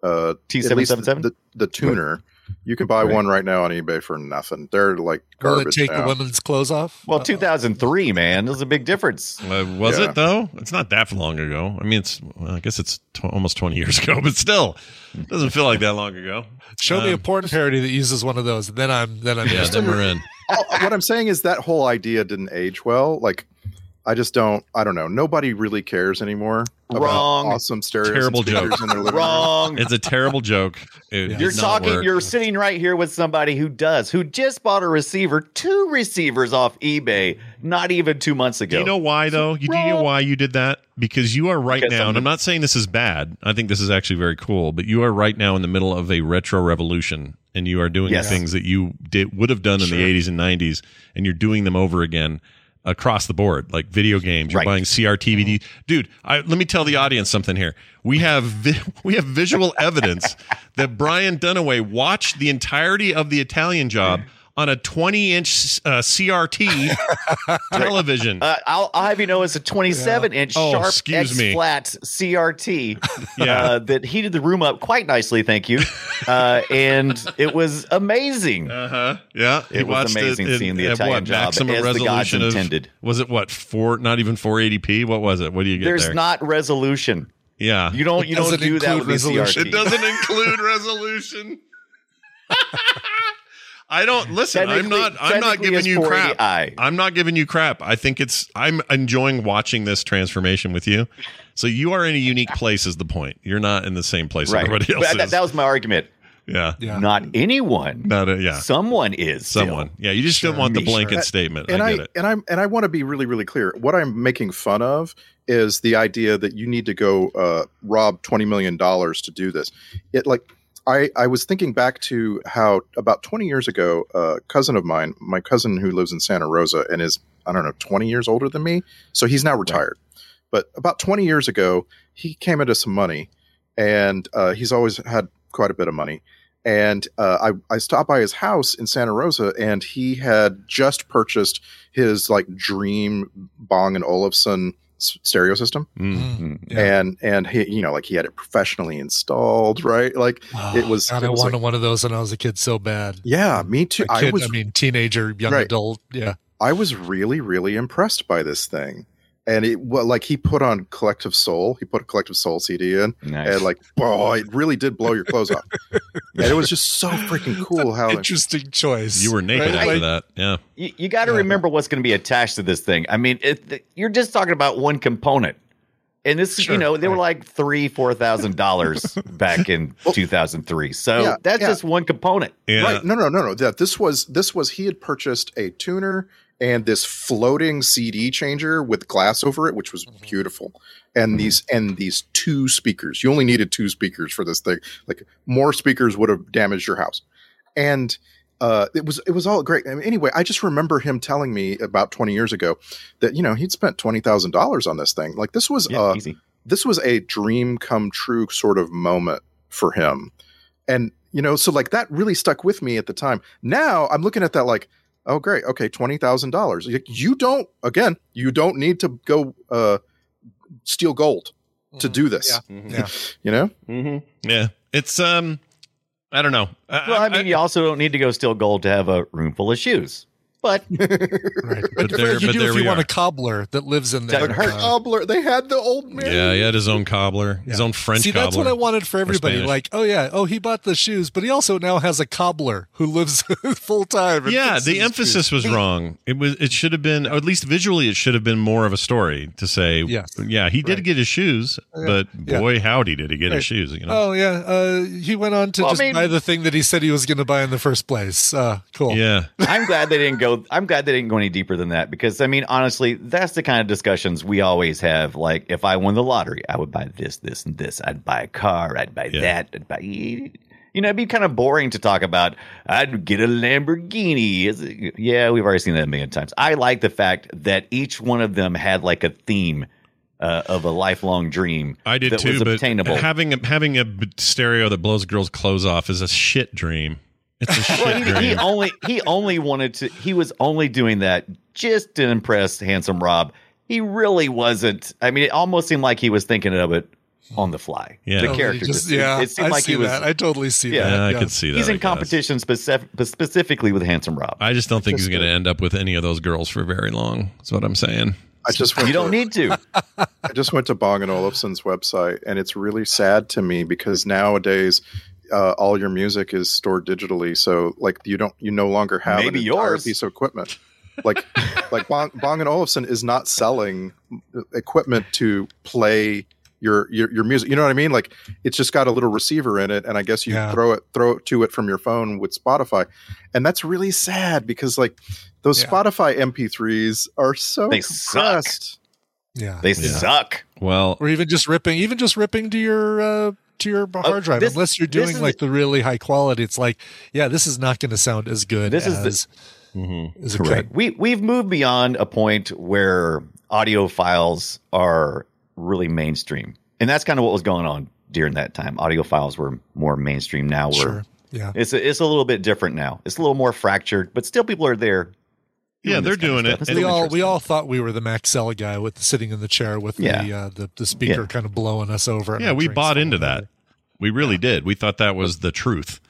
F: uh, at least
G: T777?
F: The, the tuner. You can buy
G: Right.
F: one right now on eBay for nothing. They're like
H: will it
F: garbage
H: take the
F: now.
H: women's clothes off?
G: Well, 2003, man, there's a big difference.
A: Uh, was
F: Yeah.
A: it though? It's not that long ago. I mean, it's well, I guess it's t- almost 20 years ago, but still, it doesn't feel like that long ago.
H: Show me a
A: Um,
H: porn parody that uses one of those. Then I'm then I'm
A: Yeah,
H: interested.
A: then we're in.
F: All- what I'm saying is that whole idea didn't age well. Like, I just don't. I don't know. Nobody really cares anymore. about
G: Wrong.
F: Awesome stereo.
A: Terrible joke.
F: In their living room.
G: Wrong.
A: It's a terrible joke. It
H: Yeah.
A: did
G: You're
A: not
G: talking.
A: work.
G: You're sitting right here with somebody who does, who just bought a receiver, two receivers off eBay, not even two months ago.
A: Do you know why though? You, do you know why you did that? Because you are right
G: Because
A: now, and
G: I'm-
A: I'm not saying this is bad. I think this is actually very cool. But you are right now in the middle of a retro revolution, and you are doing
G: Yes.
A: things that you did would have done in the 80s and 90s, and you're doing them over again across the board, like video games. You're
G: Right. Mm-hmm.
A: buying CRTVD. Dude, I, let me tell the audience something here. We have vi- we have visual evidence that Brian Dunaway watched the entirety of the Italian Job on a 20 inch uh, CRT television.
G: Uh, I'll, I'll have you know it's a 27 inch
A: Oh,
G: sharp
A: excuse
G: X
A: me.
G: flat CRT
A: Yeah.
G: uh, that heated the room up quite nicely, thank you. Uh, and it was amazing.
A: Uh huh. Yeah,
G: It was amazing seeing the
A: at
G: Italian
A: what,
G: Job
A: maximum
G: as the gods
A: resolution of-
G: intended.
A: was it what four? Not even 480p. What was it? What do you get?
G: There's
A: there?
G: not resolution.
A: Yeah,
G: You don't you don't do that with the CRT.
A: It doesn't include resolution. I don't listen. I'm
G: Technically-
A: not. I'm not
G: technically
A: giving
G: it's
A: you crap.
G: 480i.
A: I'm not giving you crap. I think it's. I'm enjoying watching this transformation with you. So you are in a unique place. Is the point? You're not in the same place
G: Right.
A: everybody
G: But
A: else
G: that,
A: is.
G: that was my argument.
A: yeah.
G: Not anyone.
A: Not a, yeah.
G: Someone is. still.
A: Someone. Yeah. You just don't want the
G: Me, sure.
A: blanket statement.
F: and
A: I
F: I,
A: get it.
F: and I'm and I want to be really really clear. What I'm making fun of is the idea that you need to go uh, rob twenty million dollars to do this. It like I I was thinking back to how about twenty years ago, a cousin of mine, my cousin who lives in Santa Rosa and is I don't know twenty years older than me, so he's now retired. But about twenty years ago, he came into some money, and uh, he's always had quite a bit of money and uh, I, I stopped by his house in Santa Rosa, and he had just purchased his like dream Bong and Olufsen s- stereo system,
G: Mm-hmm.
F: and and he you know like he had it professionally installed, right? Like it was.
H: Oh, God,
F: it
H: I
F: was
H: wanted
F: like-
H: one of those when I was a kid so bad.
F: yeah, me too.
H: A kid,
F: I was
H: I mean, teenager, young
F: Right.
H: adult. Yeah.
F: I was really, really impressed by this thing. And it well, like he put on Collective Soul. He put a Collective Soul CD in,
G: Nice.
F: and like, oh, it really did blow your clothes off. and it was just so freaking cool how
H: Interesting choice.
A: You were naked
H: Right?
A: after
H: Like-
A: that. Yeah.
G: You, you got to remember what's going to be attached to this thing. I mean, it, th- you're just talking about one component, and this,
F: Sure,
G: you know, they were like three, four thousand dollars back in 2003. So
F: yeah,
G: that's
F: yeah.
G: just one component.
A: Yeah.
F: Right. No, no, no, no. That this was this was he had purchased a tuner and this floating CD changer with glass over it, which was beautiful. And these and these two speakers. You only needed two speakers for this thing. Like more speakers would have damaged your house. And uh, it was it was all great. I mean, anyway, I just remember him telling me about 20 years ago that you know he'd spent twenty thousand dollars on this thing. Like this was
G: Yeah,
F: uh,
G: easy.
F: this was a dream come true sort of moment for him and you know so like that really stuck with me at the time now i'm looking at that like oh great okay $20000 Like, you don't again you don't need to go uh steal gold to do this
H: Mm-hmm. Yeah.
F: you know
G: Mm-hmm.
A: Yeah. It's um. I don't know. Uh, I,
G: Well, I mean, you also don't need to go steal gold to have a room full of shoes, but
H: Right.
A: But
H: But,
A: there-
H: you
A: but
H: do
A: there
H: if you
A: we
H: want
A: are.
H: a cobbler that lives in there.
G: Doesn't hurt.
H: Uh,
F: cobbler they had the old man
A: Yeah, he had his own cobbler, his own French
H: See,
A: cobbler.
H: that's what I wanted for everybody.
A: Spanish.
H: Like, oh yeah, oh he bought the shoes, but he also now has a cobbler who lives full time. and
A: yeah,
H: fixes
A: the
H: his
A: emphasis
H: shoes.
A: was wrong. It was it should have been, or at least visually, it should have been more of a story to say,
H: Yes.
A: yeah, he did get his shoes, but
H: Yeah.
A: boy, howdy, did he get his
H: Right.
A: shoes? You know,
H: Oh yeah, uh, he went on to
G: Well, I
H: just
G: mean-
H: buy the thing that he said he was going to buy in the first place. Uh, cool.
A: yeah,
G: I'm glad they didn't go. I'm glad they didn't go any deeper than that because I mean, honestly, that's the kind of discussions we always have. Like, if I won the lottery, I would buy this, this, and this. I'd buy a car. I'd buy
A: Yeah.
G: that. I'd buy. You know, it'd be kind of boring to talk about. I'd get a Lamborghini. Is it- Yeah, we've already seen that a million times. I like the fact that each one of them had like a theme uh, of a lifelong dream.
A: I did
G: that
A: too.
G: Was
A: But
G: obtainable.
A: having a, having a b- stereo that blows girls' clothes off is a shit dream. It's a
G: Well,
A: shit
G: he, he
A: dream.
G: only he only wanted to. He was only doing that just to impress handsome Rob. He really wasn't. I mean, it almost seemed like he was thinking of it on the fly.
A: Yeah. Oh,
G: the
H: Totally
G: character.
H: just-
G: Just,
H: yeah.
G: it, it seemed
H: I
G: like
H: see
G: he was.
H: that. I totally see
G: Yeah.
H: that.
A: yeah, I could see that.
G: he's
A: I
G: in
A: guess.
G: competition specific, specifically with handsome Rob.
A: I just don't think he's going to end up with any of those girls for very long. That's what I'm saying.
F: i just went
G: you don't
F: to,
G: need to.
F: i just went to bong and olufsen's website and it's really sad to me because nowadays uh, all your music is stored digitally so like you don't you no longer have
G: Maybe
F: an entire
G: yours.
F: piece of equipment like like Bong, Bong and Olufsen is not selling uh, equipment to play your, your your music. You know what I mean? Like it's just got a little receiver in it, and I guess you
H: Yeah.
F: throw it throw it to it from your phone with Spotify, and that's really sad because like those
H: Yeah.
F: Spotify MP3s are so
G: They suck.
F: compressed.
H: Yeah.
G: They suck.
A: Well,
H: or even just ripping, even just ripping to your uh, to your hard drive.
G: Oh, this-
H: Unless you're
G: this
H: doing
G: is
H: like the really high quality, it's like, yeah, this is not going to sound as good.
G: This is
H: as,
G: the-
H: as it could.
G: We we've moved beyond a point where audio files are really mainstream, and that's kind of what was going on during that time. Audio files were more mainstream. Now we're
H: Sure. Yeah.
G: It's a, it's a little bit different now. It's a little more fractured, but still people are there.
A: Yeah, they're doing it.
H: We all we all thought we were the Maxella guy with sitting in the chair with
A: Yeah.
H: the, uh, the the speaker
A: Yeah.
H: kind of blowing us over. and
A: Yeah,
H: our
A: we
H: drinks
A: bought
H: falling
A: into
H: over.
A: that. We really did. We thought that was the truth.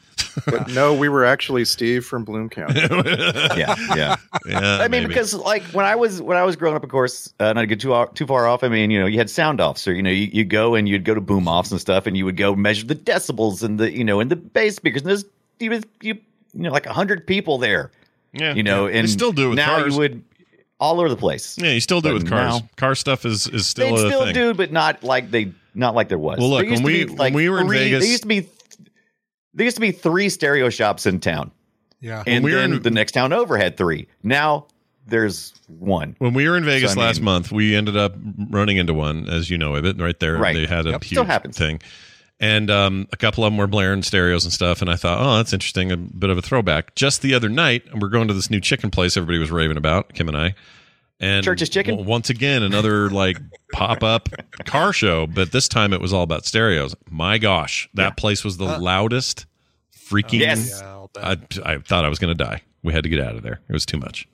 F: But no, we were actually Steve from Bloom County.
G: yeah, yeah,
A: yeah.
G: I mean, because like when I was when I was growing up, of course, uh, not to get too o- too far off. I mean, you know, you had sound offs, or you know, you you go and you'd go to boom offs and stuff, and you would go measure the decibels and the you know and the bass speakers, and there's you was you you know like hundred people there.
A: Yeah,
G: you know,
A: yeah. They
G: and
A: still do with
G: now
A: cars.
G: you would all over the place.
A: Yeah, you still do
G: But
A: with cars.
G: now-
A: Car stuff is is still
G: they
A: a
G: still
A: thing.
G: do, but not like they not like there was.
A: Well, look,
G: There used
A: when
G: to
A: we-
G: be,
A: when we were in
G: three-
A: Vegas-
G: there used to be there used to be three stereo shops in town,
H: Yeah.
G: and
A: we were
G: then
A: in-
G: the next town over had three. Now there's one.
A: When we were in Vegas
G: So, I
A: last
G: mean-
A: month, we ended up running into one, as you know, Ibbot, right there.
G: Right.
A: They had a
G: Yep.
A: huge
G: Still happens.
A: thing. And um, a couple of them were blaring stereos and stuff. And I thought, oh, that's interesting. A bit of a throwback. Just the other night, we're going to this new chicken place everybody was raving about, Kim and I. And
G: Church's Chicken?
A: w- once again, another like pop up car show, but this time it was all about stereos. My gosh, that place was the loudest freaking.
G: Yes.
A: I, I thought I was going to die. We had to get out of there. It was too much.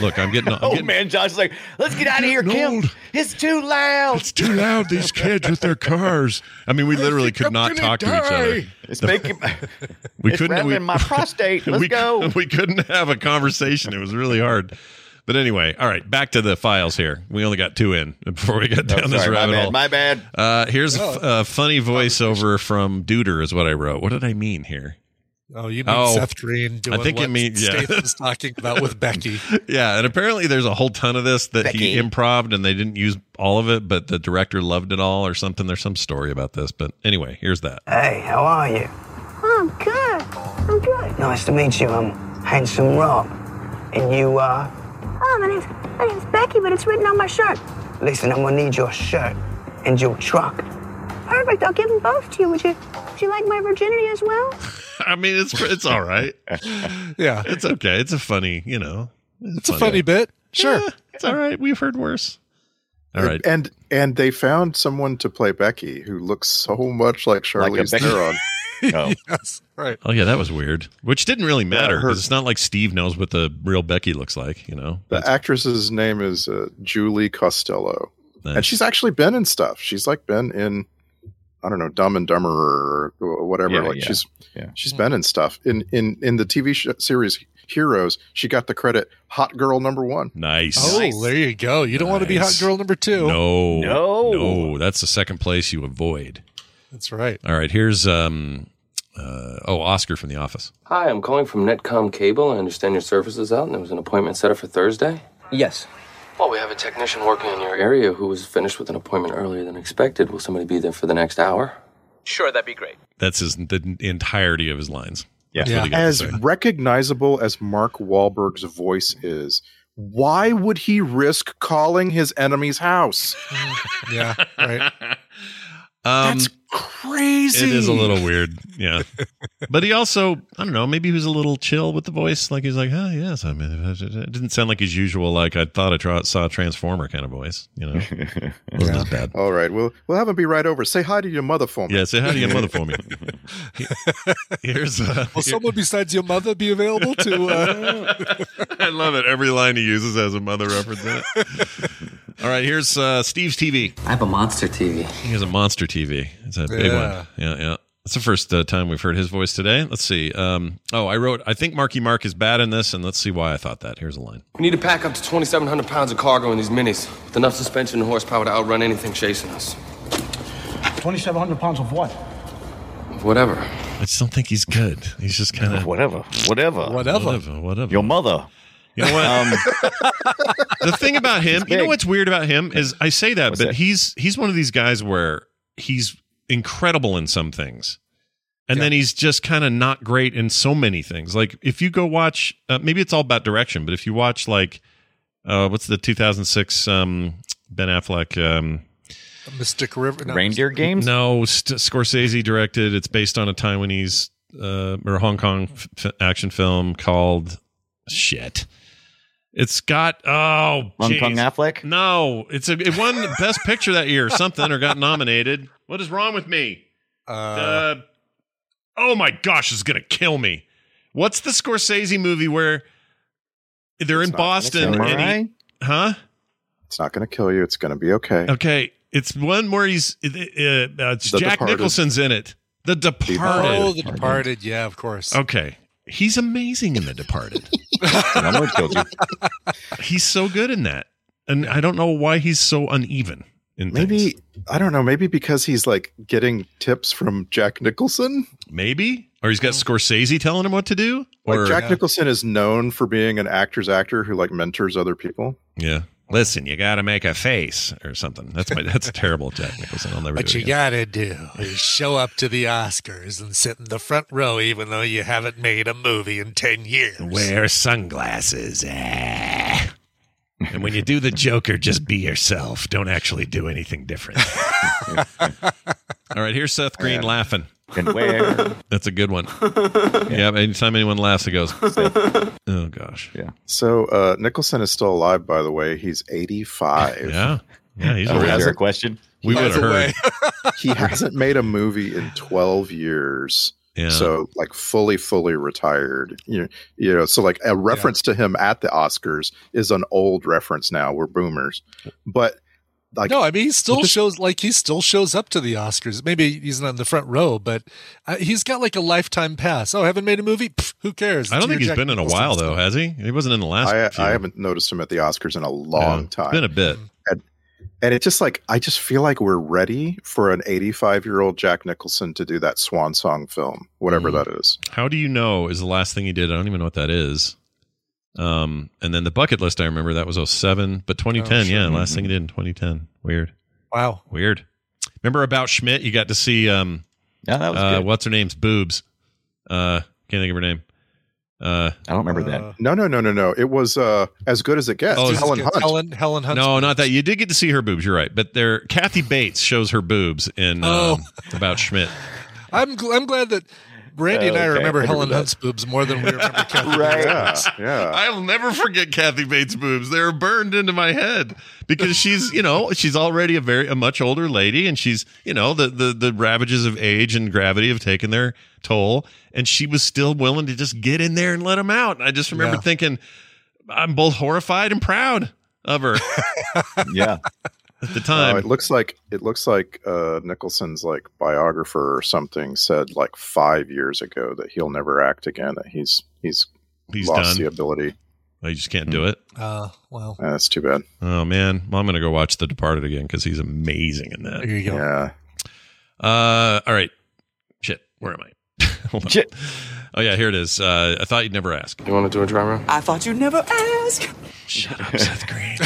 A: Look, I'm getting. I'm
G: oh
A: getting
G: man, Josh is like, let's get out of here, Kim. It's too loud.
A: It's too loud. These kids with their cars. I mean, we literally could not
G: gonna
A: talk to each other.
G: die. It's making
A: we
G: it's
A: couldn't. We,
G: rattling my prostate. Let's
A: we,
G: go.
A: We couldn't have a conversation. It was really hard. But anyway, all right. Back to the files here. We only got two in before we got down this
G: Oh, sorry, my
A: rabbit
G: bad,
A: hole.
G: my bad.
A: Uh, here's a f- a funny voiceover from Duder is what I wrote. What did I mean here?
H: Oh, you mean
A: Oh,
H: Seth Green doing
A: I think
H: what
A: it means yeah.
H: Statham's talking about with Becky.
A: Yeah, and apparently there's a whole ton of this that he improved and they didn't use all of it, but the director loved it all or something. There's some story about this, but anyway, here's that.
J: Hey, how are you?
D: Oh, I'm good. I'm good.
J: Nice to meet you. I'm Handsome Rob. And you uh, are?
D: Oh, my name's, my name's Becky, but it's written on my shirt.
J: Listen, I'm gonna need your shirt and your truck.
D: Perfect. I'll give them both to you. Would you Would you like my virginity as well?
A: I mean, it's it's all right.
H: yeah,
A: it's okay. It's a funny, you know,
H: It's a funny bit. Sure.
A: it's all right. We've heard worse. All right.
F: And and they found someone to play Becky who looks so much like Charlize
G: Becky.
F: Theron.
G: Oh.
H: yes. Right.
A: Oh yeah, that was weird. Which didn't really matter because it's not like Steve knows what the real Becky looks like. You know,
F: The actress's name is uh, Julie Costello,
A: Nice.
F: and she's actually been in stuff. She's like been in, I don't know, Dumb and Dumber or whatever.
G: Yeah,
F: like
G: yeah,
F: she's
G: yeah.
F: she's been in stuff. In in in the TV sh- series Heroes, she got the credit Hot Girl Number One.
A: nice.
H: Oh, there you go. You don't want to be hot
A: Nice.
H: girl number two.
A: No,
G: No.
A: no, that's the second place you avoid.
H: That's right.
A: All right, here's um, uh, oh Oscar from The Office.
K: Hi, I'm calling from Netcom Cable. I understand your service is out and there was an appointment set up for Thursday.
J: Yes.
K: Well, we have a technician working in your area who was finished with an appointment earlier than expected. Will somebody be there for the next hour?
J: Sure, that'd be great.
A: That's his the entirety of his lines.
G: Yeah.
A: That's what he got to
F: As
A: say.
F: recognizable as Mark Wahlberg's voice is, why would he risk calling his enemy's house?
H: Yeah. Right.
A: Um,
F: That's crazy.
A: It is a little weird. Yeah. but he also, I don't know, maybe he was a little chill with the voice. Like he's like, oh, yes. I mean, it didn't sound like his usual, like I thought I tra- saw a Transformer kind of voice, you know? Wasn't as bad.
F: All right, we'll we'll have him be right over. Say hi to your mother for me.
A: Yeah. Say hi to your mother for me. Here's uh,
H: Will someone besides your mother be available to? Uh,
A: I love it. Every line he uses has a mother reference in it. All right. Here's uh, Steve's TV.
K: I have a monster TV.
A: He has a monster TV. It's a big
H: Yeah.
A: one. Yeah, yeah. It's the first uh, time we've heard his voice today. Let's see. Um, oh, I wrote. I think Marky Mark is bad in this, and let's see why I thought that. Here's a line.
K: We need to pack up to 2,700 pounds of cargo in these minis with enough suspension and horsepower to outrun anything chasing us.
J: 2,700 pounds of what?
K: Whatever.
A: I just don't think he's good. He's just kind of
G: whatever, whatever,
H: whatever.
A: whatever, whatever.
G: Your mother.
A: You know what? the thing about him, you know
G: big.
A: what's weird about him is I say that,
G: What's
A: but
G: that?
A: he's he's one of these guys where he's incredible in some things. And then he's just kind of not great in so many things. Like if you go watch uh, maybe it's all about direction, but if you watch like uh what's the 2006 um Ben Affleck um
H: Mystic River.
K: Um,
H: no,
G: Reindeer games.
A: no, St- Scorsese directed. It's based on a Taiwanese uh, or Hong Kong f- f- action film called shit. It's got oh
G: Hong
A: geez.
G: Kong Affleck.
A: No, it's a it won Best
F: Uh,
A: Picture that year or something or got nominated. What is wrong with me?
H: Uh,
A: Uh, oh my gosh, it's gonna kill me. What's the Scorsese movie where they're
F: It's
A: in
F: not gonna
A: Boston?
F: kill
A: and he-
F: you.
A: huh?
F: It's not going to kill you. It's going to be okay.
A: Okay, it's one where he's uh, uh, uh, it's
F: The
A: Jack
F: Departed.
A: Nicholson's in it. The Departed.
H: Oh, The Departed. Yeah, of course.
A: Okay, he's amazing in The Departed. he's so good in that, and I don't know why he's so uneven. In
F: Maybe I don't know. Maybe because he's like getting tips from Jack Nicholson.
A: Maybe, or he's got Scorsese telling him what to do. Or
F: like Jack Nicholson is known for being an actor's actor who like mentors other people.
A: Yeah. Listen, you got to make a face or something. That's my. That's terrible, Jack Nicholson. I'll never.
H: What
A: do
H: you
A: it again.
H: gotta do is show up to the Oscars and sit in the front row, even though you haven't made a movie in ten years.
A: Wear sunglasses. Ah. And when you do the Joker, just be yourself. Don't actually do anything different. All right, here's Seth Green
G: Yeah.
A: laughing.
G: And where?
A: That's a good one. Yeah. anytime anyone laughs, it goes. Oh gosh.
G: Yeah.
F: So uh, Nicholson is still alive, by the way. He's eighty-five.
A: Yeah. Yeah. He's
G: Oh,
A: a
G: was there a
A: real.
G: question?
A: We would have heard.
F: he hasn't made a movie in 12 years
A: Yeah.
F: so like fully fully retired you, you know so like a reference to him at the oscars is an old reference now we're boomers but like
H: no, I mean he still
F: Well, this-
H: shows like he still shows up to the Oscars. Maybe he's not in the front row, but uh, he's got like a lifetime pass. Oh, haven't made a movie? Pff, who cares?
A: I don't
H: It's your
A: think he's
H: Jack
A: been in a
H: Nicholson
A: while
H: stuff.
A: though, has he? He wasn't in the last.
F: I,
A: few.
F: I haven't noticed him at the oscars in a long
A: Yeah.
F: time
A: It's been a bit.
F: and it just like i just feel like we're ready for an 85 year old jack nicholson to do that swan song film whatever that is
A: How do you know is the last thing he did? I don't even know what that is. Um, and then the bucket list I remember that was 07, but 2010,
H: Oh, sure.
A: yeah, last thing he did in 2010. Weird,
H: Wow.
A: weird. Remember about Schmidt? You got to see um,
G: Yeah, that was
A: uh,
G: good.
A: what's her name's boobs. Uh, can't think of her name. Uh,
G: I don't remember
H: Uh,
G: that.
F: no no no no no it was uh as good as it gets
A: Oh, it's-
F: helen hunt
H: Helen Helen Hunt.
A: no, not that. You did get to see her boobs. You're right, but there, Kathy Bates shows her boobs in
H: Oh.
A: um, about Schmidt.
H: I'm gl- I'm glad that Brandy and I
G: Okay,
H: remember
G: I remember
H: Helen
G: that.
H: Hunt's boobs more than we remember Kathy.
G: Right.
F: yeah yeah
A: I'll never forget Kathy Bates' boobs. They're burned into my head because she's, you know, she's already a very a much older lady, and she's, you know, the the the ravages of age and gravity have taken their toll, and she was still willing to just get in there and let them out. And I just remember
H: Yeah.
A: thinking, I'm both horrified and proud of her
G: Yeah.
A: at the
F: Uh,
A: time.
F: it looks like it looks like uh, Nicholson's like biographer or something said like five years ago that he'll never act again. That he's he's,
A: He's
F: lost
A: done.
F: the ability.
A: I just can't do it.
H: Uh, well,
F: Uh, that's too bad.
A: Oh man, Well, I'm gonna go watch The Departed again because he's amazing in that.
H: there you go.
F: Yeah,
A: Uh, all right. Shit. Where am I? Hold on.
G: Shit.
A: Oh yeah, here it is. Uh, I thought you'd never ask.
K: You want to do a drum roll?
J: I thought you'd never ask.
A: Shut up, Seth Green.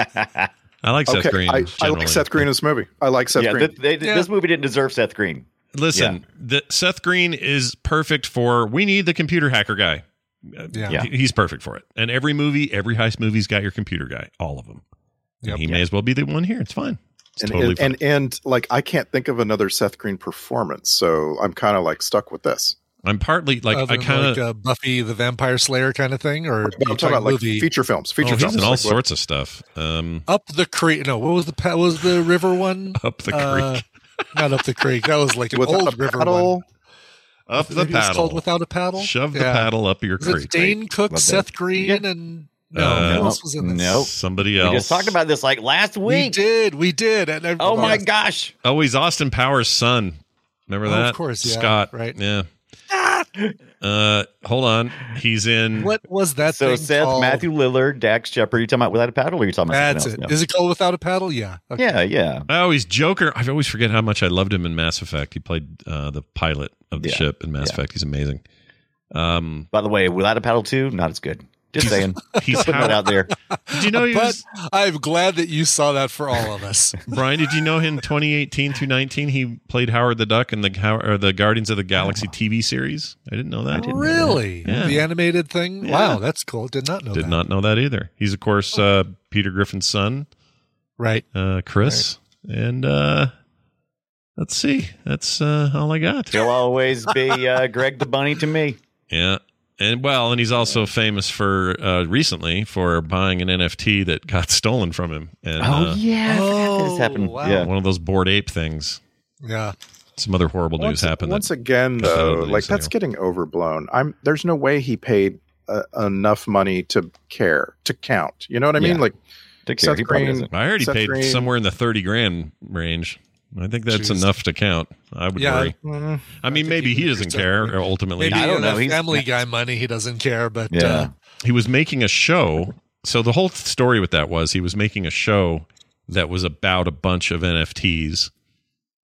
A: I like
F: okay.
A: Seth Green.
F: I, I
A: generally.
F: like Seth Green in this movie. I like Seth
G: yeah,
F: Green.
G: th- they- This movie didn't deserve Seth Green.
A: Listen, the, Seth Green is perfect for. We need the computer hacker guy. Uh,
H: Yeah.
G: Yeah.
A: he- He's perfect for it. And every movie, every heist movie's got your computer guy. All of them. And
H: Yep.
A: he may as well be the one here. It's fine. It's
F: and,
A: totally
F: and,
A: fine.
F: and and like I can't think of another Seth Green performance, so I'm kind of like stuck with this.
A: I'm partly like
H: Other
A: I
H: than,
A: kind of.
H: like, uh, Buffy the Vampire Slayer kind of thing, or
F: But I'm talking about like
H: movie
F: feature films,
A: oh,
F: feature
A: he's
F: films,
A: in all
F: Like, what-
A: sorts of stuff. Um,
H: Up the creek. No, what was the pa- what was the river one?
A: up the
H: Uh,
A: creek,
H: not up the creek. That was like an
F: Without
H: old
F: a
H: river
F: paddle.
H: one.
A: up the
H: Maybe it was
A: paddle,
H: called without a paddle.
A: shove the
H: Yeah.
A: paddle up your
H: Was
A: creek.
H: it Dane Cook,
G: Love that.
H: Seth Green,
G: Yeah.
H: and no,
A: Uh,
H: who
G: no,
H: else was in this?
G: no.
A: Somebody
G: We
A: else
G: just talked about this like last
H: we
G: week.
H: did, we did. And I,
G: Oh my gosh.
A: Oh, he's Austin Powers' son. Remember
H: Oh, of
A: that?
H: course, yeah,
A: Scott.
H: right.
A: Yeah. Uh, hold on. He's in.
H: what was that?
G: So
H: thing
G: Seth,
H: called?
G: Matthew Lillard, Dax Shepard. Are you talking about without a paddle? Or are you talking about?
H: That's it. Is
G: something else?
H: it called without a paddle? Yeah. Okay.
G: Yeah, yeah.
A: Oh, he's Joker. I always forget how much I loved him in Mass Effect. He played uh, the pilot of the
G: Yeah.
A: ship in Mass
G: Yeah.
A: Effect. He's amazing. Um,
G: By the way, without a paddle too, not as good. Just saying.
A: he's
G: putting
A: Howard-
G: that out there.
A: Did you know he
H: But
A: was
H: I'm glad that you saw that for all of us.
A: Brian? Did you know in 2018 through 19 he played Howard the Duck in the How- or the Guardians of the Galaxy TV series? I didn't know that.
H: really?
A: Yeah.
H: The animated thing?
A: Yeah.
H: Wow, that's cool. Did not know
A: Did
H: that.
A: not know that either. He's of course uh, Peter Griffin's son.
H: Right.
A: uh, Chris. And uh, let's see. That's uh, all I got.
G: He'll always be uh, Greg the Bunny to me.
A: Yeah. And well, and he's also famous for uh, recently for buying an NFT that got stolen from him. And uh,
G: yeah, I forgot that
H: Oh,
G: this happened.
H: wow.
G: Yeah,
A: one of those bored ape things.
H: Yeah.
A: some other horrible news
F: once,
A: happened.
F: Once
A: that
F: again,
A: cut that out of
F: though,
A: the
F: like
A: news
F: that's
A: anyway.
F: getting overblown. I'm there's no way he paid uh, enough money to care to count. You know what I mean?
A: Yeah.
F: Like
A: care,
F: Seth
A: he probably
F: Green.
A: doesn't. I already
F: Seth
A: paid
F: Green-
A: somewhere in the thirty grand range. I think that's
F: Jeez.
A: enough to count. I would
H: Yeah,
A: worry.
H: mm,
A: I mean, maybe he doesn't care. Ultimately,
H: Maybe the Family Guy money. He doesn't care, but uh,
A: he was making a show. So the whole story with that was he was making a show that was about a bunch of NFTs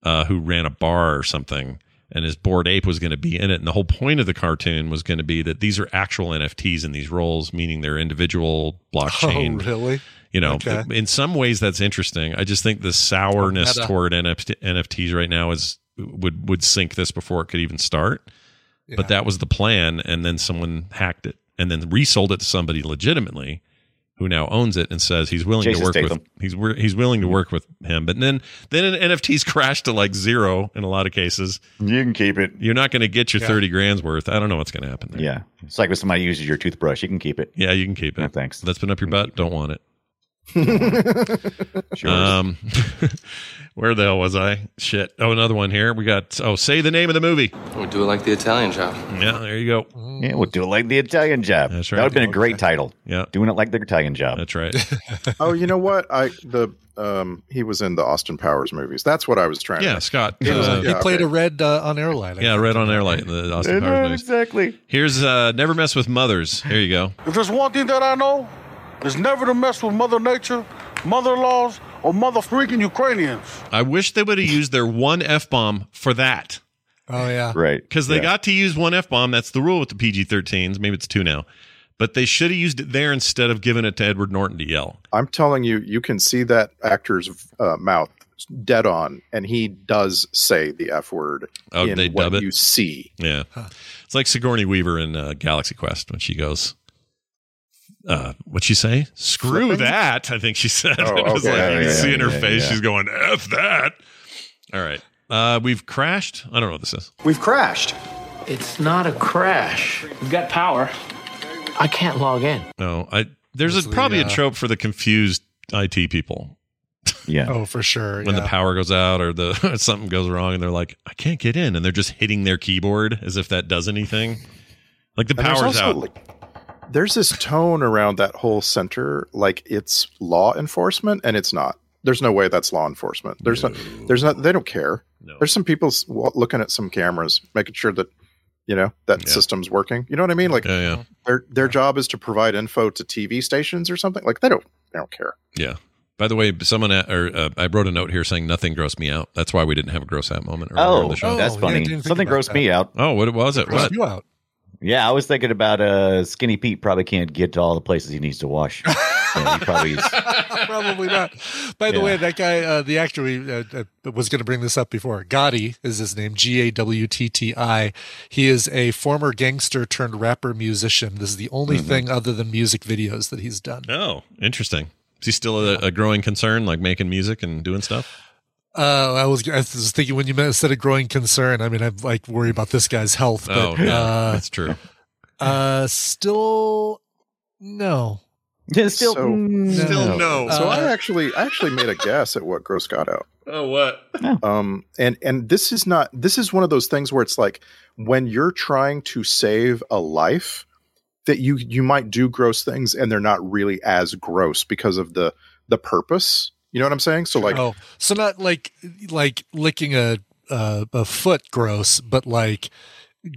A: uh, who ran a bar or something, and his bored ape was going to be in it. And the whole point of the cartoon was going to be that these are actual NFTs in these roles, meaning they're individual blockchain.
H: Oh, really?
A: You know,
H: Okay.
A: in some ways that's interesting. I just think the sourness
H: Meta.
A: toward NFT, NFTs right now is would would sink this before it could even start. But that was the plan, and then someone hacked it and then resold it to somebody legitimately, who now owns it and says he's willing
G: Jason
A: to work
G: Statham.
A: with he's wi- he's willing to work with him. But then then NFTs crash to like zero in a lot of cases.
G: You can keep it.
A: You're not going to get your
G: Yeah.
A: thirty grand's worth. I don't know what's going to happen. There.
G: Yeah. It's like when somebody uses your toothbrush. You can keep it.
A: Yeah, you can keep it.
G: thanks.
A: That's been up your butt. Don't want it. Um, where the hell was I? Shit. Oh, another one here. We got. Oh, say the name of the movie.
K: We'll Oh, do it like the Italian job.
A: Yeah, there you go.
G: Yeah, we'll do it like the Italian job. That's right. That would have been a great title.
A: Yeah.
G: Doing it like the Italian job.
A: That's right.
F: oh, you know what? I the um he was in the Austin Powers movies. That's what I was trying.
A: Yeah,
F: to
A: Scott.
F: He was-
A: uh,
H: he
F: yeah,
H: played
F: okay.
H: a red uh, on airline.
A: Yeah, Red on Airlight. The Austin
H: Yeah,
A: Powers movies.
G: Exactly.
A: Here's uh, Never Mess with Mothers. Here you go.
L: If there's one thing that I know, it's never to mess with Mother Nature, mother laws, or mother freaking Ukrainians.
A: I wish they would have used their one f bomb for that.
H: Oh yeah.
G: Right.
A: Because they
H: Yeah.
A: got to use one f bomb. That's the rule with the PG 13s. Maybe it's two now, but they should have used it there instead of giving it to Edward Norton to yell.
F: I'm telling you, you can see that actor's uh, mouth dead on, and he does say the f word.
A: Oh,
F: in
A: they
F: what
A: dub it.
F: You see,
A: Yeah, it's like Sigourney Weaver in uh, Galaxy Quest when she goes. Uh, what'd she say? Screw
G: Flipping?
A: that! I think she said.
G: Oh,
A: it was like
G: okay. Yeah,
A: you can
G: yeah,
A: see in her
G: yeah,
A: face,
G: yeah.
A: she's going "f that." All right, uh, we've crashed. I don't know what this is.
M: We've crashed. It's not a crash. We've got power. I can't log in.
A: No, I there's a,
M: It's the,
A: probably a
M: uh,
A: trope for the confused IT people
G: Yeah.
H: Oh, for sure.
A: when
H: yeah.
A: the power goes out or the something goes wrong and they're like, "I can't get in," and they're just hitting their keyboard as if that does anything. Like the
F: And there's
A: power's
F: also,
A: out.
F: like, there's this tone around that whole center, like it's law enforcement, and it's not. There's no way that's law enforcement. There's not. There's not. They don't care. There's some people s- wa- looking at some cameras, making sure that you know that system's working. You know what I mean? Like their their job is to provide info to TV stations or something. Like they don't they don't care.
A: Yeah. By the way, someone at, or uh, I wrote a note here saying nothing grossed me out. That's why we didn't have a gross out moment. earlier
G: Oh,
A: in the show.
G: that's funny. Something grossed me out.
A: Oh, what was it? What?
H: you out.
G: Yeah, I was thinking about uh, Skinny Pete probably can't get to all the places he needs to wash. Yeah, he probably is-
H: Probably not. By the
G: Yeah.
H: way, that guy, uh, the actor, we uh, uh, was going to bring this up before. Gotti is his name. G A W T T I. He is a former gangster turned rapper musician. This is the only
G: Mm-hmm.
A: Mhm.
H: thing other than music videos that he's done.
A: Oh, interesting. Is he still a, a growing concern, like making music and doing stuff?
H: Uh, I was I was thinking when you meant- said a growing concern. I mean, I like worry about this guy's health. But,
A: oh, yeah,
H: uh,
A: that's true. Oh.
H: Uh, still no.
G: Yeah,
H: still
F: So
A: Uh,
F: I actually I actually made a guess at what gross got out.
A: Oh, what?
F: Um and and this is not this is one of those things where it's like when you're trying to save a life that you you might do gross things and they're not really as gross because of the the purpose. You know what I'm saying? So like
H: oh, so not like like licking a uh, a foot gross, but like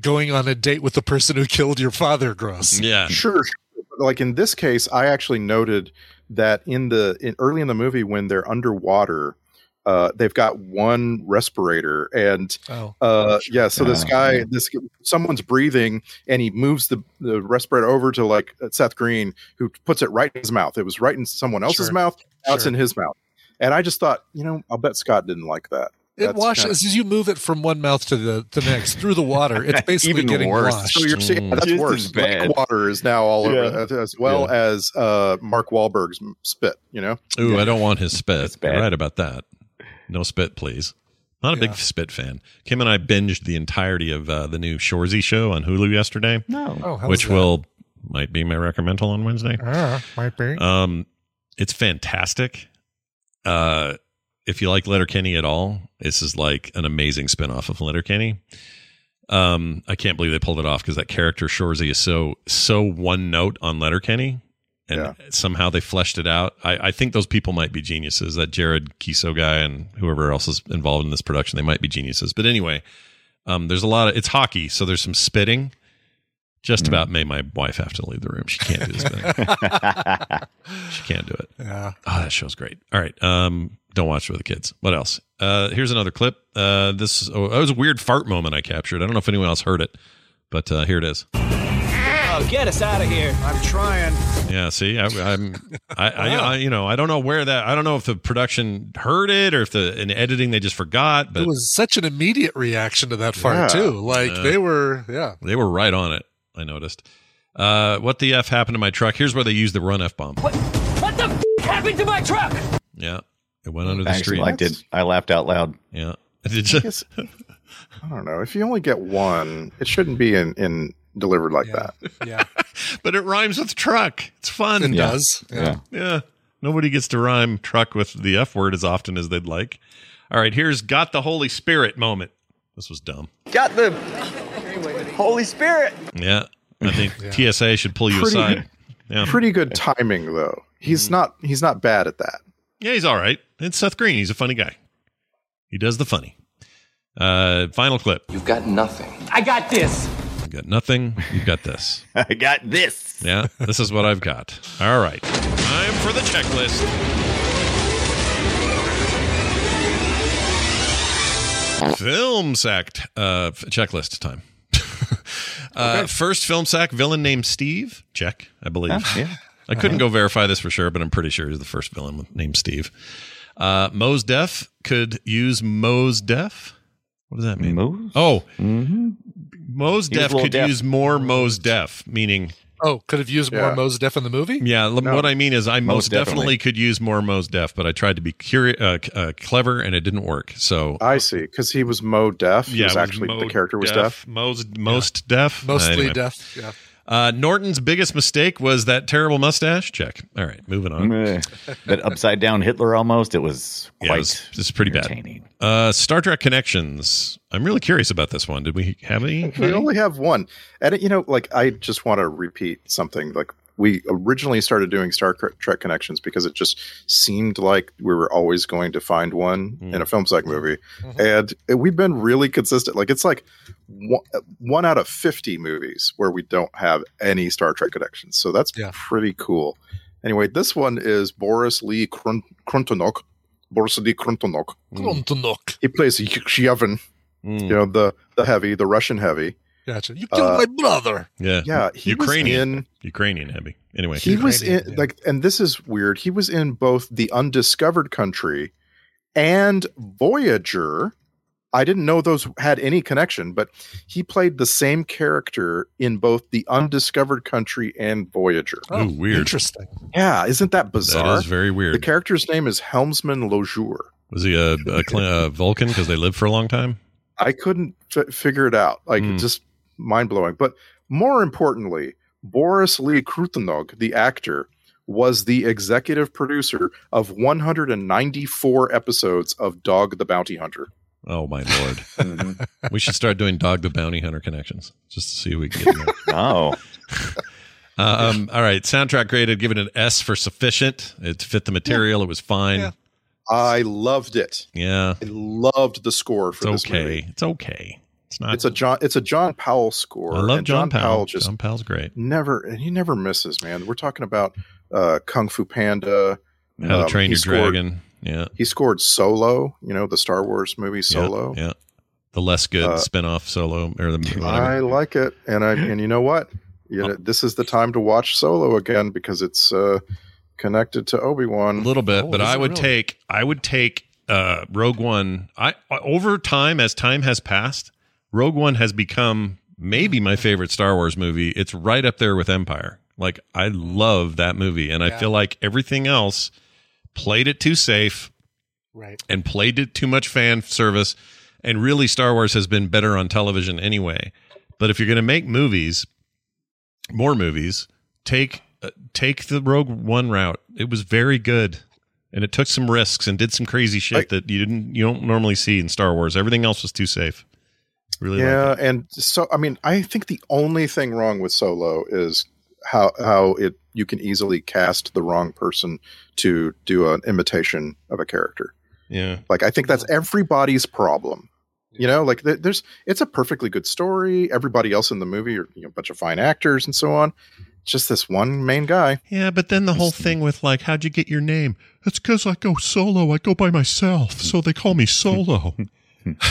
H: going on a date with the person who killed your father gross.
A: Yeah.
F: Sure. sure. But, Like in this case, I actually noted that in the in early in the movie when they're underwater, uh, they've got one respirator and
H: Oh.
F: uh, yeah. So this
H: Ah.
F: guy, this someone's breathing and he moves the, the respirator over to like uh, Seth Green, who puts it right in his mouth. It was right in someone else's
H: Sure.
F: mouth. Now it's
H: Sure.
F: in his mouth. And I just thought, you know, I'll bet Scott didn't like that.
H: It
F: That's
H: washes
F: kinda-
H: as you move it from one mouth to the the next through the water. It's basically getting washed.
F: So you're seeing that's worse. Like water is now all
H: Yeah.
F: over, uh, as well as uh, Mark Wahlberg's m- spit. You know,
A: Ooh, I don't want his spit. You're right about that. No spit, please. Not a big spit fan. Kim and I binged the entirety of uh, the new Shorzy show on Hulu yesterday.
H: No. Oh, how
A: which
H: was that?
A: will might be my recommendal on Wednesday.
H: Ah, might be.
A: Um, it's fantastic. Uh, if you like Letterkenny at all, this is like an amazing spinoff of Letterkenny. Um, I can't believe they pulled it off because that character Shorzy is so so one note on Letterkenny, and
F: Yeah.
A: somehow they fleshed it out. I, I think those people might be geniuses. That Jared Kiso guy and whoever else is involved in this production, they might be geniuses. But anyway, um, there's a lot of it's hockey, so there's some spitting.
H: Mm.
A: Just about made my wife have to leave the room. She can't do this. she can't do it.
H: Yeah.
A: Oh, that show's great. All right. Um, don't watch it with the kids. What else? Uh, here's another clip. Uh, this oh, that was a weird fart moment I captured. I don't know if anyone else heard it, but uh, here it is.
N: Oh, get us out of here. I'm trying.
A: Yeah. See, I, I'm, I, I, I, you know, I don't know where that. I don't know if the production heard it or if the in editing they just forgot. But
H: it was such an immediate reaction to that fart
A: Uh, Yeah.
H: too. Like
A: Yeah.
H: they were, yeah.
A: they were right on it. I noticed. Uh, what the f happened to my truck? Here's where they used the run f bomb.
N: What the f- happened to my truck?
A: Yeah, it went under
G: I
A: the
G: actually
A: street.
G: liked it. I laughed out loud.
A: Yeah. Did you?
F: Ah, I don't know. If you only get one, it shouldn't be in, in delivered like that.
H: Yeah.
A: but it rhymes with truck. It's fun.
H: It Yeah. does. Yeah.
A: Yeah. Nobody gets to rhyme truck with the F word as often as they'd like. All right, here's got the Holy Spirit moment. This was dumb.
N: Got the Holy Spirit.
A: Yeah. I think TSA should pull you
F: Pretty-
A: aside. Yeah. Mm-hmm.
F: Pretty good timing though. He's not he's not bad at that.
A: Yeah, he's all right. It's Seth Green. He's a funny guy. He does the funny. Uh, final clip. You've got nothing.
N: I got this.
A: You've got nothing. You've got this.
G: I got this.
A: Yeah, this is what I've got. All right. Time for the checklist. Film sack uh, f- checklist time. uh, First film sack villain named Steve. Check, I believe.
G: Huh, Oh, yeah.
A: I couldn't go verify this for sure, but I'm pretty sure he's the first villain with- named Steve. Uh, Moe's Def could use Moe's Def. What does that mean?
G: Moe's?
A: Oh, Moe's
H: He was a
A: Def
H: little
A: could
H: deaf.
A: use more Moe's Def, meaning
H: Oh, could have used
A: Yeah.
H: more Mos Def in the movie.
A: yeah, l- what I mean is, I most,
H: Most
A: definitely.
H: definitely.
A: could use more Mo's Def, but I tried to be curi- uh, c- uh, clever and it didn't work. So
F: I see. Because he was Mo deaf. He
A: Yeah,
F: was
A: it was
F: actually
A: Mo
F: the character was
A: deaf.
F: deaf.
A: most most deaf,
H: Mostly
A: Anyway.
H: deaf. Yeah.
A: Uh, Norton's biggest mistake was that terrible mustache. Check. All right, moving on.
F: Mm-hmm.
G: Meh. that upside down Hitler almost. It was quite.
A: Yeah, it's, it's pretty bad. Uh, Star Trek connections. I'm really curious about this one. Did we have any?
F: We only have one. And, you know, like, I just want to repeat something. Like, we originally started doing Star Trek connections because it just seemed like we were always going to find one in a film psych movie. And we've been really consistent. Like, it's like one, one out of 50 movies where we don't have any Star Trek connections. So that's pretty cool. Anyway, this one is Boris Lee Krun- Kruntonok. Boris Lee Kruntonok.
H: Kruntonok.
F: He plays Yevon,
A: Hmm.
F: you know, the, the heavy, the Russian heavy.
H: Gotcha. You killed
F: Uh,
H: my brother.
A: Yeah.
F: Yeah, he was
A: Ukrainian.
F: in-
A: Ukrainian heavy. Anyway,
F: He was in like, and this is weird. He was in both the Undiscovered Country and Voyager. I didn't know those had any connection, but he played the same character in both the Undiscovered Country and Voyager.
H: Oh.
A: Ooh, weird.
H: Interesting.
F: Yeah, isn't that bizarre?
A: That is very
F: The
A: weird.
F: character's name is Helmsman Lojour.
A: was he a, a, cl- a Vulcan because they lived for a long time?
F: I couldn't f- figure it out. Like
A: Hmm.
F: just mind blowing. But more importantly, Boris Lee Krutenog, the actor, was the executive producer of 194 episodes of Dog the Bounty Hunter.
A: Oh my
F: Mm-hmm.
A: lord! we should start doing Dog the Bounty Hunter connections just to see who we can get. There.
G: oh,
A: um, all right. Soundtrack graded, given an S for sufficient. It fit the material. It was fine. Yeah,
F: I loved it. I loved the score
A: it's
F: for this movie.
A: okay. It's okay. It's not.
F: It's a John. It's a John Powell score.
A: I love
F: and
A: John, Powell.
F: just
A: John Powell's great.
F: never and he never misses, man. We're talking about uh, Kung Fu Panda,
A: How
F: um,
A: to Train
F: he
A: Your
F: scored-
A: Dragon. Yeah,
F: He scored Solo, you know, the Star Wars movie Solo.
A: Yeah, yeah. the less good
F: Uh,
A: spin-off solo or the whatever.
F: I like it, and I and you know what? You know, this is the time to watch Solo again because it's uh, connected to Obi Wan a
A: little bit, but I would take I would take uh Rogue One. I I- over time as time has passed, Rogue One has become maybe my favorite Star Wars movie. It's right up there with Empire. Like I love that movie and I
H: Yeah.
A: feel like everything else played it too safe
H: Right.
A: and played it too much fan service and really Star Wars has been better on television anyway. But if you're going to make movies, more movies, take uh, take the Rogue One route. It was very good. and it took some risks and did some crazy shit that you didn't you don't normally see in Star Wars. Everything else was too safe. Really, like
F: yeah, and so I mean, I think the only thing wrong with Solo is how how it you can easily cast the wrong person to do an imitation of a character.
A: yeah.
F: Like I think that's everybody's problem. You know, like there- there's it's a perfectly good story. Everybody else in the movie are you know, a bunch of fine actors and so on. Just this one main guy.
A: Yeah, but then the whole thing with like, how'd you get your name? It's because I go solo. I go by myself, so they call me Solo.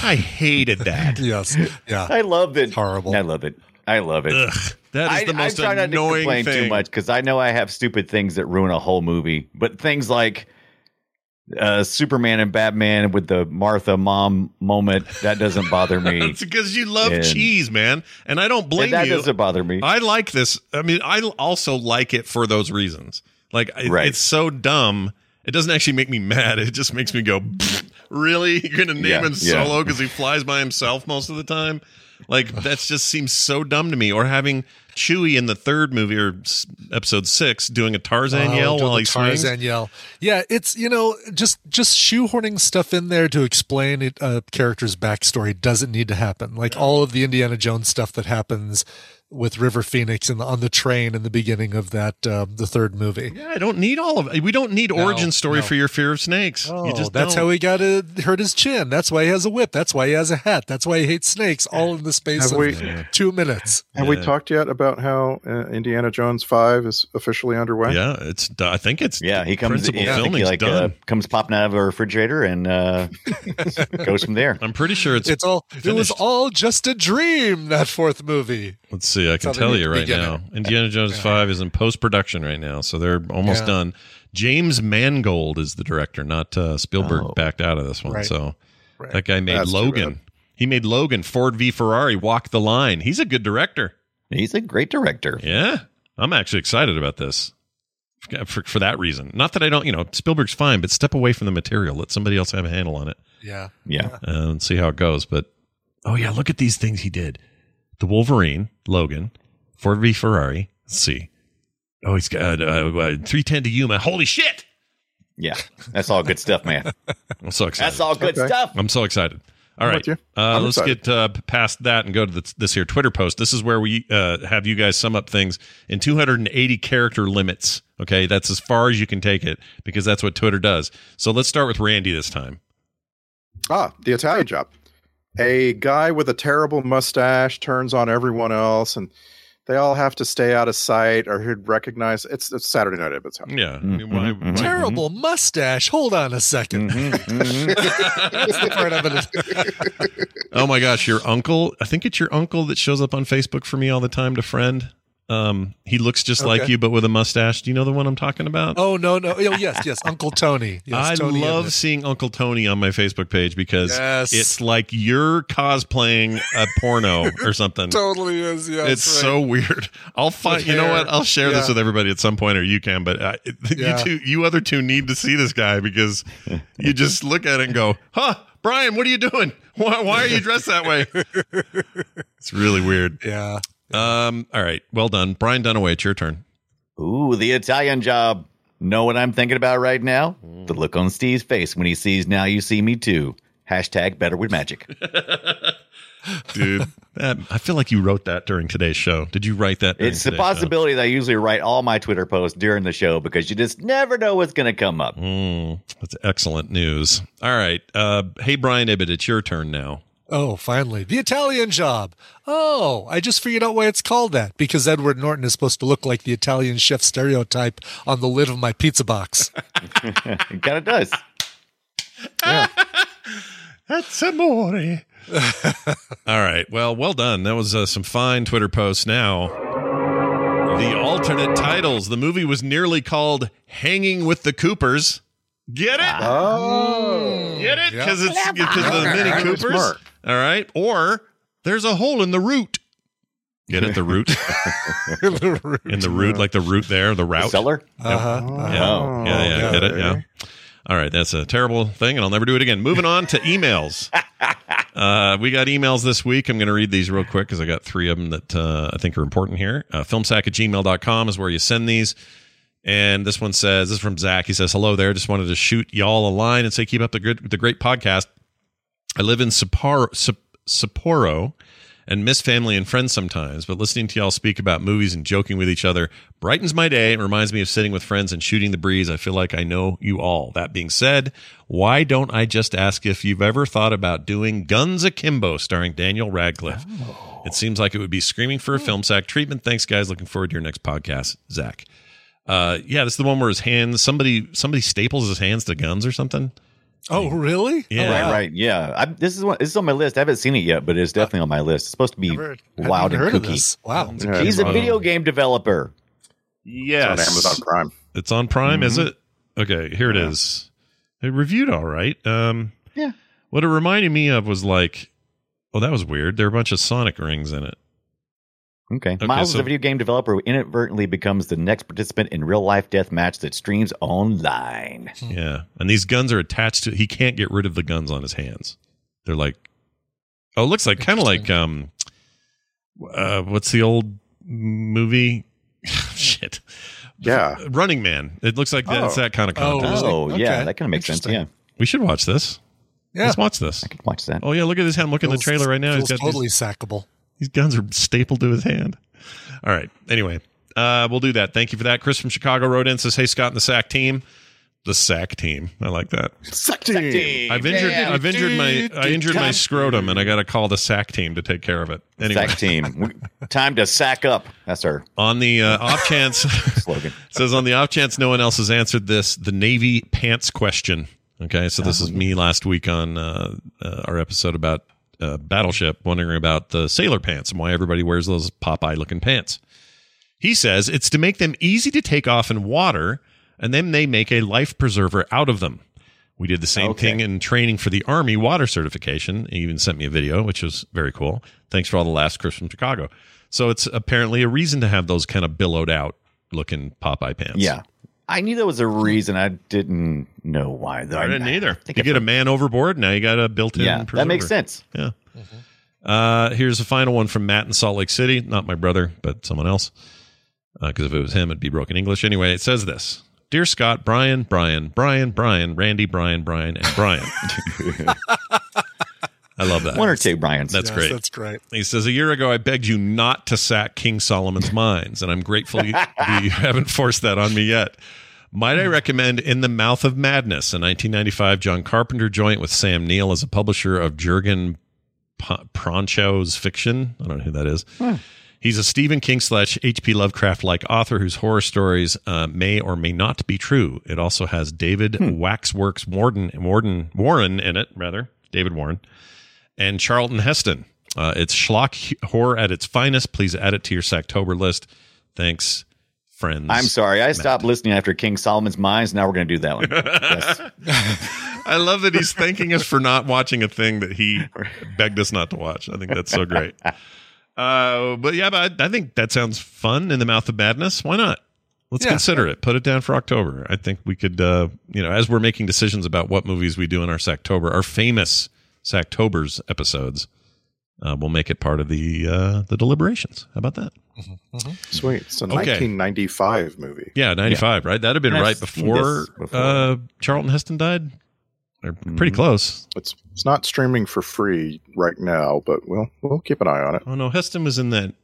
A: I hated that.
H: yes. Yeah.
G: I love it.
H: Horrible.
G: I love it. I love it.
A: that is
G: I,
A: the most
G: I try not to
A: annoying
G: complain
A: thing.
G: too much because I know I have stupid things that ruin a whole movie, but things like uh, Superman and Batman with the Martha mom moment that doesn't bother me.
A: It's because you love
G: And-
A: cheese, man, and I don't blame
G: And that
A: you.
G: doesn't bother me.
A: I like this. I mean, I l- also like it for those reasons. Like, I-
G: Right.
A: it's so dumb. It doesn't actually make me mad. It just makes me go, "Pfft, really? You're going to name
G: Yeah,
A: him
G: yeah.
A: solo because he flies by himself most of the time? Like, that just seems so dumb to me. Or having Chewie in the third movie or s- episode six doing a Tarzan
H: Oh,
A: yell
H: doing
A: while
H: the
A: he
H: Tarzan
A: swings.
H: yell. Yeah, it's you know just just shoehorning stuff in there to explain it, a character's backstory doesn't need to happen. Like all of the Indiana Jones stuff that happens with River Phoenix and on the train in the beginning of that uh, the third movie.
A: Yeah, I don't need all of We don't need
H: No,
A: origin story
H: no.
A: for your fear of snakes.
H: Oh,
A: you just
H: that's
A: don't.
H: how he got to hurt his chin. That's why he has a whip. That's why he has a hat. That's why he hates snakes. All in the space
F: Have
H: of
F: we-
H: two minutes.
F: Have we talked yet about how uh, Indiana Jones Five is officially underway?
A: Yeah, it's. I think it's.
G: yeah, he comes.
A: Principal
G: Yeah, I think he
A: filming's
G: like uh,
A: done.
G: comes popping out of a refrigerator and uh, goes from there.
A: I'm pretty sure it's.
H: It's all. It was
A: finished.
H: all just a dream. That fourth movie.
A: Let's see. I can
H: Something
A: tell
H: at
A: you
H: the
A: right
H: beginning.
A: now. Indiana Jones 5 is in post production right now, so they're almost
H: Yeah.
A: done. James Mangold is the director, not uh, Spielberg
G: Oh.
A: backed out of this one.
H: Right.
A: So
H: Right.
A: that guy made
F: That's too
A: Logan.
F: bad.
A: He made Logan, Ford v Ferrari, Walk the Line. He's a good director.
G: He's a great director.
A: Yeah. I'm actually excited about this for, for, for that reason. Not that I don't, you know, Spielberg's fine, but step away from the material. Let somebody else have a handle on it
H: Yeah.
G: Yeah.
A: uh, and see how it goes. But oh yeah, look at these things he did: the Wolverine, Logan, Ford v Ferrari. Let's see. Oh, he's got uh, uh, three ten to Yuma. Holy shit!
G: Yeah. That's all good stuff, man.
A: I'm so excited.
G: That's all good
F: Okay.
G: stuff.
A: I'm so excited. All
F: I'm
A: right,
F: with you.
A: uh,
F: I'm
A: let's
F: excited.
A: get uh, past that and go to this, this here Twitter post. This is where we uh, have you guys sum up things in 280 character limits. Okay, that's as far as you can take it because that's what Twitter does. So let's start with Randy this time.
F: Ah, the Italian job. A guy with a terrible mustache turns on everyone else, and they all have to stay out of sight, or he'd recognize. It's, it's Saturday Night at its time.
A: Yeah, I mean, why-
G: Mhm, mhm.
A: why-
H: Terrible mustache. Hold on a 2nd
G: Mm-hmm,
H: That's the part I'm gonna-
A: Oh my gosh, your uncle. I think it's your uncle that shows up on Facebook for me all the time to friend. Um, he looks just like
H: Okay.
A: you, but with a mustache. Do you know the one I'm talking about?
H: Oh no no! Oh, yes yes, Uncle Tony. Yes,
A: I
H: Tony
A: love
H: Evans.
A: seeing Uncle Tony on my Facebook page because
H: Yes.
A: it's like you're cosplaying a porno or something.
H: Totally is. Yeah,
A: it's so weird. I'll find.
H: With
A: You know what?
H: hair.
A: I'll share this
H: Yeah.
A: with everybody at some point, or you can. But uh,
H: Yeah.
A: you two, you other two, need to see this guy because you just look at it and go, "Huh, Brian, what are you doing? Why, why are you dressed that way?" it's really weird.
H: yeah.
A: Um. All right. Well done, Brian Dunaway. It's your turn.
G: Ooh, the Italian job. Know what I'm thinking about right now? The look on Steve's face when he sees now you see me too. Hashtag better with magic.
A: dude. That, I feel like you wrote that during today's show. Did you write that? during
G: It's the
A: today's show?
G: possibility that I usually write all my Twitter posts during the show because you just never know what's going to come up.
A: Mm, that's excellent news. All right. Uh, hey, Brian Ibbett, it's your turn now.
H: Oh, finally, the Italian job. Oh, I just figured out why it's called that because Edward Norton is supposed to look like the Italian chef stereotype on the lid of my pizza box.
G: It kind of does.
A: That's amore. All right. Well, well done. That was uh, some fine Twitter posts. Now, the alternate titles. The movie was nearly called "Hanging with the Coopers." Get it?
F: Oh,
A: Get it?
H: Yeah.
A: Because it's because of the
F: Okay.
A: Mini
F: Very
A: Coopers.
F: smart.
A: All right. Or there's a hole in the root. Get it? The root in the root, like the root there, the route.
G: Seller?
H: Uh-huh.
A: Yeah. yeah,
G: Oh,
A: yeah,
H: yeah.
A: Get it? Yeah. All right, that's a terrible thing, and I'll never do it again. Moving on to emails. Uh, we got emails this week. I'm going to read these real quick because I got three of them that uh, I think are important here. Uh, filmsack at gmail.com is where you send these. And this one says, this is from Zach. He says, hello there. Just wanted to shoot y'all a line and say, keep up the good, the great podcast. I live in Sapporo, Sap- Sapporo and miss family and friends sometimes, but listening to y'all speak about movies and joking with each other brightens my day and reminds me of sitting with friends and shooting the breeze. I feel like I know you all. That being said, why don't I just ask if you've ever thought about doing Guns Akimbo starring Daniel Radcliffe?
H: Oh.
A: It seems like it would be screaming for a film sack treatment. Thanks, guys. Looking forward to your next podcast, Zach. Uh, yeah, this is the one where his hands somebody somebody staples his hands to guns or something.
H: Oh, really?
A: Yeah.
G: Right, right. Yeah. I, this is one, this is on my list. I haven't seen it yet, but it's definitely on my list. It's supposed to be
H: Never- hadn't
G: loud
H: even
G: and
H: heard of
G: kooky.
H: this. Wow.
G: Yeah. He's a video game developer.
A: Yes.
F: It's on Amazon Prime.
A: It's on Prime, is
H: Mm-hmm.
G: Mhm.
A: it? Okay, here it is. It reviewed all right. Um,
G: Yeah.
A: what it reminded me of was like, oh, that was weird. There are a bunch of Sonic rings in it.
G: Okay.
A: Okay,
G: Miles
A: so-
G: is a video game developer who inadvertently becomes the next participant in real life death match that streams online.
H: Hmm.
A: Yeah, and these guns are attached to. He can't get rid of the guns on his hands. They're like, oh, it looks like kind of like um, uh, what's the old movie? Shit.
F: Yeah.
A: Running Man. It looks like that's
F: Oh.
A: that kind of
H: Oh,
A: content.
G: Oh,
H: Okay.
G: yeah. That kind of makes sense. Yeah.
H: Interesting.
A: We should watch this.
H: Yeah.
A: Let's watch this.
G: I could watch that.
A: Oh yeah, look at this hand. Look in the
H: Feels-
A: trailer right now. He's
H: Feels
A: got these-
H: totally sackable.
A: These guns are stapled to his hand. All right. Anyway, uh, we'll do that. Thank you for that. Chris from Chicago wrote in says, "Hey Scott and the Sack team, the Sack team. I like that.
F: Sack team.
A: I've injured.
G: Yeah.
A: I've injured my. I injured my scrotum, and I got to call the Sack team to take care of it. Anyway,
G: Sack team. We- Time to sack up. That's our
A: on the uh, off chance,
G: slogan.
A: says on the off chance no one else has answered this, the Navy pants question. Okay, so this is me last week on uh, uh, our episode about uh, Battleship, wondering about the sailor pants and why everybody wears those Popeye looking pants. He says it's to make them easy to take off in water, and then they make a life preserver out of them. We did the same
G: Okay.
A: thing in training for the Army water certification. He even sent me a video, which was very cool. Thanks for all the last Chris from Chicago. So it's apparently a reason to have those kind of billowed out looking Popeye pants.
G: Yeah. I knew there was a reason. I didn't know why, though.
A: I didn't either.
G: think
A: You
G: I
A: get a man overboard, now you got a built in
G: Yeah. That makes
A: preserver.
G: sense.
A: Yeah. Uh, here's a final one from Matt in Salt Lake City. Not my brother, but someone else. Because if it was him, it'd be broken English. Anyway, it says this Dear Scott, Brian, Brian, Brian, Brian, Randy, Brian, Brian, and Brian. I love that.
G: One or two, Brian.
A: That's
H: Yes,
A: great.
H: That's great.
A: He says, A year ago, I begged you not to sack King Solomon's mines, and I'm grateful you, you haven't forced that on me yet. Might I recommend In the Mouth of Madness, a 1995 John Carpenter joint with Sam Neill as a publisher of Jurgen P- Proncho's fiction? I don't know who that is. He's a Stephen King slash H.P. Lovecraft like author whose horror stories uh, may or may not be true. It also has David Waxworks Warden, Warden Warren in it, rather David Warren, and Charlton Heston. Uh, it's schlock horror at its finest. Please add it to your Sacktober list. Thanks, friends.
G: I'm sorry. I stopped listening after King Solomon's Mines. Now we're going to do that one. Yes.
A: I love that he's thanking us for not watching a thing that he begged us not to watch. I think that's so great. Uh, but yeah, but I, I think that sounds fun in the mouth of madness. Why not? Let's
H: Yeah.
A: consider it. Put it down for October. I think we could, uh, you know, as we're making decisions about what movies we do in our Sacktober, our famous Sacktober's episodes, uh, we'll make it part of the uh, the deliberations. How about that?
F: Sweet. It's a
A: Okay.
F: 1995 movie.
A: Yeah, ninety five. Right, that'd have been
G: I've
A: right
G: seen
A: before,
G: this before.
A: Uh, Charlton Heston died. Or pretty close.
F: It's it's not streaming for free right now, but we'll we'll keep an eye on it.
A: Oh no, Heston was in that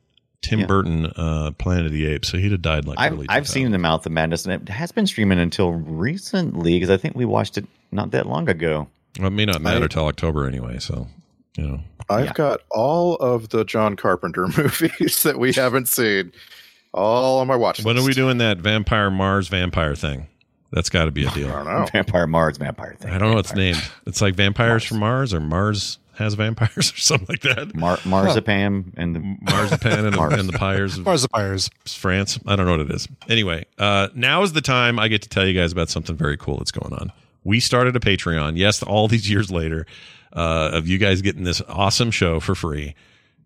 A: Tim
G: Yeah.
A: Burton uh, Planet of the Apes, so he'd have died like
G: I've,
A: early.
G: I've seen
A: 2000.
G: The Mouth of Madness, and it has been streaming until recently because I think we watched it not that long ago.
A: Well, it may not matter
F: I-
A: till October anyway, so you know.
F: I've
G: Yeah.
F: got all of the John Carpenter movies that we haven't seen, all on my watch.
A: When are
F: list.
A: we doing that Vampire Mars vampire thing? That's got to be a deal.
F: I don't know.
G: Vampire Mars, vampire thing.
A: Oh. I don't know what's
G: Vampire.
A: named. It's like vampires from Mars or Mars has vampires or something like that.
G: Mar- Marzipam and the
A: Marzipan and,
G: Mars.
A: and the pyres of
H: Marzipires.
A: France. I don't know what it is. Anyway, uh, now is the time I get to tell you guys about something very cool that's going on. We started a Patreon, yes, all these years later, uh, of you guys getting this awesome show for free.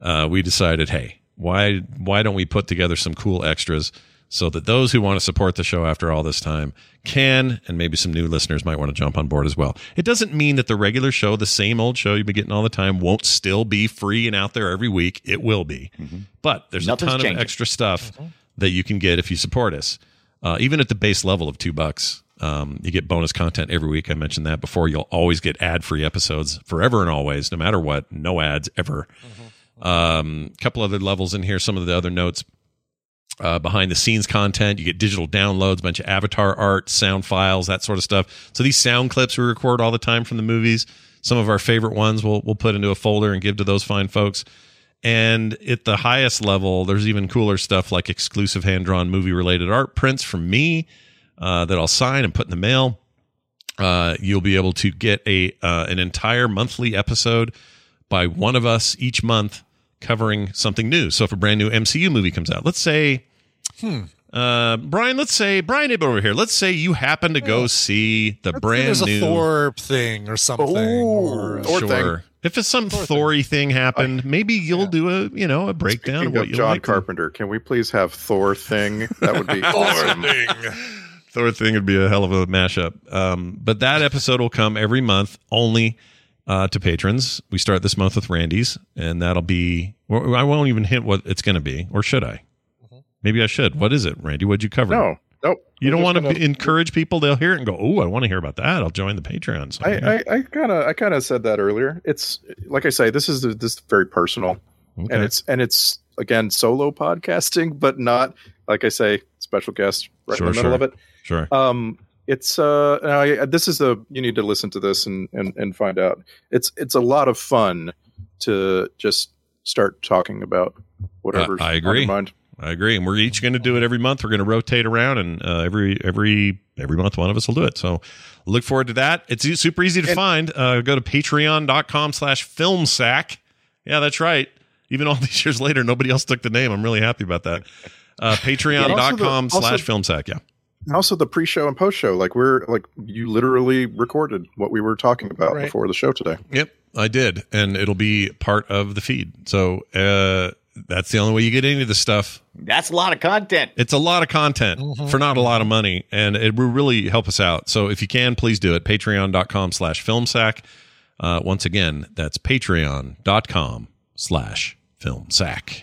A: Uh, we decided, hey, why why don't we put together some cool extras so that those who want to support the show after all this time can, and maybe some new listeners might want to jump on board as well. It doesn't mean that the regular show, the same old show you've been getting all the time, won't still be free and out there every week. It will be, but there's
G: Mm-hmm. Nothing's
A: a ton
G: changing.
A: of extra stuff that you can get if you support us. uh, even at the base level of two bucks. Um, you get bonus content every week. I mentioned that before. You'll always get ad free episodes forever and always, no matter what. No ads ever. A um, couple other levels in here. Some of the other notes uh, behind the scenes content. You get digital downloads, bunch of avatar art, sound files, that sort of stuff. So these sound clips we record all the time from the movies. Some of our favorite ones we'll we'll put into a folder and give to those fine folks. And at the highest level, there's even cooler stuff like exclusive hand drawn movie related art prints from me uh, that I'll sign and put in the mail. Uh, you'll be able to get a uh, an entire monthly episode by one of us each month covering something new. So if a brand new MCU movie comes out, let's say,
H: Hmm.
A: uh, Brian, let's say Brian Abel over here. Let's say you happen to go see the brand
H: There's a
A: new
H: Thor thing or something. or,
A: sure. If it's some Thory thing happened, maybe you'll do a you know a breakdown of
F: Speaking
A: what
F: of
A: you
F: John
A: like.
F: Carpenter, can we please have Thor thing? That would be
A: Thor
F: awesome.
A: Thor thing would be a hell of a mashup. Um, but that episode will come every month only uh, to patrons. We start this month with Randy's, and that'll be. Well, I won't even hint what it's going to be, or should I? Maybe I should. What is it, Randy? What'd you cover?
F: Mm-hmm. No, nope.
A: You don't
F: just
A: want to
F: gonna-
A: encourage people. They'll hear it and go, "Oh, I want to hear about that." I'll join the Patreon. So, yeah.
F: I, I, I kind of I kind of said that earlier. It's like I say, this is this is very personal,
A: Okay.
F: and it's and it's again solo podcasting, but not like I say special guest right
A: Sure,
F: in the middle
A: sure.
F: of it.
A: Sure.
F: Um, it's uh, and I, this is a you need to listen to this and and and find out. It's it's a lot of fun to just start talking about whatever's
A: Uh, I, I
F: on your
A: agree.
F: mind.
A: I agree, and we're each going to do it every month. We're going to rotate around, and uh, every every every month, one of us will do it. So look forward to that. It's e- super easy to find. Uh, go to Patreon.com/slash FilmSack. Yeah, that's right. Even all these years later, nobody else took the name. I'm really happy about that. Uh,
F: also-
A: Patreon.com/slash FilmSack. Yeah.
F: And also the pre-show and post-show, like we're like you literally recorded what we were talking about
A: Right.
F: before the show today.
A: Yep, I did, and it'll be part of the feed. So uh, that's the only way you get any of this stuff.
G: That's a lot of content.
A: It's a lot of content for not a lot of money, and it will really help us out. So if you can, please do it. Patreon.com slash filmsack. Uh, once again, that's patreon.com slash filmsack.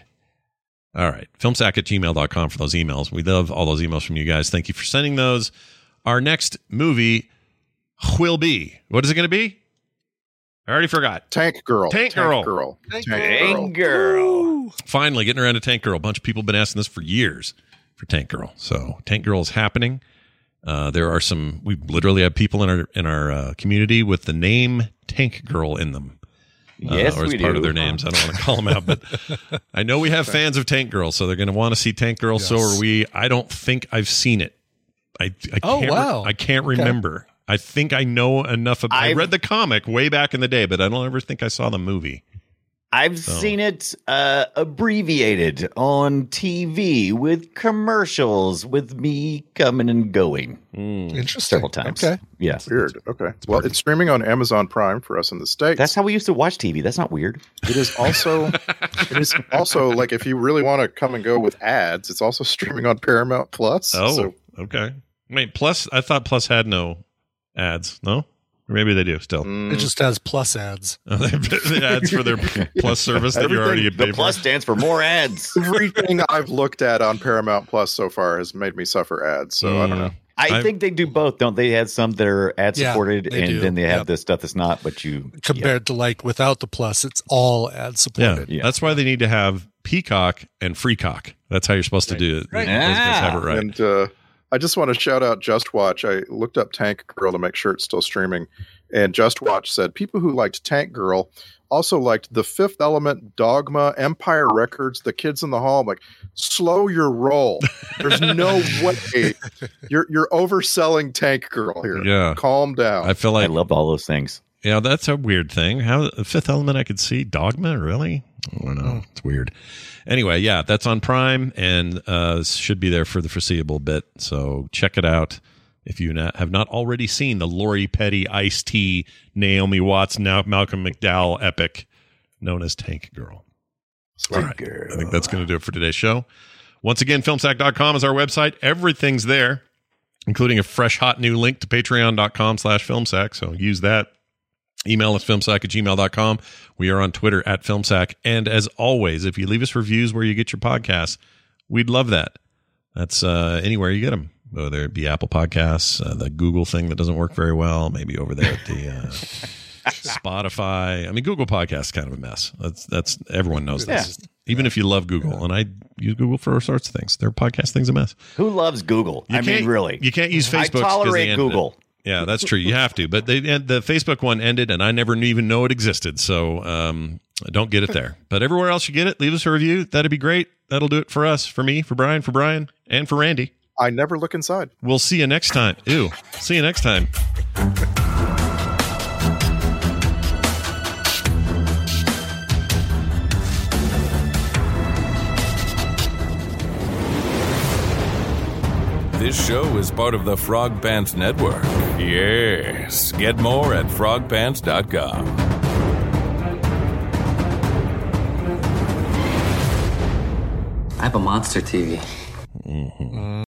A: All right. Filmsack at gmail.com for those emails. We love all those emails from you guys. Thank you for sending those. Our next movie will be what is it going to be? I already forgot.
F: Tank Girl.
A: Tank,
F: Tank
A: Girl.
F: Girl. Tank
G: Dang
A: Uh,
G: girl.
A: Finally, getting around to Tank Girl. A bunch of people have been asking this for years for Tank Girl. So Tank Girl is happening. Uh, there are some. We literally have people in our in our uh, community with the name Tank Girl in them. Uh,
G: Yes,
A: or as
G: we
A: part of
G: do.
A: their names. I don't want to call them out, but I know we have fans of Tank Girl, so they're going to want to see Tank Girl. So
H: Yes.
A: are we. I don't think I've seen it. I, I
H: Oh,
A: can't re-
H: wow.
A: I can't
H: Okay.
A: remember. I think I know enough. About, I
G: I've-
A: read the comic way back in the day, but I don't ever think I saw the movie.
G: I've
A: So-
G: seen it uh, abbreviated on TV with commercials with me coming and going
A: Hmm.
H: Interesting.
G: several times.
H: Okay.
G: Yes.
F: Weird. Okay. well, it's streaming on Amazon Prime for us in the states.
G: That's how we used to watch TV. That's not weird.
F: it is also. it is also like if you really want to come and go with ads, it's also streaming on Paramount Plus.
A: Oh,
F: So
A: okay. Wait, plus I thought plus had no ads. No, or maybe they do still.
F: Mm.
A: Oh,
H: It just has plus ads.
A: the ads for their plus service that you're already
F: Everything-
A: paying
G: The plus stands for more ads.
F: everything I've looked at on Paramount Plus so far has made me suffer ads. So
A: Mm,
F: I don't know.
G: I
A: I've-
G: think they do both, don't they? They Have some that are ad
H: Yeah,
G: supported,
H: they
G: and
H: do.
G: then they have
H: Yep.
G: the stuff that's not. But you
H: Compared to like without the plus, it's all ad
A: Yeah,
H: supported.
G: Yeah.
A: that's why they need to have Peacock and Freecock. That's how you're supposed to do it.
G: Right.
A: Those guys have it right.
F: And uh, I just want to shout out Just Watch. I looked up Tank Girl to make sure it's still streaming, and Just Watch said people who liked Tank Girl also liked The Fifth Element, Dogma, Empire Records, The Kids in the Hall. I'm like, slow your roll. There's no way you're you're overselling Tank Girl here.
A: Yeah.
F: calm down.
A: I feel
G: I
A: like
G: loved all those things.
A: yeah, that's a weird thing. How Fifth Element I could see Dogma really. I don't know. It's weird. Anyway, yeah, that's on Prime and uh, should be there for the foreseeable bit. So check it out if you not, have not already seen the Lori Petty, Ice T, Naomi Watts, now Malcolm McDowell epic known as Tank Girl. All right. I think that's going to do it for today's show. Once again, filmsack.com is our website. Everything's there, including a fresh, hot new link to patreon.com slash filmsack. So use that. Email us filmsack at gmail.com. We are on Twitter at filmsack. And as always, if you leave us reviews where you get your podcasts, we'd love that. That's uh, anywhere you get them. whether it be Apple Podcasts, uh, the Google thing that doesn't work very well, maybe over there at the uh, Spotify. I mean, Google Podcasts is kind of a mess. That's that's everyone knows
G: Yeah.
A: this. Even if you love Google, and I use Google for all sorts of things, their podcast thing's a mess.
G: Who loves Google?
A: You
G: I mean,
A: can't-
G: really.
A: you can't use Facebook. 'cause they
G: I tolerate
A: ended it.
G: Google.
A: Yeah, that's true. You have to, but they and the Facebook one ended, and I never knew, even know it existed. So um, don't get it there. But everywhere else you get it, leave us a review. That'd be great. That'll do it for us, for me, for Brian, for Brian, and for Randy.
F: I never look inside.
A: We'll see you next time. Ew. See you next time.
E: This show is part of the Frog Pants Network. Yes. Get more at frogpants.com.
O: I have a monster TV.